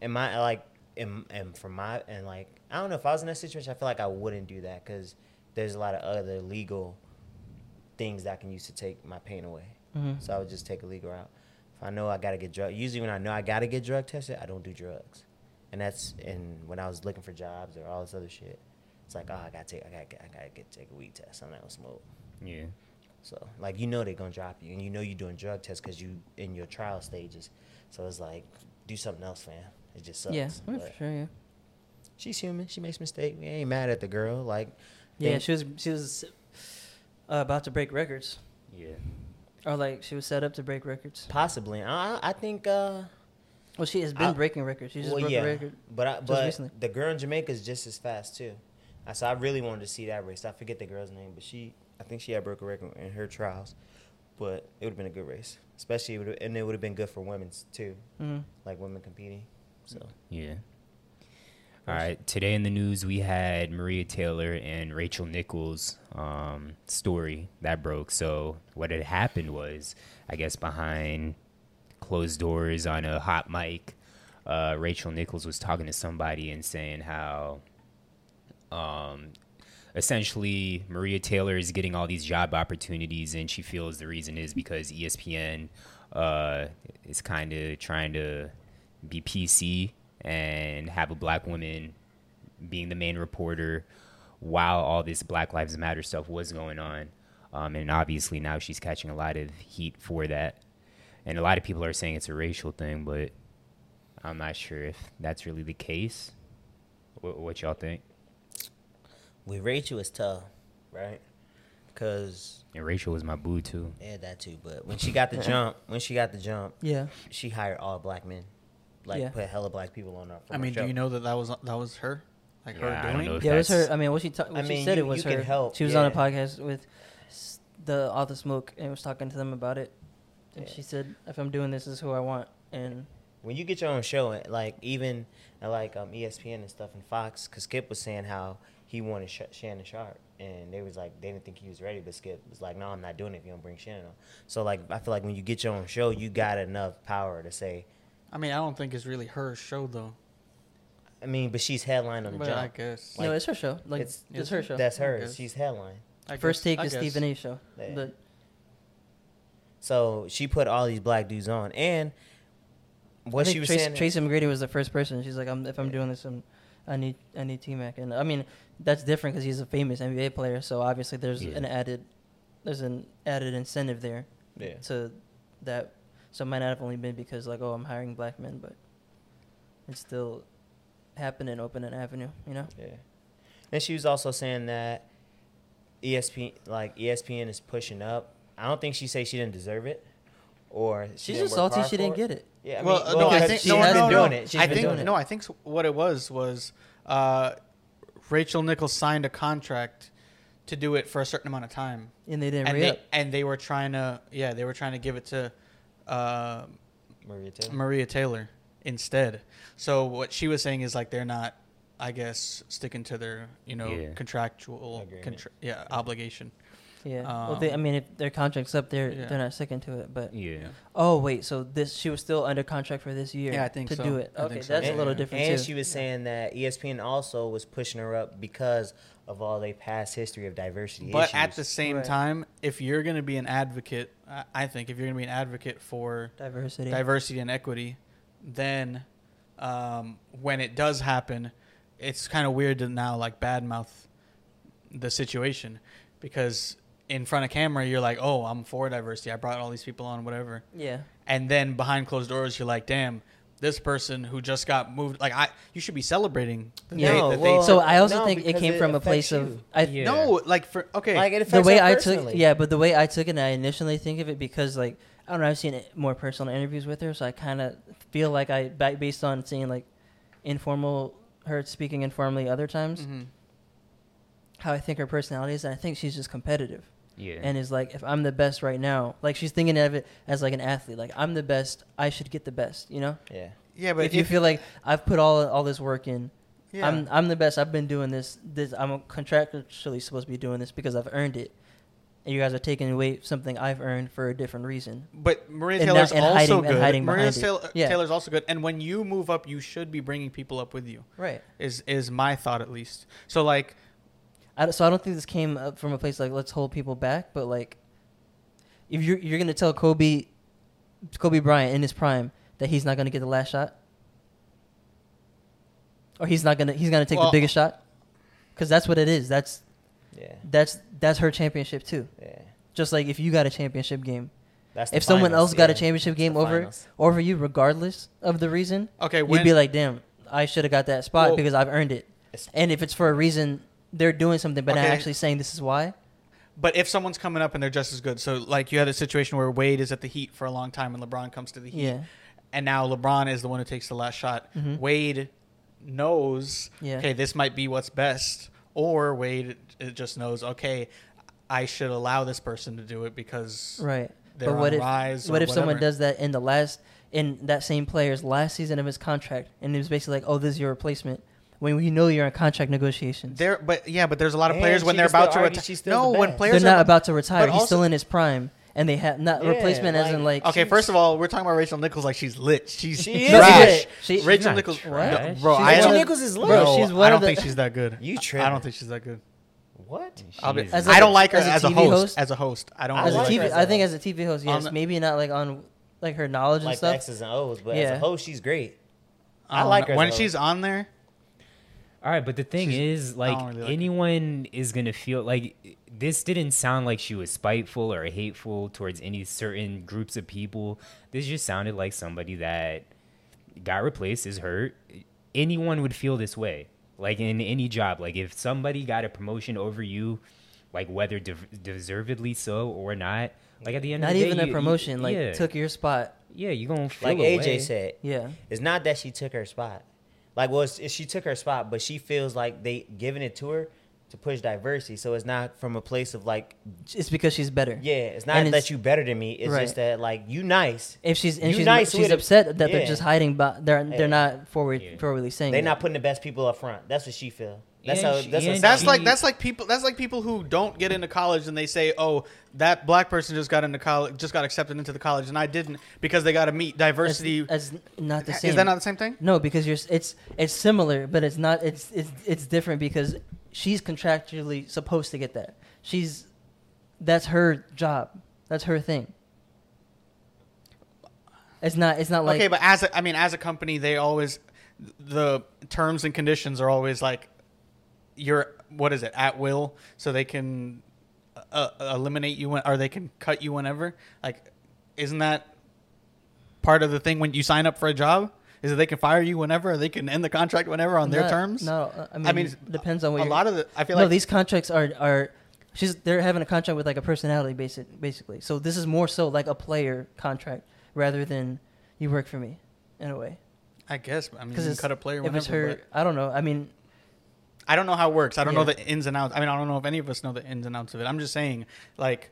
Speaker 1: Am I like? Am am from my and like? I don't know. If I was in that situation, I feel like I wouldn't do that because there's a lot of other legal things that I can use to take my pain away.
Speaker 3: Mhm.
Speaker 1: So I would just take a legal route. If I know I gotta get drug, usually when I know I gotta get drug tested, I don't do drugs. And that's and when I was looking for jobs or all this other shit, it's like oh I gotta take I gotta I gotta get take a weed test. I'm not gonna smoke.
Speaker 5: Yeah.
Speaker 1: So like you know they're gonna drop you, and you know you're doing drug tests because you in your trial stages. So it's like do something else, fam. It just sucks.
Speaker 3: yeah, yeah,
Speaker 1: But
Speaker 3: for sure. Yeah,
Speaker 1: She's human. She makes mistakes. We ain't mad at the girl. Like
Speaker 3: yeah.
Speaker 1: think-
Speaker 3: She was she was uh, about to break records,
Speaker 5: Yeah.
Speaker 3: or like she was set up to break records.
Speaker 1: possibly. I I think. uh
Speaker 3: Well, she has been
Speaker 1: I-
Speaker 3: breaking records. She just
Speaker 1: well,
Speaker 3: broke
Speaker 1: yeah,
Speaker 3: a record.
Speaker 1: but I,
Speaker 3: just
Speaker 1: but
Speaker 3: recently.
Speaker 1: the girl in Jamaica is just as fast too. I so I really wanted to see that race. I forget the girl's name, but she I think she had broke a record in her trials. But it would have been a good race, especially it would've- and it would have been good for women's too,
Speaker 3: hmm
Speaker 1: like women competing. So
Speaker 5: Yeah. All right. Today in the news, we had Maria Taylor and Rachel Nichols' um, story that broke. So what had happened was, I guess, behind closed doors on a hot mic, uh, Rachel Nichols was talking to somebody and saying how um, essentially Maria Taylor is getting all these job opportunities, and she feels the reason is because E ESPN uh, is kind of trying to be PC and have a black woman being the main reporter while all this Black Lives Matter stuff was going on. Um, and obviously now she's catching a lot of heat for that. And a lot of people are saying it's a racial thing, but I'm not sure if that's really the case. What, what y'all think?
Speaker 1: with Rachel, it's tough, right? Because
Speaker 5: And Rachel was my boo too.
Speaker 1: yeah, that too. But when she got the jump, when she got the jump,
Speaker 3: Yeah,
Speaker 1: she hired all black men, like
Speaker 3: Yeah.
Speaker 1: put hella black people on her. for
Speaker 2: I
Speaker 1: her
Speaker 2: mean, do
Speaker 1: show.
Speaker 2: you know that that was that was her? Like
Speaker 5: Yeah, I
Speaker 2: her
Speaker 5: don't
Speaker 2: doing.
Speaker 5: know if
Speaker 3: Yeah, it was her.
Speaker 5: that's-
Speaker 3: I mean, what she ta- what
Speaker 1: I
Speaker 3: she
Speaker 1: mean,
Speaker 3: said
Speaker 1: you-
Speaker 3: it was
Speaker 1: you can
Speaker 3: her.
Speaker 1: help,
Speaker 3: she was on a
Speaker 1: yeah.
Speaker 3: podcast with s- the all the smoke and was talking to them about it. And
Speaker 1: Yeah.
Speaker 3: she said, "If I'm doing this, this is who I want." And
Speaker 1: when you get your own show, and, like even uh, like um, ESPN and stuff and Fox, because Skip was saying how he wanted Sh- Shannon Sharp, and they was like they didn't think he was ready, but Skip was like, "No, I'm not doing it if you don't bring Shannon on." So like I feel like when you get your own show, you got enough power to say.
Speaker 2: I mean, I don't think it's really her show though.
Speaker 1: I mean, but she's headline on the
Speaker 2: But I
Speaker 1: job.
Speaker 2: guess.
Speaker 1: Like,
Speaker 3: no, it's her show. Like it's,
Speaker 1: it's-
Speaker 3: her show.
Speaker 1: That's
Speaker 2: I
Speaker 1: her.
Speaker 2: guess.
Speaker 1: She's headline.
Speaker 2: I
Speaker 3: First
Speaker 2: guess-
Speaker 3: take
Speaker 2: I
Speaker 3: is
Speaker 2: guess.
Speaker 3: Stephen A. show.
Speaker 1: Yeah.
Speaker 3: But
Speaker 1: So she put all these black dudes on, and what
Speaker 3: I think
Speaker 1: she was
Speaker 3: Trace,
Speaker 1: saying.
Speaker 3: Tracy McGrady was the first person. She's like, I'm, if I'm doing this, I'm, I need, I need T Mac, and I mean, that's different because he's a famous NBA player. So obviously, there's
Speaker 5: Yeah.
Speaker 3: an added, there's an added incentive there
Speaker 1: Yeah.
Speaker 3: to that. So it might not have only been because like, oh, I'm hiring black men, but it's still happening, open an avenue, you know.
Speaker 1: Yeah. And she was also saying that ESPN, like E ESPN, is pushing up. I don't think she said she didn't deserve it, or she
Speaker 3: She's
Speaker 1: didn't
Speaker 3: just
Speaker 1: work
Speaker 3: salty
Speaker 1: hard
Speaker 3: she
Speaker 1: for
Speaker 3: didn't
Speaker 1: it.
Speaker 3: get it.
Speaker 1: Yeah, I
Speaker 2: well, uh,
Speaker 1: mean,
Speaker 2: no,
Speaker 1: well,
Speaker 2: I
Speaker 1: because
Speaker 2: think
Speaker 1: she
Speaker 2: no,
Speaker 1: has
Speaker 2: no,
Speaker 1: been
Speaker 2: no.
Speaker 1: doing it. She's
Speaker 2: I
Speaker 1: been
Speaker 2: think
Speaker 1: doing it.
Speaker 2: no, I think s- what it was was uh, Rachel Nichols signed a contract to do it for a certain amount of time,
Speaker 3: And they didn't
Speaker 2: and
Speaker 3: re
Speaker 2: they,
Speaker 3: up.
Speaker 2: and they were trying to yeah they were trying to give it to uh,
Speaker 1: Maria Taylor.
Speaker 2: Maria Taylor instead. So what she was saying is like they're not, I guess, sticking to their you know
Speaker 5: Yeah.
Speaker 2: contractual
Speaker 1: Agreement.
Speaker 2: contra- yeah obligation.
Speaker 3: Yeah. well, they, I
Speaker 2: um,
Speaker 3: mean, if their contract's up, they're
Speaker 2: yeah.
Speaker 3: they're not sticking to it. But
Speaker 5: Yeah.
Speaker 3: oh wait, so this she was still under contract for this year.
Speaker 2: Yeah, I think
Speaker 3: to
Speaker 2: so.
Speaker 3: do it.
Speaker 2: I
Speaker 3: Okay,
Speaker 2: think so,
Speaker 3: that's
Speaker 2: yeah,
Speaker 3: a little
Speaker 2: yeah.
Speaker 3: different
Speaker 1: And
Speaker 3: too.
Speaker 1: she was saying that E ESPN also was pushing her up because of all they past history of diversity
Speaker 2: But
Speaker 1: issues.
Speaker 2: at the same
Speaker 3: Right.
Speaker 2: time, if you're going to be an advocate, I- I think if you're going to be an advocate for
Speaker 3: diversity.
Speaker 2: diversity and equity, then um, when it does happen, it's kind of weird to now like badmouth the situation because in front of camera you're like, oh, I'm for diversity. I brought all these people on, whatever.
Speaker 3: yeah.
Speaker 2: And then behind closed doors, you're like, damn, this person who just got moved, like I, you should be celebrating. that
Speaker 1: Yeah.
Speaker 2: they-
Speaker 1: No,
Speaker 2: that they-
Speaker 1: well,
Speaker 3: so I also
Speaker 1: no,
Speaker 3: think it
Speaker 1: because
Speaker 3: came
Speaker 1: it
Speaker 3: from a place
Speaker 1: affects
Speaker 3: of
Speaker 1: you.
Speaker 3: I
Speaker 5: Yeah.
Speaker 2: no, like for okay,
Speaker 1: like it
Speaker 3: the
Speaker 1: affects
Speaker 3: way
Speaker 1: her
Speaker 3: I took
Speaker 1: personally.
Speaker 3: yeah, but the way I took it, and I initially think of it because like I don't know, I've seen it more personal interviews with her, so I kind of feel like I ba- based on seeing like informal her speaking informally other times
Speaker 2: Mhm.
Speaker 3: how I think her personality is, and I think she's just competitive
Speaker 5: Yeah.
Speaker 3: and is like if I'm the best right now, like she's thinking of it as like an athlete, like I'm the best, I should get the best, you know.
Speaker 1: yeah.
Speaker 2: yeah, but
Speaker 3: if you feel like I've put all all this work in,
Speaker 2: yeah.
Speaker 3: I'm I'm the best. I've been doing this. This I'm contractually supposed to be doing this because I've earned it, and you guys are taking away something I've earned for a different reason.
Speaker 2: But Maria
Speaker 3: And
Speaker 2: Taylor's
Speaker 3: not- and
Speaker 2: also
Speaker 3: hiding- and
Speaker 2: good.
Speaker 3: hiding
Speaker 2: Maria
Speaker 3: behind it.
Speaker 2: Taylor,
Speaker 3: Yeah.
Speaker 2: Taylor's also good. And when you move up, you should be bringing people up with you.
Speaker 3: Right.
Speaker 2: Is is my thought at least. So like,
Speaker 3: I, don't- so I don't think this came up from a place like let's hold people back, but like if you're you're gonna tell Kobe, Kobe Bryant in his prime that he's not gonna get the last shot, or he's not gonna he's gonna take
Speaker 2: Well-
Speaker 3: the biggest shot, because that's what it is. That's
Speaker 1: Yeah.
Speaker 3: that's that's her championship too.
Speaker 1: Yeah.
Speaker 3: Just like if you got a championship game,
Speaker 1: That's the
Speaker 3: if someone
Speaker 1: finals,
Speaker 3: else got a
Speaker 1: yeah.
Speaker 3: championship
Speaker 1: That's
Speaker 3: game
Speaker 1: the
Speaker 3: over
Speaker 1: finals.
Speaker 3: over you, regardless of the reason,
Speaker 2: okay,
Speaker 3: you'd be
Speaker 2: when
Speaker 3: like, "Damn, I should have got that spot
Speaker 2: Well-
Speaker 3: because I've earned it."
Speaker 1: It's-
Speaker 3: And if it's for a reason, they're doing something, but not
Speaker 2: Okay.
Speaker 3: actually saying this is why.
Speaker 2: but if someone's coming up and they're just as good. So like, you had a situation where Wade is at the Heat for a long time, and LeBron comes to the Heat,
Speaker 3: Yeah,
Speaker 2: and now LeBron is the one who takes the last shot.
Speaker 3: Mhm.
Speaker 2: Wade knows,
Speaker 3: Yeah.
Speaker 2: okay, this might be what's best, or Wade it just knows, okay, I should allow this person to do it because
Speaker 3: right.
Speaker 2: They're
Speaker 3: but
Speaker 2: on
Speaker 3: what
Speaker 2: the
Speaker 3: if
Speaker 2: rise or
Speaker 3: what if someone
Speaker 2: whatever.
Speaker 3: does that in the last in that same player's last season of his contract, and it was basically like, "Oh, this is your replacement," when we know you're in contract negotiations. They're,
Speaker 2: There, but yeah, but there's a lot of
Speaker 1: And
Speaker 2: players when
Speaker 1: she
Speaker 2: they're
Speaker 1: can still
Speaker 2: about to
Speaker 1: argue
Speaker 2: retire.
Speaker 1: she's still
Speaker 2: No,
Speaker 1: the
Speaker 2: when
Speaker 1: best.
Speaker 2: players
Speaker 3: not
Speaker 2: are
Speaker 3: about to retire.
Speaker 2: but
Speaker 3: He's still
Speaker 2: also-
Speaker 3: in his prime, and they have not
Speaker 1: Yeah,
Speaker 3: replacement
Speaker 1: like-
Speaker 3: as in like
Speaker 2: Okay,
Speaker 1: She's-
Speaker 2: first of all, we're talking about Rachel Nichols like she's lit. She's
Speaker 1: She is
Speaker 2: trash.
Speaker 3: lit. She-
Speaker 2: Rachel
Speaker 5: she's not
Speaker 2: Nichols,
Speaker 5: trash.
Speaker 2: No, bro,
Speaker 3: She's
Speaker 2: I
Speaker 3: one
Speaker 2: don't,
Speaker 3: of-
Speaker 1: Nichols is lit.
Speaker 2: Bro,
Speaker 3: Bro, she's one
Speaker 2: I
Speaker 3: of
Speaker 2: don't
Speaker 3: the-
Speaker 2: think she's that good.
Speaker 1: You
Speaker 2: I- I
Speaker 1: tripping.
Speaker 2: don't think she's that good.
Speaker 1: What?
Speaker 2: I'll be,
Speaker 5: She is
Speaker 3: As
Speaker 5: not-
Speaker 3: a-
Speaker 2: I don't like her
Speaker 3: as a
Speaker 2: as a,
Speaker 3: TV
Speaker 2: host,
Speaker 3: host?
Speaker 2: As a host, I don't.
Speaker 1: I
Speaker 2: really
Speaker 3: as a
Speaker 1: like her
Speaker 2: like
Speaker 3: TV
Speaker 1: as a
Speaker 3: I think as
Speaker 1: host.
Speaker 3: a TV host,
Speaker 2: On
Speaker 3: yes,
Speaker 2: the-
Speaker 3: maybe not like on like her knowledge and
Speaker 1: Like the
Speaker 3: stuff.
Speaker 1: X's and O's, but as
Speaker 3: Yeah.
Speaker 1: a host, she's great. I
Speaker 2: don't
Speaker 1: like
Speaker 2: know.
Speaker 1: her
Speaker 2: when
Speaker 1: as a
Speaker 2: she's on there.
Speaker 5: All right, but the thing
Speaker 2: She's-
Speaker 5: is,
Speaker 2: I
Speaker 5: like,
Speaker 2: don't really like her.
Speaker 5: anyone is gonna feel like this didn't sound like she was spiteful or hateful towards any certain groups of people. This just sounded like somebody that got replaced is hurt. Anyone would feel this way, like in any job. Like if somebody got a promotion over you, like whether de- deservedly so or not, like at the end
Speaker 3: Not
Speaker 5: of the day,
Speaker 3: even
Speaker 5: you-
Speaker 3: a
Speaker 5: you-
Speaker 3: promotion, like
Speaker 5: yeah,
Speaker 3: took your spot.
Speaker 5: yeah, you gonna feel
Speaker 1: Like
Speaker 5: away.
Speaker 1: AJ said,
Speaker 3: Yeah.
Speaker 1: it's not that she took her spot. Like, well, it's, she took her spot, but she feels like they giving it to her to push diversity. So it's not from a place of like,
Speaker 3: It's because she's better.
Speaker 1: yeah, it's not
Speaker 3: And
Speaker 1: that
Speaker 3: it's-
Speaker 1: you better than me. It's
Speaker 3: Right.
Speaker 1: just that like you nice.
Speaker 3: If she's and
Speaker 1: You
Speaker 3: she's,
Speaker 1: nice
Speaker 3: she's
Speaker 1: with it.
Speaker 3: upset that
Speaker 1: Yeah.
Speaker 3: they're just hiding, but they're
Speaker 1: Yeah.
Speaker 3: they're not forward
Speaker 5: Yeah.
Speaker 3: forwardly saying
Speaker 1: They
Speaker 3: it.
Speaker 1: not putting the best people up front. That's what she feel. That's
Speaker 5: Yeah,
Speaker 1: how.
Speaker 5: she-
Speaker 1: That's
Speaker 5: yeah,
Speaker 1: what
Speaker 2: That's
Speaker 5: she-
Speaker 2: like that's like people that's like people who don't get into college and they say, "Oh, that black person just got into college, just got accepted into the college, and I didn't because they got to meet
Speaker 3: That's-
Speaker 2: diversity."
Speaker 3: that's not the same.
Speaker 2: Is that not the same thing?
Speaker 3: No, because you're s- it's it's similar, but it's not it's it's it's different because she's contractually supposed to get that. She's that's her job. That's her thing. It's not it's not like
Speaker 2: okay, but as a, I mean, as a company, they always the terms and conditions are always like you're what is it at will, so they can uh, eliminate you when, or they can cut you whenever. Like, isn't that part of the thing when you sign up for a job? Is that they can fire you whenever, or they can end the contract whenever on their
Speaker 3: not-
Speaker 2: terms?
Speaker 3: No, uh, I mean,
Speaker 2: I mean,
Speaker 3: it depends on what
Speaker 2: a
Speaker 3: you're-
Speaker 2: lot of the- I feel
Speaker 3: no,
Speaker 2: like-
Speaker 3: these contracts are are she's they're having a contract with like a personality basic basically. So this is more so like a player contract rather than you work for me in a way
Speaker 2: I guess. I mean, you
Speaker 3: because
Speaker 2: can cut a player
Speaker 3: if
Speaker 2: whenever.
Speaker 3: it's her.
Speaker 2: but
Speaker 3: I don't know. I mean,
Speaker 2: I don't know how it works. I don't know
Speaker 3: Yeah.
Speaker 2: the ins and outs. I mean, I don't know if any of us know the ins and outs of it. I'm just saying, like,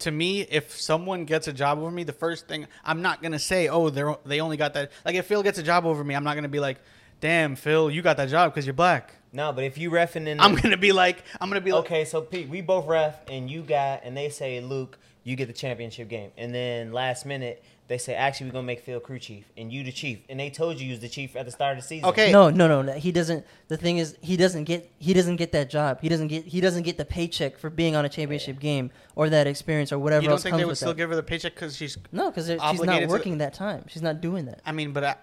Speaker 2: to me, if someone gets a job over me, the first thing I'm not gonna say, oh, they are they only got that. Like, if Phil gets a job over me, I'm not gonna be like, damn, Phil, you got that job because you're black.
Speaker 1: No, but if you refing in,
Speaker 2: I'm gonna be like, I'm gonna be like,
Speaker 1: okay. So Pete, we both ref, and you got, and they say Luke, you get the championship game, and then last minute they say actually we're gonna make Phil crew chief, and you the chief, and they told you you was the chief at the start of the season.
Speaker 2: Okay. Hey.
Speaker 3: no, no, no, no. He doesn't. The thing is, he doesn't get he doesn't get that job. He doesn't get he doesn't get the paycheck for being on a championship game or that experience or whatever
Speaker 2: you don't
Speaker 3: else
Speaker 2: think
Speaker 3: comes
Speaker 2: they would
Speaker 3: with
Speaker 2: still
Speaker 3: that.
Speaker 2: give her the paycheck because she's?
Speaker 3: no, because she's
Speaker 2: obligated
Speaker 3: not
Speaker 2: to the-
Speaker 3: working that time. She's not doing that.
Speaker 2: I mean, but I,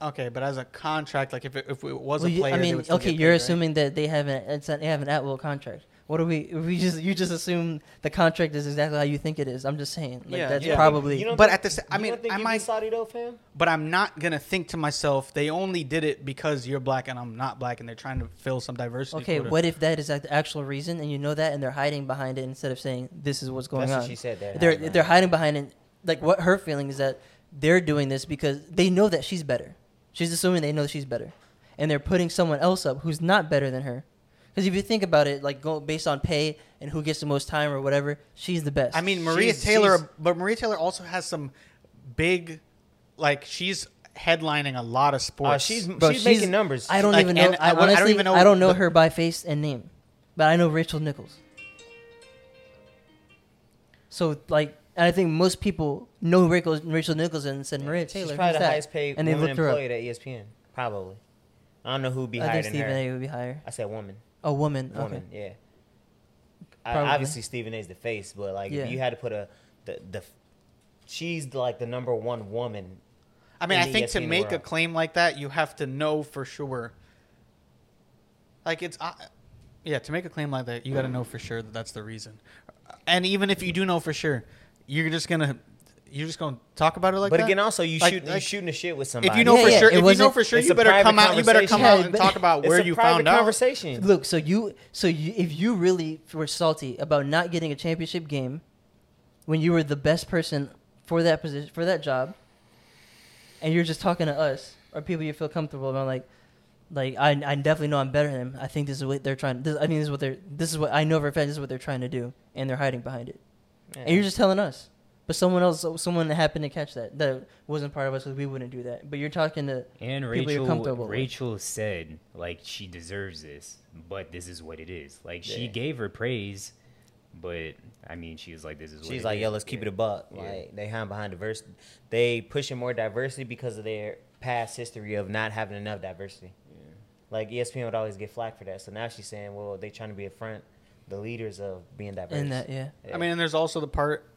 Speaker 2: okay, but as a contract, like if it, if it was
Speaker 3: Well,
Speaker 2: a
Speaker 3: you-
Speaker 2: player,
Speaker 3: I
Speaker 2: they
Speaker 3: mean,
Speaker 2: would still
Speaker 3: okay,
Speaker 2: get
Speaker 3: you're
Speaker 2: paid, right?
Speaker 3: assuming that they have an it's a, they have an at will contract. What do we? We just you just assume the contract is exactly how you think it is. I'm just saying, like
Speaker 2: Yeah,
Speaker 3: that's
Speaker 2: yeah.
Speaker 3: probably
Speaker 1: You don't
Speaker 2: But
Speaker 1: think-
Speaker 2: at the sa- I
Speaker 1: you
Speaker 2: mean,
Speaker 1: don't think
Speaker 2: I
Speaker 1: you be
Speaker 2: might-
Speaker 1: Saudi though, fam. Uh,
Speaker 2: but I'm not gonna think to myself they only did it because you're black and I'm not black, and they're trying to fill some diversity.
Speaker 3: okay.
Speaker 2: quota.
Speaker 3: What if that is like the actual reason, and you know that, and they're hiding behind it instead of saying this is what's going
Speaker 1: That's
Speaker 3: on.
Speaker 1: what she said. They're
Speaker 3: they're
Speaker 1: hiding
Speaker 3: they're hiding behind it. Like what her feeling is that they're doing this because they know that she's better. She's assuming they know she's better, and they're putting someone else up who's not better than her. Because if you think about it, like go based on pay and who gets the most time or whatever, she's the best.
Speaker 2: I mean, Maria
Speaker 1: She's-
Speaker 2: Taylor,
Speaker 1: she's-
Speaker 2: but Maria Taylor also has some big, like she's headlining a lot of sports.
Speaker 1: Uh, she's she's making numbers.
Speaker 3: I don't
Speaker 2: Like,
Speaker 3: even know.
Speaker 2: and
Speaker 3: I,
Speaker 2: I would- I
Speaker 3: honestly,
Speaker 2: don't
Speaker 3: I don't
Speaker 2: even know
Speaker 3: know
Speaker 2: the-
Speaker 3: her by face and name, but I know Rachel Nichols. So like, and I think most people know Rachel, Rachel Nichols and said Maria Taylor.
Speaker 1: She's probably
Speaker 3: who's
Speaker 1: the
Speaker 3: that?
Speaker 1: highest paid
Speaker 3: and they
Speaker 1: woman
Speaker 3: looked her up.
Speaker 1: employed at E ESPN. Probably. I don't know who'd be
Speaker 3: I
Speaker 1: higher
Speaker 3: think
Speaker 1: than
Speaker 3: Stephen
Speaker 1: her.
Speaker 3: A. would be higher.
Speaker 1: I said woman.
Speaker 3: A woman. Okay.
Speaker 1: Woman, yeah. I,
Speaker 3: Probably.
Speaker 1: obviously, Stephen A's the face, but like
Speaker 3: Yeah.
Speaker 1: if you had to put a the the she's like the number one woman.
Speaker 2: I mean,
Speaker 1: in
Speaker 2: I
Speaker 1: the E
Speaker 2: think to
Speaker 1: ESPN
Speaker 2: make a
Speaker 1: world.
Speaker 2: claim like that, you have to know for sure. Like it's, I yeah, to make a claim like that, you got to know for sure that that's the reason. And even if you do know for sure, you're just gonna, you're just gonna talk about it like
Speaker 1: but
Speaker 2: that.
Speaker 1: again, also you
Speaker 2: Like-
Speaker 1: shoot you
Speaker 2: like-
Speaker 1: shooting the shit with somebody.
Speaker 2: if you know
Speaker 3: Yeah,
Speaker 2: for
Speaker 3: yeah,
Speaker 2: sure,
Speaker 3: it
Speaker 2: if you know
Speaker 3: wasn't-
Speaker 2: for sure,
Speaker 1: it's
Speaker 2: you
Speaker 1: a
Speaker 2: better
Speaker 1: private
Speaker 2: come out. You better come
Speaker 1: conversation.
Speaker 2: out and
Speaker 3: Yeah,
Speaker 2: talk about
Speaker 1: It's
Speaker 2: where
Speaker 1: a
Speaker 2: you
Speaker 1: private
Speaker 2: found out.
Speaker 1: Conversation.
Speaker 3: Look, so you, so you, if you really were salty about not getting a championship game, when you were the best person for that position for that job, and you're just talking to us or people you feel comfortable around, like, like I, I definitely know I'm better than them. I think this is what they're trying. This, I think this is what they're. This is what I know for a fact. This is what they're trying to do, and they're hiding behind it. And you're just telling us. But someone else, someone happened to catch that that wasn't part of us because we wouldn't do that. But you're talking to
Speaker 5: And
Speaker 3: people you're
Speaker 5: Rachel,
Speaker 3: comfortable with.
Speaker 5: Rachel said like she deserves this, but this is what it is. Like she
Speaker 1: Yeah.
Speaker 5: gave her praise, but I mean she was like, "This is." what
Speaker 1: She's like, yo, let's keep it a buck.
Speaker 5: Yeah.
Speaker 1: Like they hiding behind diversity. They pushing more diversity because of their past history of not having enough diversity. Like E ESPN would always get flack for that. So now she's saying, well, they trying to be a front, the leaders of being diverse.
Speaker 3: in that, yeah.
Speaker 1: Yeah.
Speaker 2: I mean, and there's also the part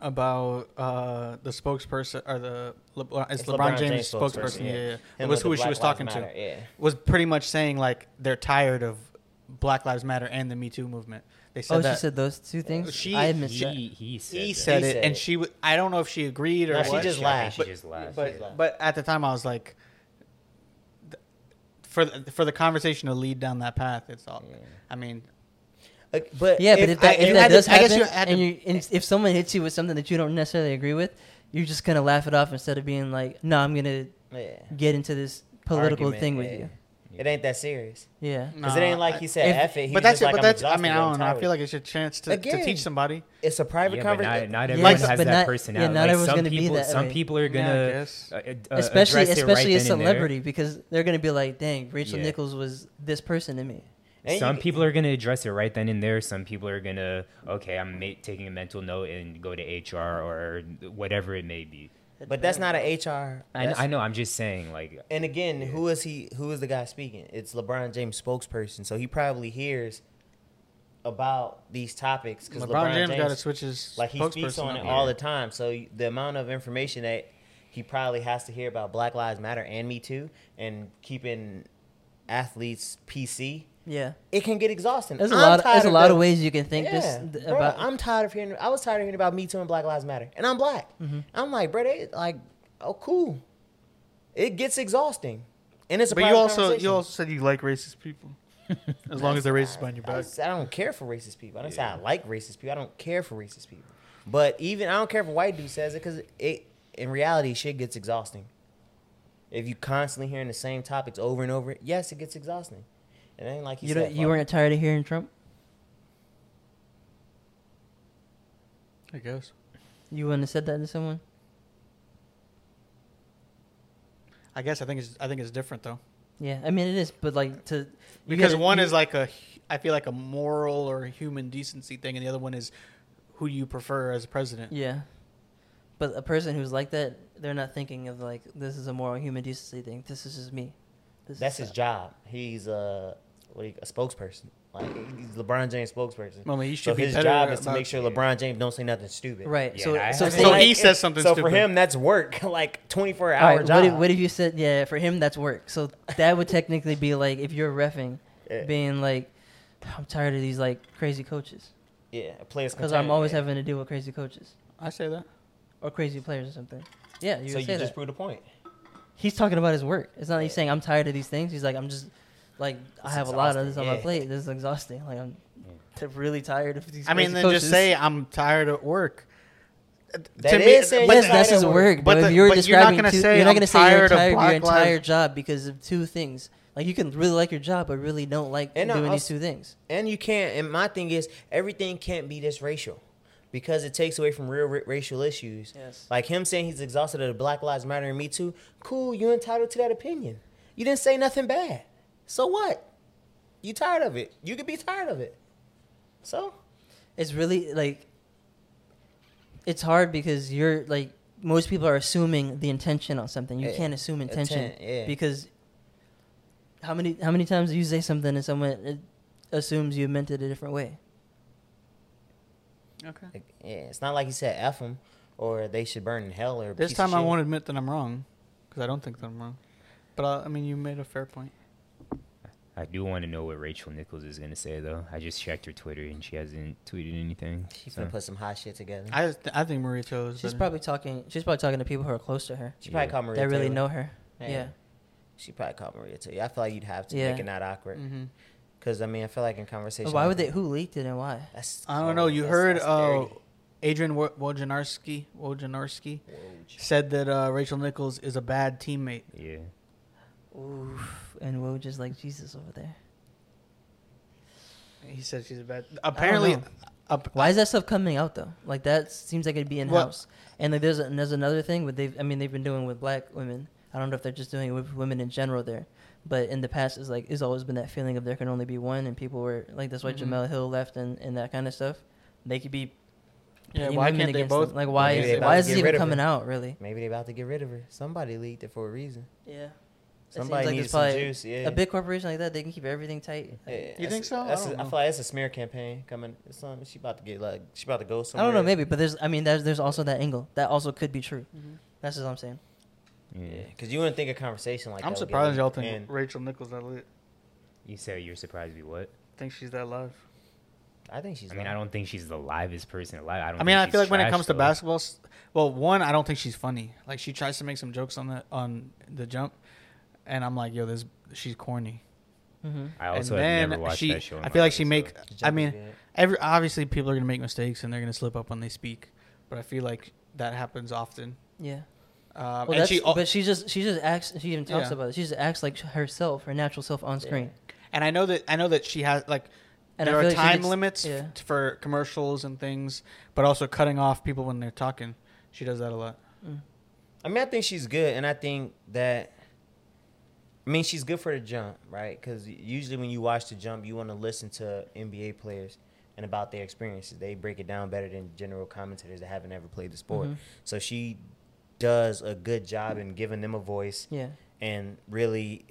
Speaker 2: about uh, the spokesperson or the LeBron, it's, LeBron, James, spokesperson. Yeah, yeah. It
Speaker 1: Him
Speaker 2: was
Speaker 1: with the
Speaker 2: who she
Speaker 1: Black Lives
Speaker 2: was talking
Speaker 1: Matter,
Speaker 2: to.
Speaker 1: Yeah.
Speaker 2: Was pretty much saying like they're tired of Black Lives Matter and the Me Too movement. They said
Speaker 3: oh,
Speaker 2: that.
Speaker 3: she said those two things.
Speaker 2: She-
Speaker 3: I missed that.
Speaker 5: He, he said.
Speaker 2: he
Speaker 5: that.
Speaker 2: said
Speaker 1: He
Speaker 2: it,
Speaker 1: said
Speaker 2: and
Speaker 1: it.
Speaker 2: she. W- I don't know if she agreed or
Speaker 1: No,
Speaker 5: She
Speaker 1: She
Speaker 2: what.
Speaker 1: just
Speaker 5: just laughed.
Speaker 1: laughed.
Speaker 5: She
Speaker 2: But-
Speaker 5: just laughed.
Speaker 2: But
Speaker 5: yeah.
Speaker 2: but at the time, I was like, th- for the, for the conversation to lead down that path, it's all. I mean,
Speaker 1: Like, But
Speaker 3: Yeah, but if, that,
Speaker 2: I-
Speaker 3: if
Speaker 2: you
Speaker 3: that
Speaker 2: had to-
Speaker 3: does
Speaker 2: I
Speaker 3: happen,
Speaker 2: guess you had
Speaker 3: and,
Speaker 2: to-
Speaker 3: you, and if someone hits you with something that you don't necessarily agree with, you're just gonna laugh it off instead of being like, "No, I'm gonna
Speaker 1: yeah.
Speaker 3: get into this political
Speaker 1: argument,
Speaker 3: thing with
Speaker 1: yeah. Uh,
Speaker 3: you.
Speaker 1: It ain't that serious.
Speaker 3: Yeah.
Speaker 1: Because it ain't like he said
Speaker 3: If-
Speaker 1: F it. He was
Speaker 2: but that's
Speaker 1: just like,
Speaker 2: but
Speaker 1: I'm
Speaker 2: that's I
Speaker 1: exhausted,
Speaker 2: mean I
Speaker 1: I'm
Speaker 2: don't know. I
Speaker 1: tired.
Speaker 2: feel like it's your chance to, to
Speaker 1: Again.
Speaker 2: teach somebody.
Speaker 1: it's a private
Speaker 5: Yeah, but not,
Speaker 1: conversation.
Speaker 5: not
Speaker 3: Yeah,
Speaker 5: everyone
Speaker 3: but
Speaker 5: has
Speaker 3: not- yeah,
Speaker 5: that personality.
Speaker 3: not
Speaker 5: Like,
Speaker 3: everyone's
Speaker 5: some
Speaker 3: gonna be
Speaker 5: people,
Speaker 3: that
Speaker 5: some
Speaker 3: way.
Speaker 5: people are
Speaker 2: Yeah, I
Speaker 5: gonna,
Speaker 2: guess.
Speaker 5: uh, uh,
Speaker 3: especially
Speaker 5: address it right
Speaker 3: especially a
Speaker 5: then and there.
Speaker 3: celebrity because they're gonna be like, dang, Rachel
Speaker 5: Yeah.
Speaker 3: Nichols was this person to me.
Speaker 1: And
Speaker 5: some
Speaker 1: you-
Speaker 5: people are going to address it right then and there. Some people are going to, okay, I'm ma- taking a mental note and go to HR or whatever it may be.
Speaker 1: But that's not an HR.
Speaker 5: I, kn-
Speaker 1: That's-
Speaker 5: I know, I'm just saying, like,
Speaker 1: And again, who is he? Who is the guy speaking? It's LeBron James spokesperson, so he probably hears about these topics because
Speaker 2: LeBron,
Speaker 1: LeBron,
Speaker 2: James,
Speaker 1: James
Speaker 2: got to switch his
Speaker 1: like he speaks
Speaker 2: spokesperson
Speaker 1: on it
Speaker 2: up.
Speaker 1: all the time. So y- the amount of information that he probably has to hear about Black Lives Matter and Me Too and keeping athletes PC,
Speaker 3: Yeah.
Speaker 1: it can get exhausting.
Speaker 3: There's a
Speaker 1: I'm
Speaker 3: lot. There's
Speaker 1: tired
Speaker 3: a lot
Speaker 1: the-
Speaker 3: of ways you can think
Speaker 1: yeah,
Speaker 3: this th-
Speaker 1: bro,
Speaker 3: about.
Speaker 1: I'm tired of hearing. I was tired of hearing about Me Too and Black Lives Matter, and I'm black.
Speaker 3: Mm-hmm.
Speaker 1: I'm like, bro, they like, oh, cool. It gets exhausting, and it's a
Speaker 2: But you
Speaker 1: private
Speaker 2: also
Speaker 1: conversation.
Speaker 2: you also said you like racist people, as long as they're racist behind your
Speaker 1: I,
Speaker 2: back.
Speaker 1: just- I don't care for racist people. I don't say I like racist people. I don't care for racist people. But even I don't care if a white dude says it because it, in reality, shit gets exhausting. If you constantly hearing the same topics over and over, yes, it gets exhausting. It ain't like he
Speaker 3: you
Speaker 1: said,
Speaker 3: don't, you
Speaker 1: fuck.
Speaker 3: weren't tired of hearing Trump.
Speaker 2: I guess.
Speaker 3: You wouldn't have said that to someone.
Speaker 2: I guess I think it's I think it's different though.
Speaker 3: Yeah, I mean it is, but like to you
Speaker 2: Because
Speaker 3: gotta-
Speaker 2: one
Speaker 3: you-
Speaker 2: is like a, I feel like a moral or human decency thing, and the other one is who you prefer as president.
Speaker 3: yeah, but a person who's like that, they're not thinking of like this is a moral human decency thing. This is just me. This
Speaker 1: That's
Speaker 3: is
Speaker 1: his job. He's a what do you, a spokesperson. Like he's LeBron James spokesperson.
Speaker 2: Mama, you
Speaker 1: so
Speaker 2: should be
Speaker 1: his
Speaker 2: better
Speaker 1: job is to
Speaker 2: about-
Speaker 1: make sure LeBron James don't say nothing stupid.
Speaker 3: right.
Speaker 5: Yeah,
Speaker 3: so
Speaker 5: I
Speaker 3: so,
Speaker 5: have-
Speaker 3: so
Speaker 2: So
Speaker 3: like,
Speaker 2: he says something
Speaker 1: So for
Speaker 2: stupid.
Speaker 1: him, that's work. Like twenty four
Speaker 3: all
Speaker 1: hour
Speaker 3: right,
Speaker 1: job.
Speaker 3: what if, what if you said yeah for him that's work. So that would technically be like if you're refing,
Speaker 1: Yeah.
Speaker 3: being like, I'm tired of these like crazy coaches
Speaker 1: yeah, players
Speaker 3: because I'm always having to deal with crazy coaches
Speaker 2: I say that.
Speaker 3: or crazy players or something. Yeah, you
Speaker 1: So
Speaker 3: would
Speaker 1: you
Speaker 3: say
Speaker 1: just
Speaker 3: that.
Speaker 1: proved a point.
Speaker 3: he's talking about his work. It's not like he's
Speaker 1: Yeah.
Speaker 3: saying I'm tired of these things. He's like I'm just like I
Speaker 1: It's
Speaker 3: have a lot of
Speaker 1: exhausting,
Speaker 3: this on my
Speaker 1: yeah.
Speaker 3: plate. This is exhausting. Like I'm t- really tired of these.
Speaker 2: I mean,
Speaker 3: crazy
Speaker 2: then
Speaker 3: coaches.
Speaker 2: just say I'm tired of work.
Speaker 1: That is saying
Speaker 2: but
Speaker 1: you're
Speaker 3: yes,
Speaker 1: tired
Speaker 2: that's
Speaker 3: that's his
Speaker 1: at work.
Speaker 3: work. But,
Speaker 2: But
Speaker 3: if
Speaker 2: the-
Speaker 3: you're
Speaker 2: but you're not
Speaker 3: describing,
Speaker 2: gonna
Speaker 3: two,
Speaker 2: say,
Speaker 3: you're not
Speaker 2: "I'm
Speaker 3: gonna say you're
Speaker 2: tired of
Speaker 3: tired of your
Speaker 2: Black Lives-
Speaker 3: entire job because of two things. Like you can really like your job, but really don't like
Speaker 1: And uh, I
Speaker 3: doing these
Speaker 1: also-
Speaker 3: two things.
Speaker 1: And you can't. And my thing is, everything can't be this racial, because it takes away from real ra- racial issues.
Speaker 3: Yes.
Speaker 1: Like him saying he's exhausted of the Black Lives Matter and Me Too. Cool, you're entitled to that opinion. You didn't say nothing bad. So what? You tired of it? You could be tired of it. So
Speaker 3: It's really like it's hard because you're like most people are assuming the intention on something. You
Speaker 1: Yeah.
Speaker 3: can't assume intention
Speaker 1: Intent, Eh, yeah.
Speaker 3: because how many how many times do you say something and someone it assumes you meant it a different way?
Speaker 2: Okay.
Speaker 1: like, yeah, it's not like he said F them or they should burn in hell or
Speaker 2: This
Speaker 1: piece of
Speaker 2: time I
Speaker 1: shit.
Speaker 2: won't admit that I'm wrong, because I don't think that I'm wrong. But I, I mean, you made a fair point.
Speaker 5: I do want to know what Rachel Nichols is going to say, though. I just checked her Twitter and she hasn't tweeted anything.
Speaker 1: She's
Speaker 5: so-
Speaker 1: gonna put some hot shit together.
Speaker 2: I just, I think Maria chose.
Speaker 3: She's probably talking. She's probably talking to people who are close to her.
Speaker 1: she probably
Speaker 5: Yeah.
Speaker 1: called Maria.
Speaker 3: that really
Speaker 1: Taylor.
Speaker 3: know her.
Speaker 1: Yeah.
Speaker 3: Yeah.
Speaker 1: She probably called Maria Taylor. I feel like you'd have to
Speaker 3: Yeah.
Speaker 1: make it not awkward.
Speaker 2: hmm
Speaker 1: Because I mean, I feel like in conversation.
Speaker 3: But why
Speaker 1: like
Speaker 3: would
Speaker 1: that-
Speaker 3: they? Who leaked it and why?
Speaker 1: That's
Speaker 2: I don't
Speaker 1: cold.
Speaker 2: know. You
Speaker 1: That's-
Speaker 2: heard
Speaker 1: that's
Speaker 2: uh,
Speaker 1: dirty.
Speaker 2: Adrian Wo- Wojnarowski. Wojnarowski said that uh, Rachel Nichols is a bad teammate.
Speaker 5: Yeah.
Speaker 3: Oof. And Woj is like Jesus over there.
Speaker 2: He said she's a bad. Apparently, uh,
Speaker 3: know.
Speaker 2: ap-
Speaker 3: Why is that stuff coming out though? Like that seems like it'd be in
Speaker 2: Well-
Speaker 3: house. And like there's a, and there's another thing with they've I mean they've been doing with black women. I don't know if they're just doing it with women in general there, but in the past it's like it's always been that feeling of there can only be one, and people were like that's why
Speaker 2: Mhm.
Speaker 3: Jamel Hill left and, and that kind of stuff. They could be
Speaker 2: Yeah,
Speaker 3: pitting
Speaker 2: why
Speaker 3: women
Speaker 2: can't they
Speaker 3: against them.
Speaker 2: both?
Speaker 3: Like why
Speaker 1: Maybe
Speaker 3: is
Speaker 1: they
Speaker 3: it,
Speaker 1: about
Speaker 3: why
Speaker 1: to
Speaker 3: is
Speaker 1: get
Speaker 3: it
Speaker 1: rid
Speaker 3: even
Speaker 1: of
Speaker 3: coming
Speaker 1: her.
Speaker 3: out really?
Speaker 1: Maybe they about to get rid of her. Somebody leaked it for a reason.
Speaker 3: Yeah.
Speaker 1: Somebody needs some juice. Yeah.
Speaker 3: A big corporation like that, they can keep everything tight.
Speaker 1: Yeah,
Speaker 2: You think
Speaker 1: that's-
Speaker 2: so? I
Speaker 1: that's a-
Speaker 2: don't
Speaker 1: I
Speaker 2: know.
Speaker 1: feel like that's a smear campaign coming. It's something she about to get like she about to go
Speaker 3: I
Speaker 1: somewhere.
Speaker 3: don't know, maybe, but there's I mean there's there's also that angle. That also could be true. That's just what I'm saying.
Speaker 5: Yeah.
Speaker 1: Because you wouldn't think a conversation like
Speaker 2: I'm
Speaker 1: that. would get
Speaker 2: surprised y'all
Speaker 1: leaked.
Speaker 2: think
Speaker 1: And
Speaker 2: Rachel Nichols that lit.
Speaker 5: You say you're surprised we what?
Speaker 2: Think she's that live.
Speaker 1: I think she's.
Speaker 5: I mean,
Speaker 1: lying.
Speaker 5: I don't think she's the livest person alive. I don't.
Speaker 2: I mean,
Speaker 5: think
Speaker 2: I
Speaker 5: she's
Speaker 2: feel like when it
Speaker 5: trash,
Speaker 2: comes to
Speaker 5: though.
Speaker 2: basketball, s- well, one, I don't think she's funny. Like she tries to make some jokes on the on the jump, and I'm like, yo, this she's corny.
Speaker 3: Mm-hmm.
Speaker 5: I also
Speaker 2: and
Speaker 5: have
Speaker 2: then
Speaker 5: never watched
Speaker 2: she,
Speaker 5: that show. in
Speaker 2: I
Speaker 5: my
Speaker 2: feel like
Speaker 5: life,
Speaker 2: she
Speaker 5: so-
Speaker 2: make.
Speaker 1: The
Speaker 2: I
Speaker 1: jump is
Speaker 2: mean,
Speaker 1: good.
Speaker 2: every obviously people are gonna make mistakes and they're gonna slip up when they speak, but I feel like that happens often.
Speaker 3: Yeah.
Speaker 2: Um,
Speaker 3: Well,
Speaker 2: and
Speaker 3: that's,
Speaker 2: she, al-
Speaker 3: but she just she just acts. She even talks
Speaker 2: Yeah.
Speaker 3: about it. She just acts like herself, her natural self on screen.
Speaker 2: and I know that I know that she has like
Speaker 3: And I
Speaker 2: there are
Speaker 3: feel like she
Speaker 2: time
Speaker 3: gets-
Speaker 2: limits f-
Speaker 3: yeah.
Speaker 2: for commercials and things, but also cutting off people when they're talking. She does that a lot.
Speaker 1: I mean, I think she's good, and I think that. I mean, she's good for the jump, right? Because usually when you watch the jump, you want to listen to NBA players and about their experiences. They break it down better than general commentators that haven't ever played the sport.
Speaker 3: Mm-hmm.
Speaker 1: So she does a good job in giving them a voice
Speaker 3: Yeah.
Speaker 1: and really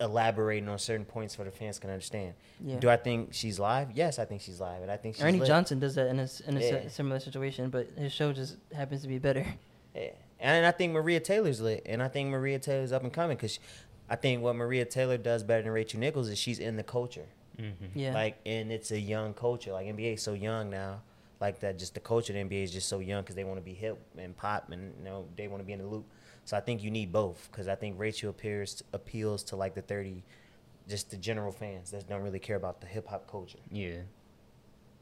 Speaker 1: elaborating on certain points so the fans can understand.
Speaker 3: Yeah.
Speaker 1: Do I think she's live? Yes, I think she's live, and I think she's
Speaker 3: Ernie
Speaker 1: lit.
Speaker 3: Johnson does that in a, s- in a si-
Speaker 1: Yeah.
Speaker 3: similar situation, but his show just happens to be better.
Speaker 1: Yeah. And I think Maria Taylor's lit, and I think Maria Taylor's up and coming because I think what Maria Taylor does better than Rachel Nichols is she's in the culture,
Speaker 3: Yeah.
Speaker 1: like, and it's a young culture. Like NBA is so young now, like that. Just the culture of the NBA is just so young because they want to be hip and pop, and you know they want to be in the loop. So I think you need both because I think Rachel appears appeals to like the thirty, just the general fans that don't really care about the hip hop culture.
Speaker 5: Yeah.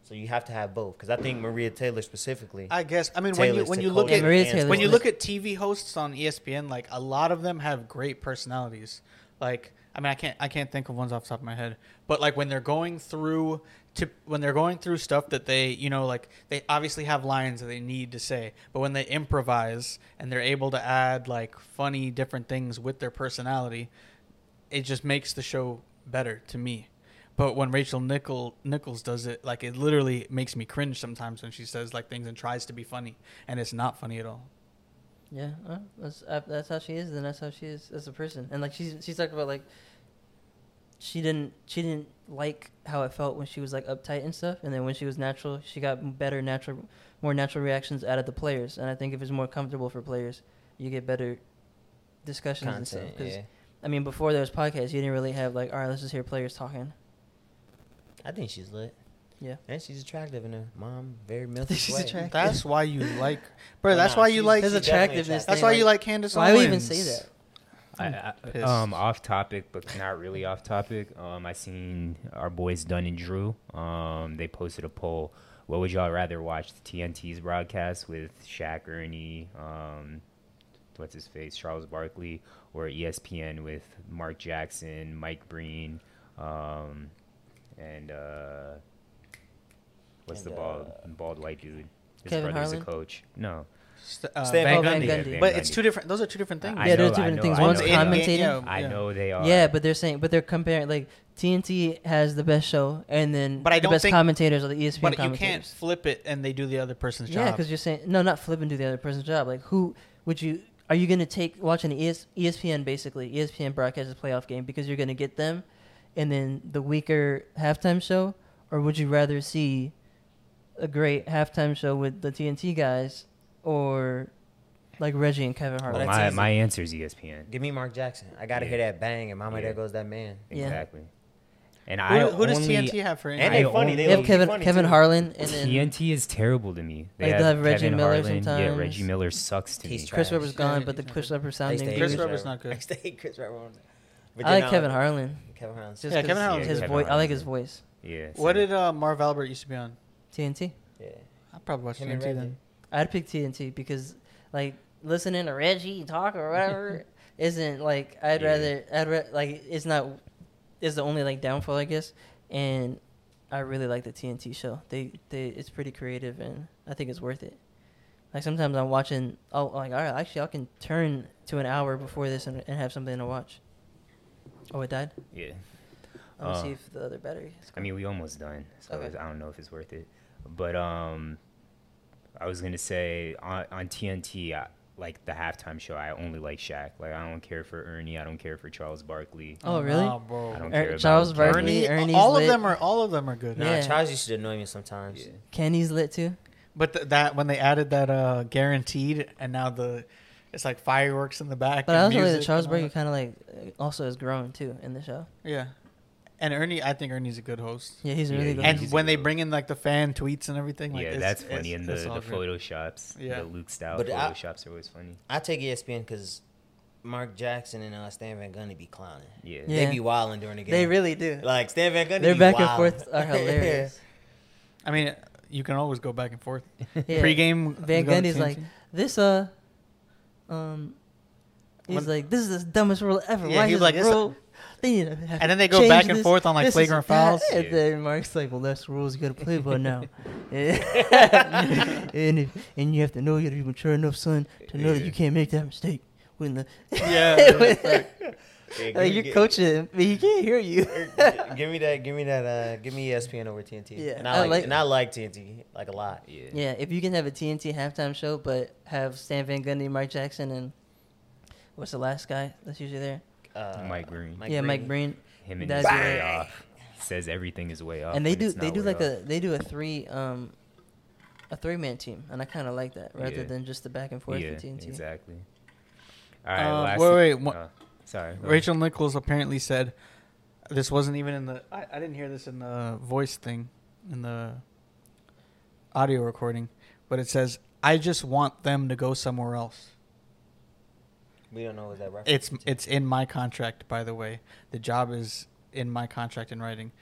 Speaker 1: So you have to have both because I think Maria Taylor specifically.
Speaker 2: I guess. I mean,
Speaker 1: tailors
Speaker 2: when
Speaker 1: to
Speaker 2: you when you look
Speaker 1: culture
Speaker 3: Yeah,
Speaker 2: at
Speaker 3: Maria
Speaker 1: and
Speaker 3: Taylor's
Speaker 2: when you
Speaker 3: lit.
Speaker 2: look at TV hosts on E ESPN, like a lot of them have great personalities. Like I mean, I can't I can't think of ones off the top of my head, but like when they're going through to when they're going through stuff that they you know like they obviously have lines that they need to say, but when they improvise and they're able to add like funny different things with their personality, it just makes the show better to me. But when Rachel Nichol Nichols does it, like it literally makes me cringe sometimes when she says like things and tries to be funny, and it's not funny at all.
Speaker 3: Yeah, well, that's uh, that's how she is. Then that's how she is as a person. And like she's she's talked about like she didn't she didn't like how it felt when she was like uptight and stuff. And then when she was natural, she got better natural, more natural reactions out of the players. And I think if it's more comfortable for players, you get better discussions and stuff.
Speaker 1: content,
Speaker 3: 'Cause,
Speaker 1: yeah.
Speaker 3: I mean, before there was podcasts, you didn't really have like all right, let's just hear players talking.
Speaker 1: I think she's lit.
Speaker 3: Yeah.
Speaker 1: And she's attractive in her mom, very
Speaker 3: think
Speaker 1: milky
Speaker 3: she's
Speaker 1: way.
Speaker 3: attractive.
Speaker 2: That's why you like, bro.
Speaker 1: Well,
Speaker 2: that's
Speaker 1: nah,
Speaker 2: why you
Speaker 1: she's-
Speaker 2: like.
Speaker 3: There's
Speaker 1: she's
Speaker 2: That's
Speaker 1: definitely
Speaker 3: attractiveness
Speaker 1: attractive.
Speaker 3: thing,
Speaker 2: why
Speaker 3: like-
Speaker 2: you like Candace
Speaker 3: Why
Speaker 2: Owens.
Speaker 3: would I even say that?
Speaker 5: I, I,
Speaker 2: pissed.
Speaker 5: um, off topic, but not really off topic. Um, I seen our boys Dunn and Drew. Um, they posted a poll. What would y'all rather watch? The TNT's broadcast with Shaq, Ernie, um, what's his face, Charles Barkley, or E ESPN with Mark Jackson, Mike Breen, um, and uh, what's
Speaker 1: And,
Speaker 5: the bald
Speaker 1: uh,
Speaker 5: bald white dude? His
Speaker 3: Kevin
Speaker 5: brother's
Speaker 3: Harlan?
Speaker 5: a coach. No,
Speaker 2: St- uh,
Speaker 1: Stan
Speaker 2: Van
Speaker 1: Van
Speaker 2: Gundy.
Speaker 3: Gundy.
Speaker 5: Yeah,
Speaker 2: But it's
Speaker 5: Gundy.
Speaker 2: two different. Those are two different things.
Speaker 5: I
Speaker 3: yeah, there's
Speaker 5: know,
Speaker 3: two
Speaker 5: I
Speaker 3: different
Speaker 5: know,
Speaker 3: things.
Speaker 5: I
Speaker 3: One's
Speaker 5: know,
Speaker 2: I know.
Speaker 3: commentating.
Speaker 2: Yeah,
Speaker 5: I
Speaker 2: yeah.
Speaker 5: know they are.
Speaker 3: Yeah, but they're saying, but they're comparing like TNT has the best show, and then
Speaker 2: But I don't
Speaker 3: the best
Speaker 2: think-
Speaker 3: commentators are the E ESPN
Speaker 2: But you
Speaker 3: commentators.
Speaker 2: can't flip it, and they do the other person's job.
Speaker 3: Yeah, because you're saying no, not flip and do the other person's job. Like, who would you? Are you gonna take E watching the ES, ESPN basically E ESPN broadcast a playoff game because you're gonna get them, and then the weaker halftime show, or would you rather see a great halftime show with the TNT guys or like Reggie and Kevin Hart?
Speaker 5: Well,
Speaker 1: Well,
Speaker 5: my
Speaker 1: that's easy.
Speaker 5: my answer is E ESPN.
Speaker 1: Give me Mark Jackson. I gotta
Speaker 5: Yeah.
Speaker 1: hear that bang, and Mama,
Speaker 5: Yeah.
Speaker 1: there goes that man.
Speaker 3: Yeah.
Speaker 5: Exactly. And
Speaker 2: who,
Speaker 5: I
Speaker 2: who does
Speaker 5: only-
Speaker 2: TNT have for?
Speaker 1: And
Speaker 5: I
Speaker 1: they
Speaker 2: Andy?
Speaker 1: funny. They
Speaker 5: only-
Speaker 3: they have
Speaker 1: look
Speaker 3: Kevin
Speaker 1: funny
Speaker 3: Kevin
Speaker 1: too.
Speaker 3: Harlan and then
Speaker 5: TNT is terrible to me.
Speaker 3: Like, they'll have Reggie
Speaker 5: Kevin
Speaker 3: Miller
Speaker 5: Yeah,
Speaker 3: sometimes.
Speaker 5: Reggie Miller sucks to
Speaker 1: He's
Speaker 5: me.
Speaker 1: trash.
Speaker 3: Chris Webber's gone,
Speaker 2: Yeah,
Speaker 3: but the
Speaker 2: he's
Speaker 3: Chris
Speaker 2: not
Speaker 3: Webber
Speaker 1: I used to
Speaker 3: sounding
Speaker 1: hate
Speaker 2: Chris
Speaker 3: dudes-
Speaker 1: Webber.
Speaker 2: Webber's not good.
Speaker 1: I used to hate Chris Webber. on that. But
Speaker 3: I
Speaker 1: then
Speaker 3: like Kevin Harlan.
Speaker 1: Kevin Harlan's
Speaker 3: Just
Speaker 2: Yeah,
Speaker 3: 'cause
Speaker 2: Kevin Harlan's
Speaker 3: his
Speaker 5: good.
Speaker 3: voice. I like his
Speaker 5: Kevin
Speaker 3: voice.
Speaker 5: Yeah.
Speaker 2: What
Speaker 5: same.
Speaker 2: did uh, Marv Albert used to be on?
Speaker 3: TNT.
Speaker 1: yeah.
Speaker 2: I probably watched
Speaker 1: Him and
Speaker 2: TNT then.
Speaker 3: I'd pick TNT because like listening to Reggie talk or whatever isn't like I'd
Speaker 5: Yeah.
Speaker 3: rather I'd ra- like it's not is the only like downfall I guess. And I really like the TNT show. They they it's pretty creative and I think it's worth it. Like sometimes I'm watching oh like all right actually I can turn to an hour before this and, and have something to watch. Oh it died.
Speaker 5: Yeah.
Speaker 3: I'm gonna
Speaker 5: Uh,
Speaker 3: see if the other battery. Is
Speaker 5: I mean, we almost done, so
Speaker 3: Okay.
Speaker 5: it's- I don't know if it's worth it. But um, I was gonna say on, on TNT, I, like the halftime show, I only like Shaq. Like I don't care for Ernie. I don't care for Charles Barkley.
Speaker 3: Oh, really?
Speaker 2: no, bro.
Speaker 5: I don't
Speaker 3: Er-
Speaker 5: care
Speaker 3: Charles
Speaker 5: about
Speaker 3: Barkley.
Speaker 2: Ernie,
Speaker 3: Ernie's
Speaker 2: all
Speaker 3: lit.
Speaker 2: of them are all of them are good.
Speaker 1: Nah,
Speaker 3: Yeah.
Speaker 1: Charles used to annoy me sometimes.
Speaker 5: Yeah.
Speaker 3: Kenny's lit too.
Speaker 2: But th- that when they added that uh guaranteed and now the it's like fireworks in the back.
Speaker 3: But
Speaker 2: and
Speaker 3: I also like
Speaker 2: music
Speaker 3: that Charles
Speaker 2: and all
Speaker 3: Barkley kind of like uh, also has grown too in the show.
Speaker 2: that. Yeah, and Ernie, I think Ernie's a good host.
Speaker 3: Yeah, he's a
Speaker 5: Yeah,
Speaker 3: really
Speaker 5: he
Speaker 3: good.
Speaker 5: is.
Speaker 2: And
Speaker 3: host.
Speaker 5: He's a
Speaker 2: when
Speaker 5: good
Speaker 2: they
Speaker 5: host.
Speaker 2: bring in like the fan tweets and everything, like
Speaker 5: yeah,
Speaker 2: it's-
Speaker 5: that's funny.
Speaker 2: it's-
Speaker 5: And the,
Speaker 2: it's all
Speaker 5: the
Speaker 2: good.
Speaker 5: photoshops,
Speaker 2: Yeah.
Speaker 5: the Luke style
Speaker 1: But I-
Speaker 5: photoshops are always funny.
Speaker 1: I take E ESPN because Mark Jackson and uh, Stan Van Gundy be clowning.
Speaker 5: Yeah.
Speaker 3: Yeah.
Speaker 1: They be wilding during the game.
Speaker 3: they really do.
Speaker 1: like Stan Van Gundy.
Speaker 3: Their
Speaker 1: be
Speaker 3: back and
Speaker 1: wildin'.
Speaker 3: forths are hilarious.
Speaker 2: I mean, you can always go back and forth.
Speaker 3: Yeah.
Speaker 2: Pre-game,
Speaker 3: Van
Speaker 2: you go to
Speaker 3: Gundy's like
Speaker 2: TNT.
Speaker 3: this. Uh, Um, he's
Speaker 2: When-
Speaker 3: like, "This is the dumbest rule ever.
Speaker 2: Yeah,
Speaker 3: Why
Speaker 2: he
Speaker 3: is
Speaker 2: was like,
Speaker 3: this
Speaker 2: "This-
Speaker 3: rule? They need to have
Speaker 2: And then they go
Speaker 3: change
Speaker 2: back and
Speaker 3: this.
Speaker 2: forth on, like,
Speaker 3: This is
Speaker 2: flagrant
Speaker 3: bad."
Speaker 2: fouls.
Speaker 3: And
Speaker 5: Yeah.
Speaker 3: then Mark's like, "Well, that's the rules you got to play by now." and if, and you have to know you got to be mature enough, son, to know that
Speaker 5: Yeah.
Speaker 3: you can't make that mistake. When the
Speaker 2: Yeah,
Speaker 3: when-
Speaker 2: it's like-
Speaker 1: Yeah,
Speaker 3: like,
Speaker 1: give-
Speaker 3: you're
Speaker 1: give-
Speaker 3: coaching, him, but he can't hear you.
Speaker 1: give give me that. Give me that. Uh, give me ESPN over TNT.
Speaker 3: Yeah,
Speaker 1: and
Speaker 3: I
Speaker 1: I like,
Speaker 3: like-
Speaker 1: and I like TNT like a lot.
Speaker 5: Yeah.
Speaker 3: Yeah, if you can have a TNT halftime show, but have Stan Van Gundy, Mike Jackson, and what's the last guy that's usually there?
Speaker 1: Uh,
Speaker 5: Mike Green.
Speaker 3: yeah, Mike Breen.
Speaker 5: Him and
Speaker 3: That's
Speaker 5: his way
Speaker 3: right.
Speaker 5: off. Says everything is way off.
Speaker 3: and they
Speaker 5: when
Speaker 3: do
Speaker 5: it's
Speaker 3: they
Speaker 5: not
Speaker 3: do
Speaker 5: way
Speaker 3: like
Speaker 5: off.
Speaker 3: a they do a three um a three man team, and I kind of like that rather
Speaker 5: Yeah.
Speaker 3: than just the back and forth
Speaker 5: yeah,
Speaker 3: with TNT.
Speaker 5: exactly. All right,
Speaker 2: Um,
Speaker 5: last
Speaker 2: wait, wait, one-
Speaker 5: uh, sorry, go
Speaker 2: Rachel Nichols apparently said this wasn't even in the. I, I didn't hear this in the voice thing, in the audio recording, but it says, "I just want them to go somewhere else."
Speaker 1: We don't know what that reference.
Speaker 2: It's it's in my contract, by the way. The job is in my contract in writing.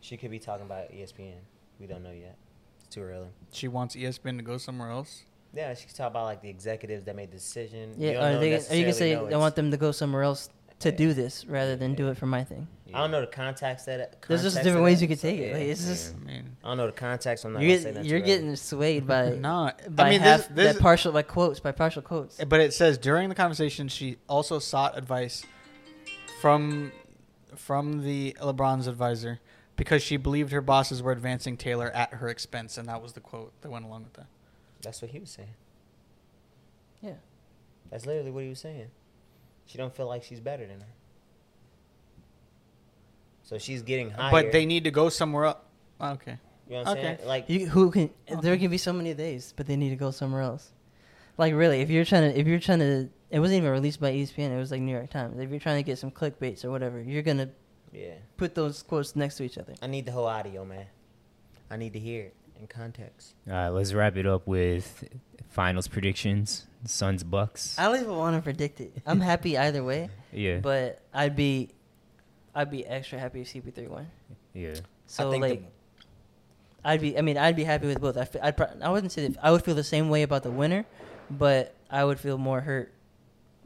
Speaker 1: She could be talking about E ESPN. We don't know yet. It's too early.
Speaker 2: She wants E ESPN to go somewhere else.
Speaker 1: Yeah, she could talk about like the executives that made the decision. You don't
Speaker 3: Yeah, or,
Speaker 1: know
Speaker 3: they, or you
Speaker 1: necessarily
Speaker 3: can say
Speaker 1: know
Speaker 3: I
Speaker 1: it's-
Speaker 3: want them to go somewhere else to
Speaker 1: Yeah.
Speaker 3: do this rather than do it for my thing.
Speaker 1: I don't know the contacts that.
Speaker 3: There's just
Speaker 1: context
Speaker 3: different
Speaker 1: of
Speaker 3: ways
Speaker 1: that,
Speaker 3: you could
Speaker 1: so,
Speaker 3: take it.
Speaker 1: yeah.
Speaker 3: Like, it's just
Speaker 2: I mean,
Speaker 1: I don't know the contacts. so I'm not.
Speaker 3: you're,
Speaker 1: gonna say
Speaker 3: get-
Speaker 1: that
Speaker 3: you're getting swayed by
Speaker 2: no.
Speaker 3: by
Speaker 2: I mean,
Speaker 3: half
Speaker 2: this,
Speaker 3: by
Speaker 2: this,
Speaker 3: partial by quotes by partial quotes.
Speaker 2: Eh, but it says during the conversation, she also sought advice from from the LeBron's advisor because she believed her bosses were advancing Taylor at her expense, and that was the quote that went along with that.
Speaker 1: That's what he was saying.
Speaker 3: Yeah,
Speaker 1: That's literally what he was saying. She don't feel like she's better than her. So she's getting higher.
Speaker 2: But they need to go somewhere else. Okay.
Speaker 1: you know what I'm
Speaker 2: okay.
Speaker 1: saying? Like
Speaker 3: you, who can there can be so many days, but they need to go somewhere else. Like really, if you're trying to if you're trying to it wasn't even released by E ESPN, it was like New York Times. If you're trying to get some clickbaits or whatever, you're gonna
Speaker 1: yeah.
Speaker 3: put those quotes next to each other.
Speaker 1: I need the whole audio, man. I need to hear it in context.
Speaker 5: All right, let's wrap it up with finals predictions. Suns Bucks.
Speaker 3: I don't even want to predict it. I'm happy either way,
Speaker 5: Yeah.
Speaker 3: Uh, but I'd be, I'd be extra happy if CP3 won.
Speaker 5: yeah.
Speaker 3: So
Speaker 1: think the-
Speaker 3: like, I'd be. I mean, I'd be happy with both. I, fe- I'd pro- I wouldn't say that I would feel the same way about the winner, but I would feel more hurt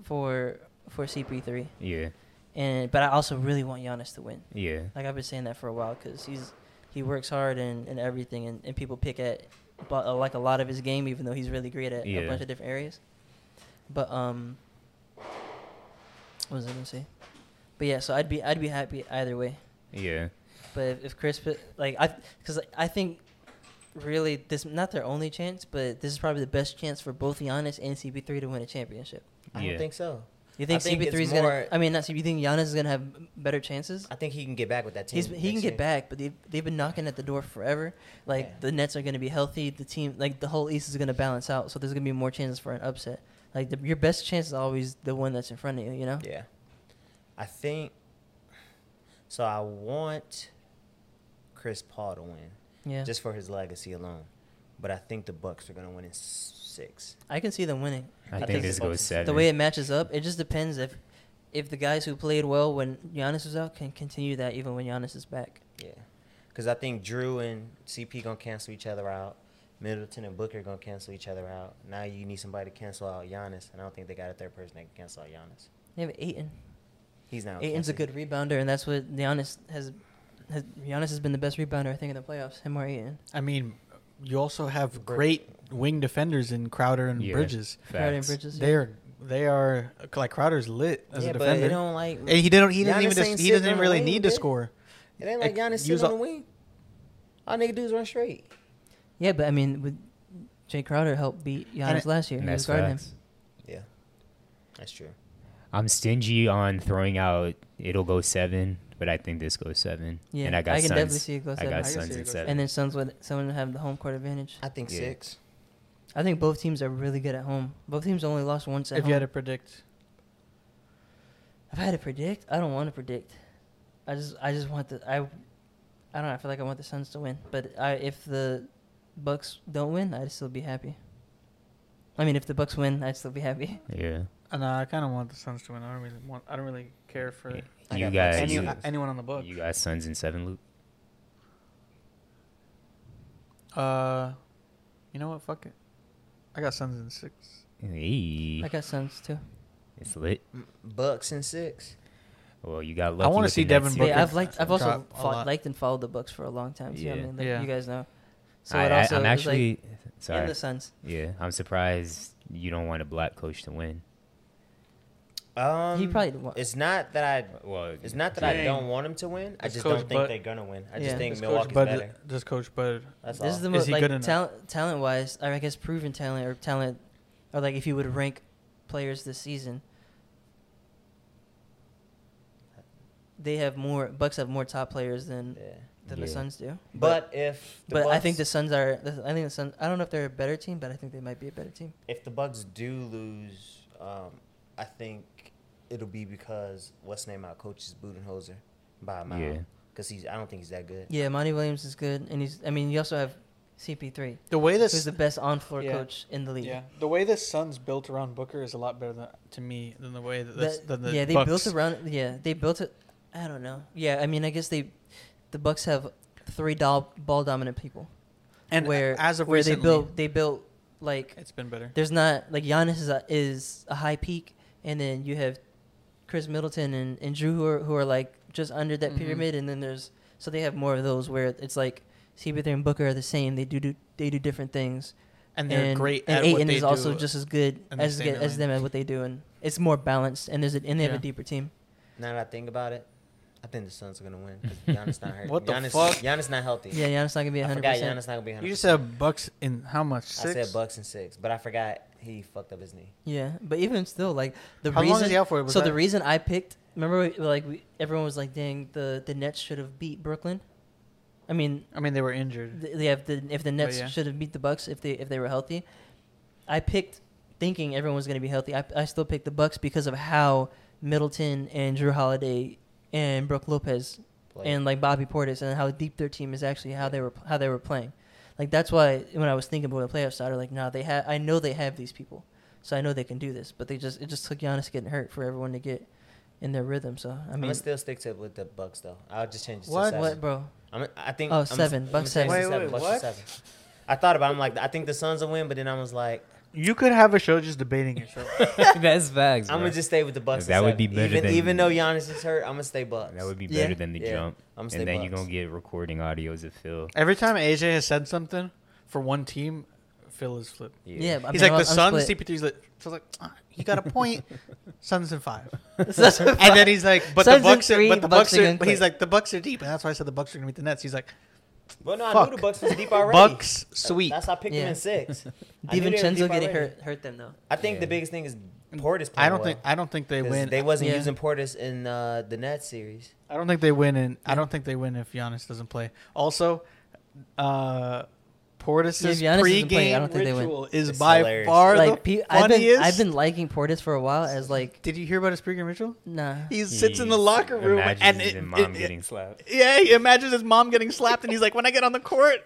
Speaker 3: for for CP3.
Speaker 5: Yeah.
Speaker 3: And but I also really want Giannis to win.
Speaker 5: Yeah.
Speaker 3: Like I've been saying that for a while because he's he works hard and, and everything, and, and people pick at but, uh, like a lot of his game, even though he's really great at a
Speaker 5: Yeah.
Speaker 3: bunch of different areas. But um, what was I gonna say? But yeah, so I'd be I'd be happy either way.
Speaker 5: Yeah.
Speaker 3: But if, if Chris put- like I because I think really this not their only chance, but this is probably the best chance for both Giannis and CP3 to win a championship.
Speaker 1: I
Speaker 5: Yeah.
Speaker 1: don't think so.
Speaker 3: You think,
Speaker 1: I think
Speaker 3: CP3 is
Speaker 1: it's
Speaker 3: gonna?
Speaker 1: more-
Speaker 3: I mean, not CP. You think Giannis is gonna have better chances?
Speaker 1: I think he can get back with that team.
Speaker 3: He's, he can
Speaker 1: next
Speaker 3: get
Speaker 1: year.
Speaker 3: back, but they've, they've been knocking at the door forever. Like,
Speaker 1: Yeah.
Speaker 3: the Nets are going to be healthy. The team, like, the whole East is going to balance out. So there's going to be more chances for an upset. Like, the, your best chance is always the one that's in front of you, you know?
Speaker 1: Yeah. I think so I want Chris Paul to win.
Speaker 3: Yeah.
Speaker 1: Just for his legacy alone. But I think the Bucks are gonna win in s- six.
Speaker 3: I can see them winning.
Speaker 5: I,
Speaker 1: I
Speaker 5: think,
Speaker 1: think
Speaker 5: this
Speaker 1: the
Speaker 5: goes
Speaker 1: Bucks- the
Speaker 5: seven.
Speaker 3: The way it matches up, it just depends if if the guys who played well when Giannis was out can continue that even when Giannis is back.
Speaker 1: Yeah. Cause I think Drew and CP gonna cancel each other out. Middleton and Booker gonna cancel each other out. Now you need somebody to cancel out Giannis, and I don't think they got a third person that can cancel out Giannis.
Speaker 3: They have Aiton.
Speaker 1: He's
Speaker 2: Oh,
Speaker 1: now
Speaker 3: Aiton's a good rebounder, and that's what Giannis has. has Giannis has been the best rebounder, I think, in the playoffs. Him or Aiton.
Speaker 2: I mean, you also have great wing defenders in Crowder and
Speaker 5: Yeah.
Speaker 2: Bridges.
Speaker 3: Harden
Speaker 5: Facts.
Speaker 3: Bridges. yeah.
Speaker 2: They're they are like Crowder's lit as
Speaker 1: yeah,
Speaker 2: a
Speaker 1: but
Speaker 2: defender.
Speaker 1: it don't like
Speaker 2: And he didn't. He didn't
Speaker 1: Giannis
Speaker 2: even. Just,
Speaker 1: ain't
Speaker 2: he
Speaker 1: sitting
Speaker 2: doesn't
Speaker 1: on the
Speaker 2: really
Speaker 1: wing,
Speaker 2: need to
Speaker 1: dude.
Speaker 2: score.
Speaker 1: It ain't like
Speaker 2: Ex-
Speaker 1: Giannis sitting
Speaker 2: use
Speaker 1: on the
Speaker 2: all-
Speaker 1: wing. All nigga do is run straight.
Speaker 3: Yeah, but I mean, with Jay Crowder helped beat
Speaker 2: And
Speaker 3: Giannis
Speaker 2: it-
Speaker 3: last year.
Speaker 5: And
Speaker 3: He was
Speaker 5: that's
Speaker 3: guarding him.
Speaker 5: facts.
Speaker 1: Yeah, that's true.
Speaker 5: I'm stingy on throwing out. It'll go seven, but I think this goes seven.
Speaker 3: Yeah,
Speaker 5: and I got
Speaker 3: I can
Speaker 5: Suns.
Speaker 3: definitely see it go
Speaker 5: I
Speaker 3: seven. I
Speaker 5: got
Speaker 3: can
Speaker 5: Suns
Speaker 2: see it
Speaker 5: at
Speaker 2: go
Speaker 5: seven.
Speaker 3: And then Suns would someone would have the home court advantage.
Speaker 1: I think
Speaker 5: Yeah.
Speaker 1: six.
Speaker 3: I think both teams are really good at home. Both teams only lost once at
Speaker 2: If
Speaker 3: home.
Speaker 2: you had to predict,
Speaker 3: if I had to predict, I don't want to predict. I just I just want the I I don't know, I feel like I want the Suns to win, but I if the Bucks don't win, I'd still be happy. I mean, if the Bucks win, I'd still be happy.
Speaker 5: yeah,
Speaker 2: uh, no, I kind of want the Suns to win. I don't really want. I don't really care for
Speaker 5: Yeah.
Speaker 1: I
Speaker 5: you
Speaker 1: got
Speaker 5: got
Speaker 1: Bucks.
Speaker 2: any, uh,
Speaker 5: you,
Speaker 1: Anyone-
Speaker 2: anyone on the book.
Speaker 5: you got Suns in seven loop.
Speaker 2: Uh, you know what? Fuck it. I got Suns in six.
Speaker 5: Hey,
Speaker 3: I got sons too.
Speaker 5: it's lit.
Speaker 1: Bucks and six.
Speaker 5: Well, you got
Speaker 2: wanna
Speaker 5: lucky. want to
Speaker 2: see Devin Booker.
Speaker 3: Yeah, I've liked. I've also
Speaker 2: Drop a
Speaker 3: fo-
Speaker 2: lot.
Speaker 3: liked and followed the Bucks for a long time too.
Speaker 5: Yeah.
Speaker 3: I mean, like,
Speaker 2: Yeah.
Speaker 3: you guys know. So
Speaker 5: I,
Speaker 3: it
Speaker 5: I,
Speaker 3: also
Speaker 5: I'm
Speaker 3: is, like,
Speaker 5: actually
Speaker 3: in
Speaker 5: sorry.
Speaker 3: the Suns.
Speaker 5: Yeah, I'm surprised you don't want a black coach to win.
Speaker 1: Um,
Speaker 3: probably didn't want-
Speaker 1: It's not that I.
Speaker 5: Well,
Speaker 1: It's not that I
Speaker 2: Dang.
Speaker 1: don't want him to win. I
Speaker 2: It's
Speaker 1: just
Speaker 2: Coach
Speaker 1: don't think
Speaker 2: Bud-
Speaker 1: they're gonna win. I
Speaker 3: Yeah.
Speaker 1: just think
Speaker 2: Does Coach
Speaker 1: Milwaukee's
Speaker 2: Bud,
Speaker 1: better.
Speaker 2: does Coach Bud
Speaker 1: That's
Speaker 3: This
Speaker 1: all.
Speaker 3: is the
Speaker 2: Is
Speaker 3: most
Speaker 2: he good
Speaker 3: like
Speaker 2: enough?
Speaker 3: talent talent wise, or I guess proven talent or talent, or like if you would rank players this season, they have more Bucks have more top players than
Speaker 1: yeah.
Speaker 3: than the
Speaker 5: Yeah.
Speaker 3: Suns do.
Speaker 1: But if the
Speaker 3: but I think the
Speaker 1: Bucks-
Speaker 3: Suns are. the- I think the Suns. I don't know if they're a better team, but I think they might be a better team.
Speaker 1: if the Bucks do lose, um, I think it'll be because what's his name our coach is Budenholzer by a mile.
Speaker 5: Yeah.
Speaker 1: Cause he's I don't think he's that good.
Speaker 3: Yeah, Monty Williams is good, and he's. I mean, you also have CP3,
Speaker 2: the way
Speaker 3: who's
Speaker 2: this
Speaker 3: the best on floor
Speaker 2: Yeah.
Speaker 3: coach in the league.
Speaker 2: yeah the way the Suns built around Booker is a lot better than, to me than the way that, this
Speaker 3: That-
Speaker 2: than the
Speaker 3: yeah, they
Speaker 2: Bucks-
Speaker 3: built around. Yeah, they built it. I don't know. Yeah, I mean, I guess they, the Bucks have three doll, ball dominant people.
Speaker 2: and uh,
Speaker 3: where
Speaker 2: as of
Speaker 3: where
Speaker 2: recently,
Speaker 3: they built they built like
Speaker 2: it's been better.
Speaker 3: there's not like Giannis is a, is a high peak, and then you have Chris Middleton and, and Drew who are who are like just under that
Speaker 2: Mhm.
Speaker 3: pyramid, and then there's so they have more of those where it's like CP3 and Booker are the same. They do do they do different things.
Speaker 2: and they're great
Speaker 3: And
Speaker 2: at
Speaker 3: Aiton
Speaker 2: what they
Speaker 3: is also
Speaker 2: do.
Speaker 3: just as good
Speaker 2: in the
Speaker 3: as good,
Speaker 2: standard
Speaker 3: as
Speaker 2: lane.
Speaker 3: them at what they do, and it's more balanced. And there's a, and they have
Speaker 2: Yeah.
Speaker 3: a deeper team.
Speaker 1: Now that I think about it, I think the Suns are gonna win. 'cause Giannis not hurt.
Speaker 2: What the
Speaker 1: Giannis,
Speaker 2: fuck?
Speaker 1: Giannis not healthy.
Speaker 3: Yeah, Giannis not gonna be
Speaker 1: I
Speaker 3: 100.
Speaker 1: forgot Giannis
Speaker 3: percent
Speaker 1: not gonna be
Speaker 2: you
Speaker 1: hundred.
Speaker 2: just said Bucks in how much
Speaker 1: I
Speaker 2: six?
Speaker 1: said Bucks and six, but I forgot he fucked up his knee.
Speaker 3: Yeah, but even still, like the
Speaker 2: How long
Speaker 3: reason.
Speaker 2: is he out for? Was
Speaker 3: so
Speaker 2: that-
Speaker 3: the reason I picked, remember, we- like we, everyone was like, "Dang, the the Nets should have beat Brooklyn." I mean,
Speaker 2: I mean, they were injured.
Speaker 3: th- they have the if the Nets
Speaker 2: Oh, yeah.
Speaker 3: should have beat the Bucks if they if they were healthy. I picked thinking everyone was going to be healthy. I, I still picked the Bucks because of how Middleton and Drew Holiday and Brooke Lopez
Speaker 1: Like,
Speaker 3: and like Bobby Portis and how deep their team is actually how they were how they were playing. Like that's why when I was thinking about the playoff side, like nah, they have I know they have these people, so I know they can do this. But they just it just took Giannis getting hurt for everyone to get in their rhythm. So I
Speaker 1: I'm
Speaker 3: mean,
Speaker 1: gonna still stick to with the Bucks though. I'll just change it
Speaker 2: What?
Speaker 1: to seven.
Speaker 3: what bro?
Speaker 1: I'm, I think.
Speaker 3: Oh,
Speaker 1: I'm,
Speaker 3: seven.
Speaker 1: I'm
Speaker 3: Bucks
Speaker 1: gonna change it to
Speaker 2: seven. Wait, wait,
Speaker 1: Bucks to
Speaker 2: what?
Speaker 1: seven. I thought about. It. I'm like, I think the Suns will win, but then I was like,
Speaker 2: You could have a show just debating yourself.
Speaker 5: That's facts.
Speaker 1: I'm
Speaker 5: bro.
Speaker 1: gonna just stay with the Bucks.
Speaker 5: That
Speaker 1: and
Speaker 5: would be
Speaker 1: seven.
Speaker 5: better
Speaker 1: Even,
Speaker 5: than-
Speaker 1: even though Giannis is hurt, I'm gonna stay Bucks.
Speaker 5: That would be
Speaker 3: Yeah.
Speaker 5: better than the
Speaker 1: Yeah.
Speaker 5: jump.
Speaker 1: I'm
Speaker 5: and
Speaker 1: stay
Speaker 5: then you're
Speaker 1: Bucks.
Speaker 5: gonna get recording audios of Phil.
Speaker 2: Every time AJ has said something for one team, Phil is flipped.
Speaker 3: Yeah, I mean,
Speaker 2: He's like, the
Speaker 3: I'm- I'm
Speaker 2: Suns,
Speaker 3: split.
Speaker 2: CP3's like, Phil's like, ah, he got a point, Suns in five.
Speaker 3: Suns in
Speaker 2: and then he's like, but
Speaker 3: Suns in
Speaker 2: the Bucks,
Speaker 3: three,
Speaker 2: are, but the Bucks,
Speaker 3: Bucks are
Speaker 2: are,
Speaker 3: gonna
Speaker 2: but he's
Speaker 3: quit.
Speaker 2: like, the Bucks are deep. And that's why I said the Bucks are going to beat the Nets. He's like,
Speaker 1: Well, no, I
Speaker 2: fuck.
Speaker 1: knew the Bucks was deep already.
Speaker 2: Bucks sweep.
Speaker 1: That's how I picked
Speaker 3: Yeah.
Speaker 1: them in six. I knew they were
Speaker 3: Divincenzo
Speaker 1: deep
Speaker 3: getting
Speaker 1: already.
Speaker 3: hurt hurt them though.
Speaker 1: I think
Speaker 5: Yeah.
Speaker 1: the biggest thing is Portis. Playing
Speaker 2: I don't
Speaker 1: well,
Speaker 2: think I don't think they
Speaker 1: 'cause
Speaker 2: win.
Speaker 1: They wasn't
Speaker 3: Yeah.
Speaker 1: using Portis in uh, the Nets series.
Speaker 2: I don't think they win, and I don't think they win if Giannis doesn't play. Also, uh, Portis's
Speaker 3: Yeah, if Giannis
Speaker 2: pregame
Speaker 3: isn't playing, I don't think they win.
Speaker 2: ritual is
Speaker 1: It's
Speaker 2: by
Speaker 1: hilarious.
Speaker 2: far
Speaker 3: Like
Speaker 2: the
Speaker 3: pe-
Speaker 2: funniest.
Speaker 3: I've been I've been liking Portis for a while as like
Speaker 2: Did you hear about his pregame ritual?
Speaker 3: nah.
Speaker 2: He sits in the locker room
Speaker 5: Imagine
Speaker 2: and
Speaker 5: his
Speaker 2: it,
Speaker 5: mom
Speaker 2: it-
Speaker 5: getting
Speaker 2: it-
Speaker 5: slapped.
Speaker 2: yeah, he imagines his mom getting slapped, and he's like, "When I get on the court,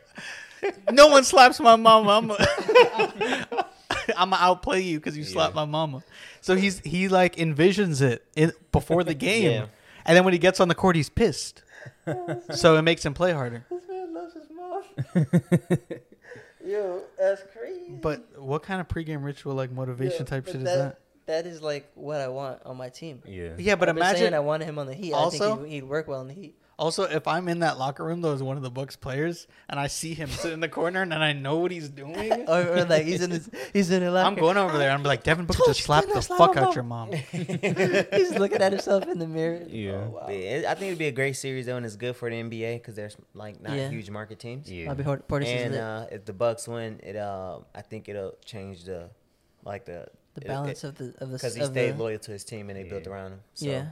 Speaker 2: no one slaps my mama. I'm, i I'm gonna outplay you because you slapped my mama." So he's he like envisions it in, before the game,
Speaker 1: Yeah.
Speaker 2: and then when he gets on the court, he's pissed. so it makes him play harder.
Speaker 1: This man loves his mom. Yo, that's crazy.
Speaker 2: But what kind of pregame ritual, like motivation type shit, is that?
Speaker 3: That is like what I want on my team.
Speaker 5: Yeah.
Speaker 2: Yeah, but
Speaker 3: I've been saying
Speaker 2: imagine.
Speaker 3: I wanted him on the Heat. I
Speaker 2: Also-
Speaker 3: think he'd, he'd work well in the Heat.
Speaker 2: Also, if I'm in that locker room though as one of the Bucks players and I see him sit in the corner and I know what he's doing,
Speaker 3: or, or like he's in his, he's in a locker.
Speaker 2: I'm going over there. I'm like, Devin Booker
Speaker 3: Told
Speaker 2: just
Speaker 3: you,
Speaker 2: slapped
Speaker 3: didn't I
Speaker 2: the
Speaker 3: slap
Speaker 2: fuck
Speaker 3: my
Speaker 2: out
Speaker 3: mom?"
Speaker 2: your mom.
Speaker 3: he's looking at himself in the mirror.
Speaker 5: Yeah.
Speaker 1: But it- I think it'd be a great series though, and it's good for the NBA because there's like not
Speaker 3: Yeah.
Speaker 1: huge market teams.
Speaker 5: Yeah.
Speaker 3: I'll be hard, Portis is
Speaker 1: And
Speaker 3: lit.
Speaker 1: uh, if the Bucks win, it uh, I think it'll change the like the
Speaker 3: the balance of the of the
Speaker 1: because he
Speaker 3: of
Speaker 1: stayed
Speaker 3: the,
Speaker 1: loyal to his team and they built
Speaker 5: Yeah.
Speaker 1: around him. So.
Speaker 3: Yeah,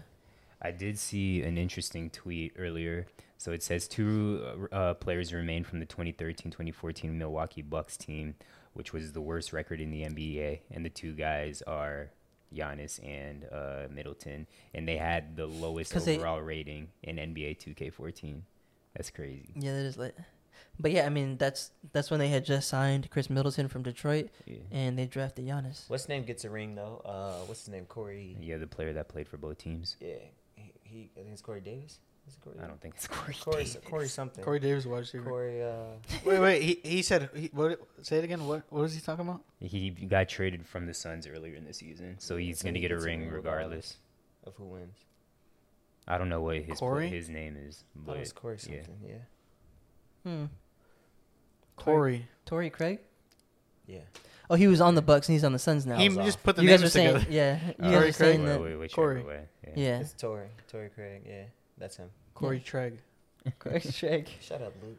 Speaker 5: I did see an interesting tweet earlier. So it says two uh, uh, players remain from the 2013-2014 Milwaukee Bucks team, which was the worst record in the NBA, and the two guys are Giannis and uh, Middleton, and they had the lowest
Speaker 3: 'Cause they-
Speaker 5: overall rating in NBA 2K14. That's crazy.
Speaker 3: yeah, that is lit. But yeah, I mean that's that's when they had just signed Chris Middleton from Detroit,
Speaker 5: Yeah.
Speaker 3: and they drafted Giannis.
Speaker 1: What's his name gets a ring though? Uh, what's his name? Corey.
Speaker 5: Yeah, the player that played for both teams.
Speaker 1: Yeah, he, he I think it's Corey Davis. Is it Corey?
Speaker 5: I don't think it's Corey.
Speaker 1: Corey,
Speaker 5: Davis.
Speaker 1: Corey something.
Speaker 2: Corey Davis, wide receiver.
Speaker 1: Corey, uh,
Speaker 2: Wait, wait. He, he said. He, what? Say it again. What? What was he talking about?
Speaker 5: He got traded from the Suns earlier in the season, so he's
Speaker 1: So
Speaker 5: gonna
Speaker 1: he
Speaker 5: get a
Speaker 1: gets a
Speaker 5: ring
Speaker 1: ring
Speaker 5: regardless.
Speaker 1: of who wins.
Speaker 5: I don't know what his
Speaker 2: Corey?
Speaker 5: his name is,
Speaker 1: I thought
Speaker 5: but
Speaker 1: it was Corey
Speaker 5: yeah.
Speaker 1: something. Yeah.
Speaker 3: Hmm.
Speaker 2: Corey.
Speaker 3: Torrey Craig.
Speaker 1: Yeah.
Speaker 3: Oh, he was on the Bucks and he's on the Suns now.
Speaker 2: He
Speaker 1: was
Speaker 2: just
Speaker 1: off.
Speaker 2: put the
Speaker 3: you
Speaker 2: names
Speaker 3: guys were saying,
Speaker 2: together.
Speaker 3: yeah.
Speaker 5: Uh,
Speaker 3: You guys
Speaker 2: Torrey
Speaker 3: were saying
Speaker 5: wait,
Speaker 3: that.
Speaker 5: wait, whichever
Speaker 2: Corey.
Speaker 5: way, Yeah.
Speaker 3: Yeah.
Speaker 1: It's Tory. Tory Craig. Yeah. That's him.
Speaker 2: Corey Treg.
Speaker 3: Corey Craig.
Speaker 1: Shut up, Luke.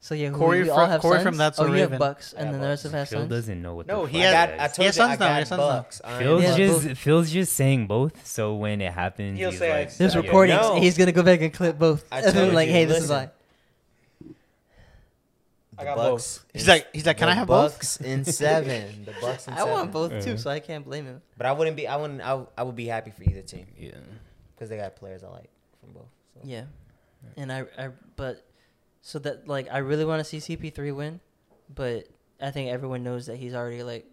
Speaker 3: So yeah, who,
Speaker 2: Corey
Speaker 3: we all
Speaker 2: from-
Speaker 3: have
Speaker 2: Corey
Speaker 3: Suns?
Speaker 2: from That's
Speaker 3: oh,
Speaker 2: a
Speaker 3: you have
Speaker 2: Raven.
Speaker 3: Bucks
Speaker 1: I
Speaker 3: and then
Speaker 1: have
Speaker 3: the rest
Speaker 1: Bucks.
Speaker 3: of us
Speaker 5: Phil
Speaker 3: Suns.
Speaker 5: doesn't know what.
Speaker 2: No,
Speaker 5: the
Speaker 2: he
Speaker 5: fuck
Speaker 2: had-
Speaker 5: that is.
Speaker 1: I told you I
Speaker 2: He has sons now, he
Speaker 1: got
Speaker 2: has sons now.
Speaker 1: bucks. I
Speaker 5: Phil's
Speaker 1: ain't-
Speaker 3: Yeah,
Speaker 5: just
Speaker 3: both.
Speaker 5: Phil's just saying both, so when it happens,
Speaker 1: He'll
Speaker 5: he's
Speaker 1: say
Speaker 5: like,
Speaker 1: I-
Speaker 3: There's
Speaker 5: yeah.
Speaker 3: recordings.
Speaker 1: No.
Speaker 3: He's gonna go back and clip both.
Speaker 1: I told
Speaker 3: like,
Speaker 1: you,
Speaker 3: hey, this is
Speaker 1: listen.
Speaker 3: like
Speaker 1: The
Speaker 2: I got
Speaker 1: Bucks
Speaker 2: both. He's
Speaker 1: in-
Speaker 2: like- he's like, "Can
Speaker 1: the
Speaker 2: I have both?"
Speaker 1: Bucks in seven. The Bucks in
Speaker 3: I
Speaker 1: seven.
Speaker 3: want both
Speaker 5: Yeah.
Speaker 3: too, so I can't blame him.
Speaker 1: But I wouldn't be. I wouldn't. I, I would be happy for either team
Speaker 5: yeah.
Speaker 1: because they got players I like from both. So.
Speaker 3: Yeah, and I, I, but so that like I really want to see CP3 win, but I think everyone knows that he's already like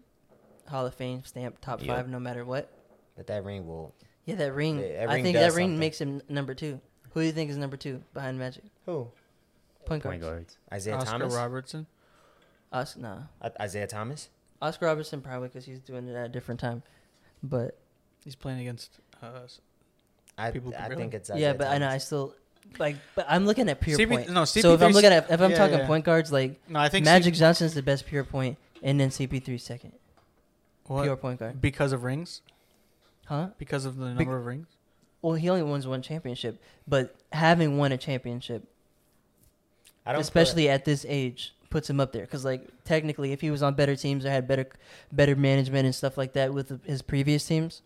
Speaker 3: Hall of Fame stamp top
Speaker 5: Yep.
Speaker 3: five no matter what.
Speaker 1: But that ring will.
Speaker 3: Yeah, that ring.
Speaker 1: Yeah, that
Speaker 3: I
Speaker 1: ring
Speaker 3: think
Speaker 1: does
Speaker 3: that ring
Speaker 1: something.
Speaker 3: makes him n- number two. Who do you think is number two behind Magic?
Speaker 1: Who?
Speaker 3: Point guard.
Speaker 5: Point guards.
Speaker 1: Isaiah
Speaker 2: Oscar
Speaker 1: Thomas.
Speaker 2: Robertson.
Speaker 3: Oscar, nah.
Speaker 1: I- Isaiah Thomas.
Speaker 3: Oscar Robertson probably because he's doing it at a different time, but
Speaker 2: He's playing against. Uh, s-
Speaker 1: I,
Speaker 2: People
Speaker 1: I
Speaker 2: really?
Speaker 1: think it's Isaiah
Speaker 3: yeah. But I know I
Speaker 1: Thomas.
Speaker 3: still like, but I'm looking at pure
Speaker 2: CP
Speaker 3: point.
Speaker 2: no,
Speaker 3: so if I'm
Speaker 2: CP3 's-
Speaker 3: looking at if I'm
Speaker 2: yeah,
Speaker 3: talking
Speaker 2: yeah.
Speaker 3: point guards, like
Speaker 2: no, I think
Speaker 3: Magic Johnson's the best pure point, and then CP3 second
Speaker 2: C- what?
Speaker 3: pure point guard,
Speaker 2: because of rings,
Speaker 3: huh?
Speaker 2: because of the number
Speaker 3: Bec-
Speaker 2: of rings.
Speaker 3: Well, he only wins one championship, but having won a championship,
Speaker 1: I don't. put-
Speaker 3: especially at this age, puts him up there. Because like technically, if he was on better teams or had better better management and stuff like that with his previous teams,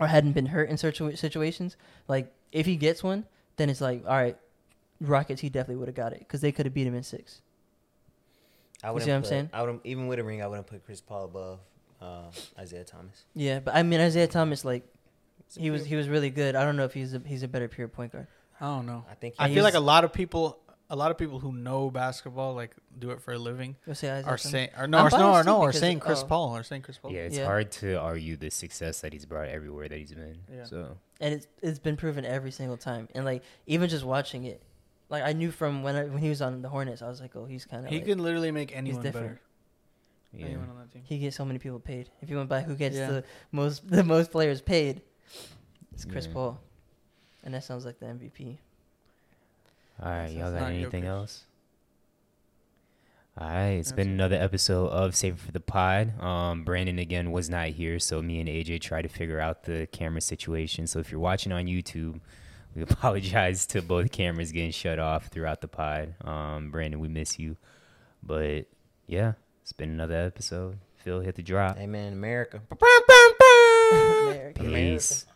Speaker 3: or hadn't been hurt in situa- situations, like if he gets one, then it's like all right, Rockets he definitely would have got it because they could have beat him in six.
Speaker 1: I wouldn't
Speaker 3: what I'm
Speaker 1: put-
Speaker 3: saying?
Speaker 1: I wouldn't even with a ring. I wouldn't put Chris Paul above um, Isaiah Thomas.
Speaker 3: Yeah, but I mean Isaiah Thomas, like
Speaker 1: It's a
Speaker 3: he was
Speaker 1: pure-
Speaker 3: he was really good. I don't know if he's a, he's a better pure point guard.
Speaker 2: I don't know.
Speaker 1: I think.
Speaker 2: I
Speaker 1: he
Speaker 2: feel
Speaker 1: is.
Speaker 2: like a lot of people, a lot of people who know basketball, like do it for a living,
Speaker 3: You'll say Isaiah
Speaker 2: are
Speaker 3: Thomas?
Speaker 2: saying, or no,
Speaker 3: I'm
Speaker 2: or no, or
Speaker 3: biased
Speaker 2: no,
Speaker 3: too
Speaker 2: are
Speaker 3: because-
Speaker 2: saying Chris
Speaker 3: oh.
Speaker 2: Paul, or saying Chris Paul.
Speaker 5: Yeah, it's
Speaker 3: Yeah.
Speaker 5: hard to argue the success that he's brought everywhere that he's been.
Speaker 2: Yeah.
Speaker 5: So
Speaker 3: and it's it's been proven every single time. And like even just watching it, like I knew from when I, when he was on the Hornets, I was like, oh, he's kind of
Speaker 2: He can literally make anyone
Speaker 3: different.
Speaker 2: better.
Speaker 5: yeah.
Speaker 2: Anyone on that team.
Speaker 3: he gets so many people paid. If you went by who gets
Speaker 2: Yeah.
Speaker 3: the most the most players paid, it's Chris
Speaker 5: Yeah.
Speaker 3: Paul, and that sounds like the MVP.
Speaker 5: All right,
Speaker 2: So
Speaker 5: y'all
Speaker 2: it's
Speaker 5: got
Speaker 2: not
Speaker 5: anything
Speaker 2: Jokic.
Speaker 5: else? All right, it's
Speaker 2: That's
Speaker 5: been
Speaker 2: it.
Speaker 5: another episode of Save It for the Pod. Um, Brandon again was not here, so me and AJ tried to figure out the camera situation. So if you're watching on YouTube, we apologize to both cameras getting shut off throughout the pod. Um, Brandon, we miss you, but yeah, it's been another episode. Phil hit the drop.
Speaker 1: Amen, America.
Speaker 3: America.
Speaker 5: Peace.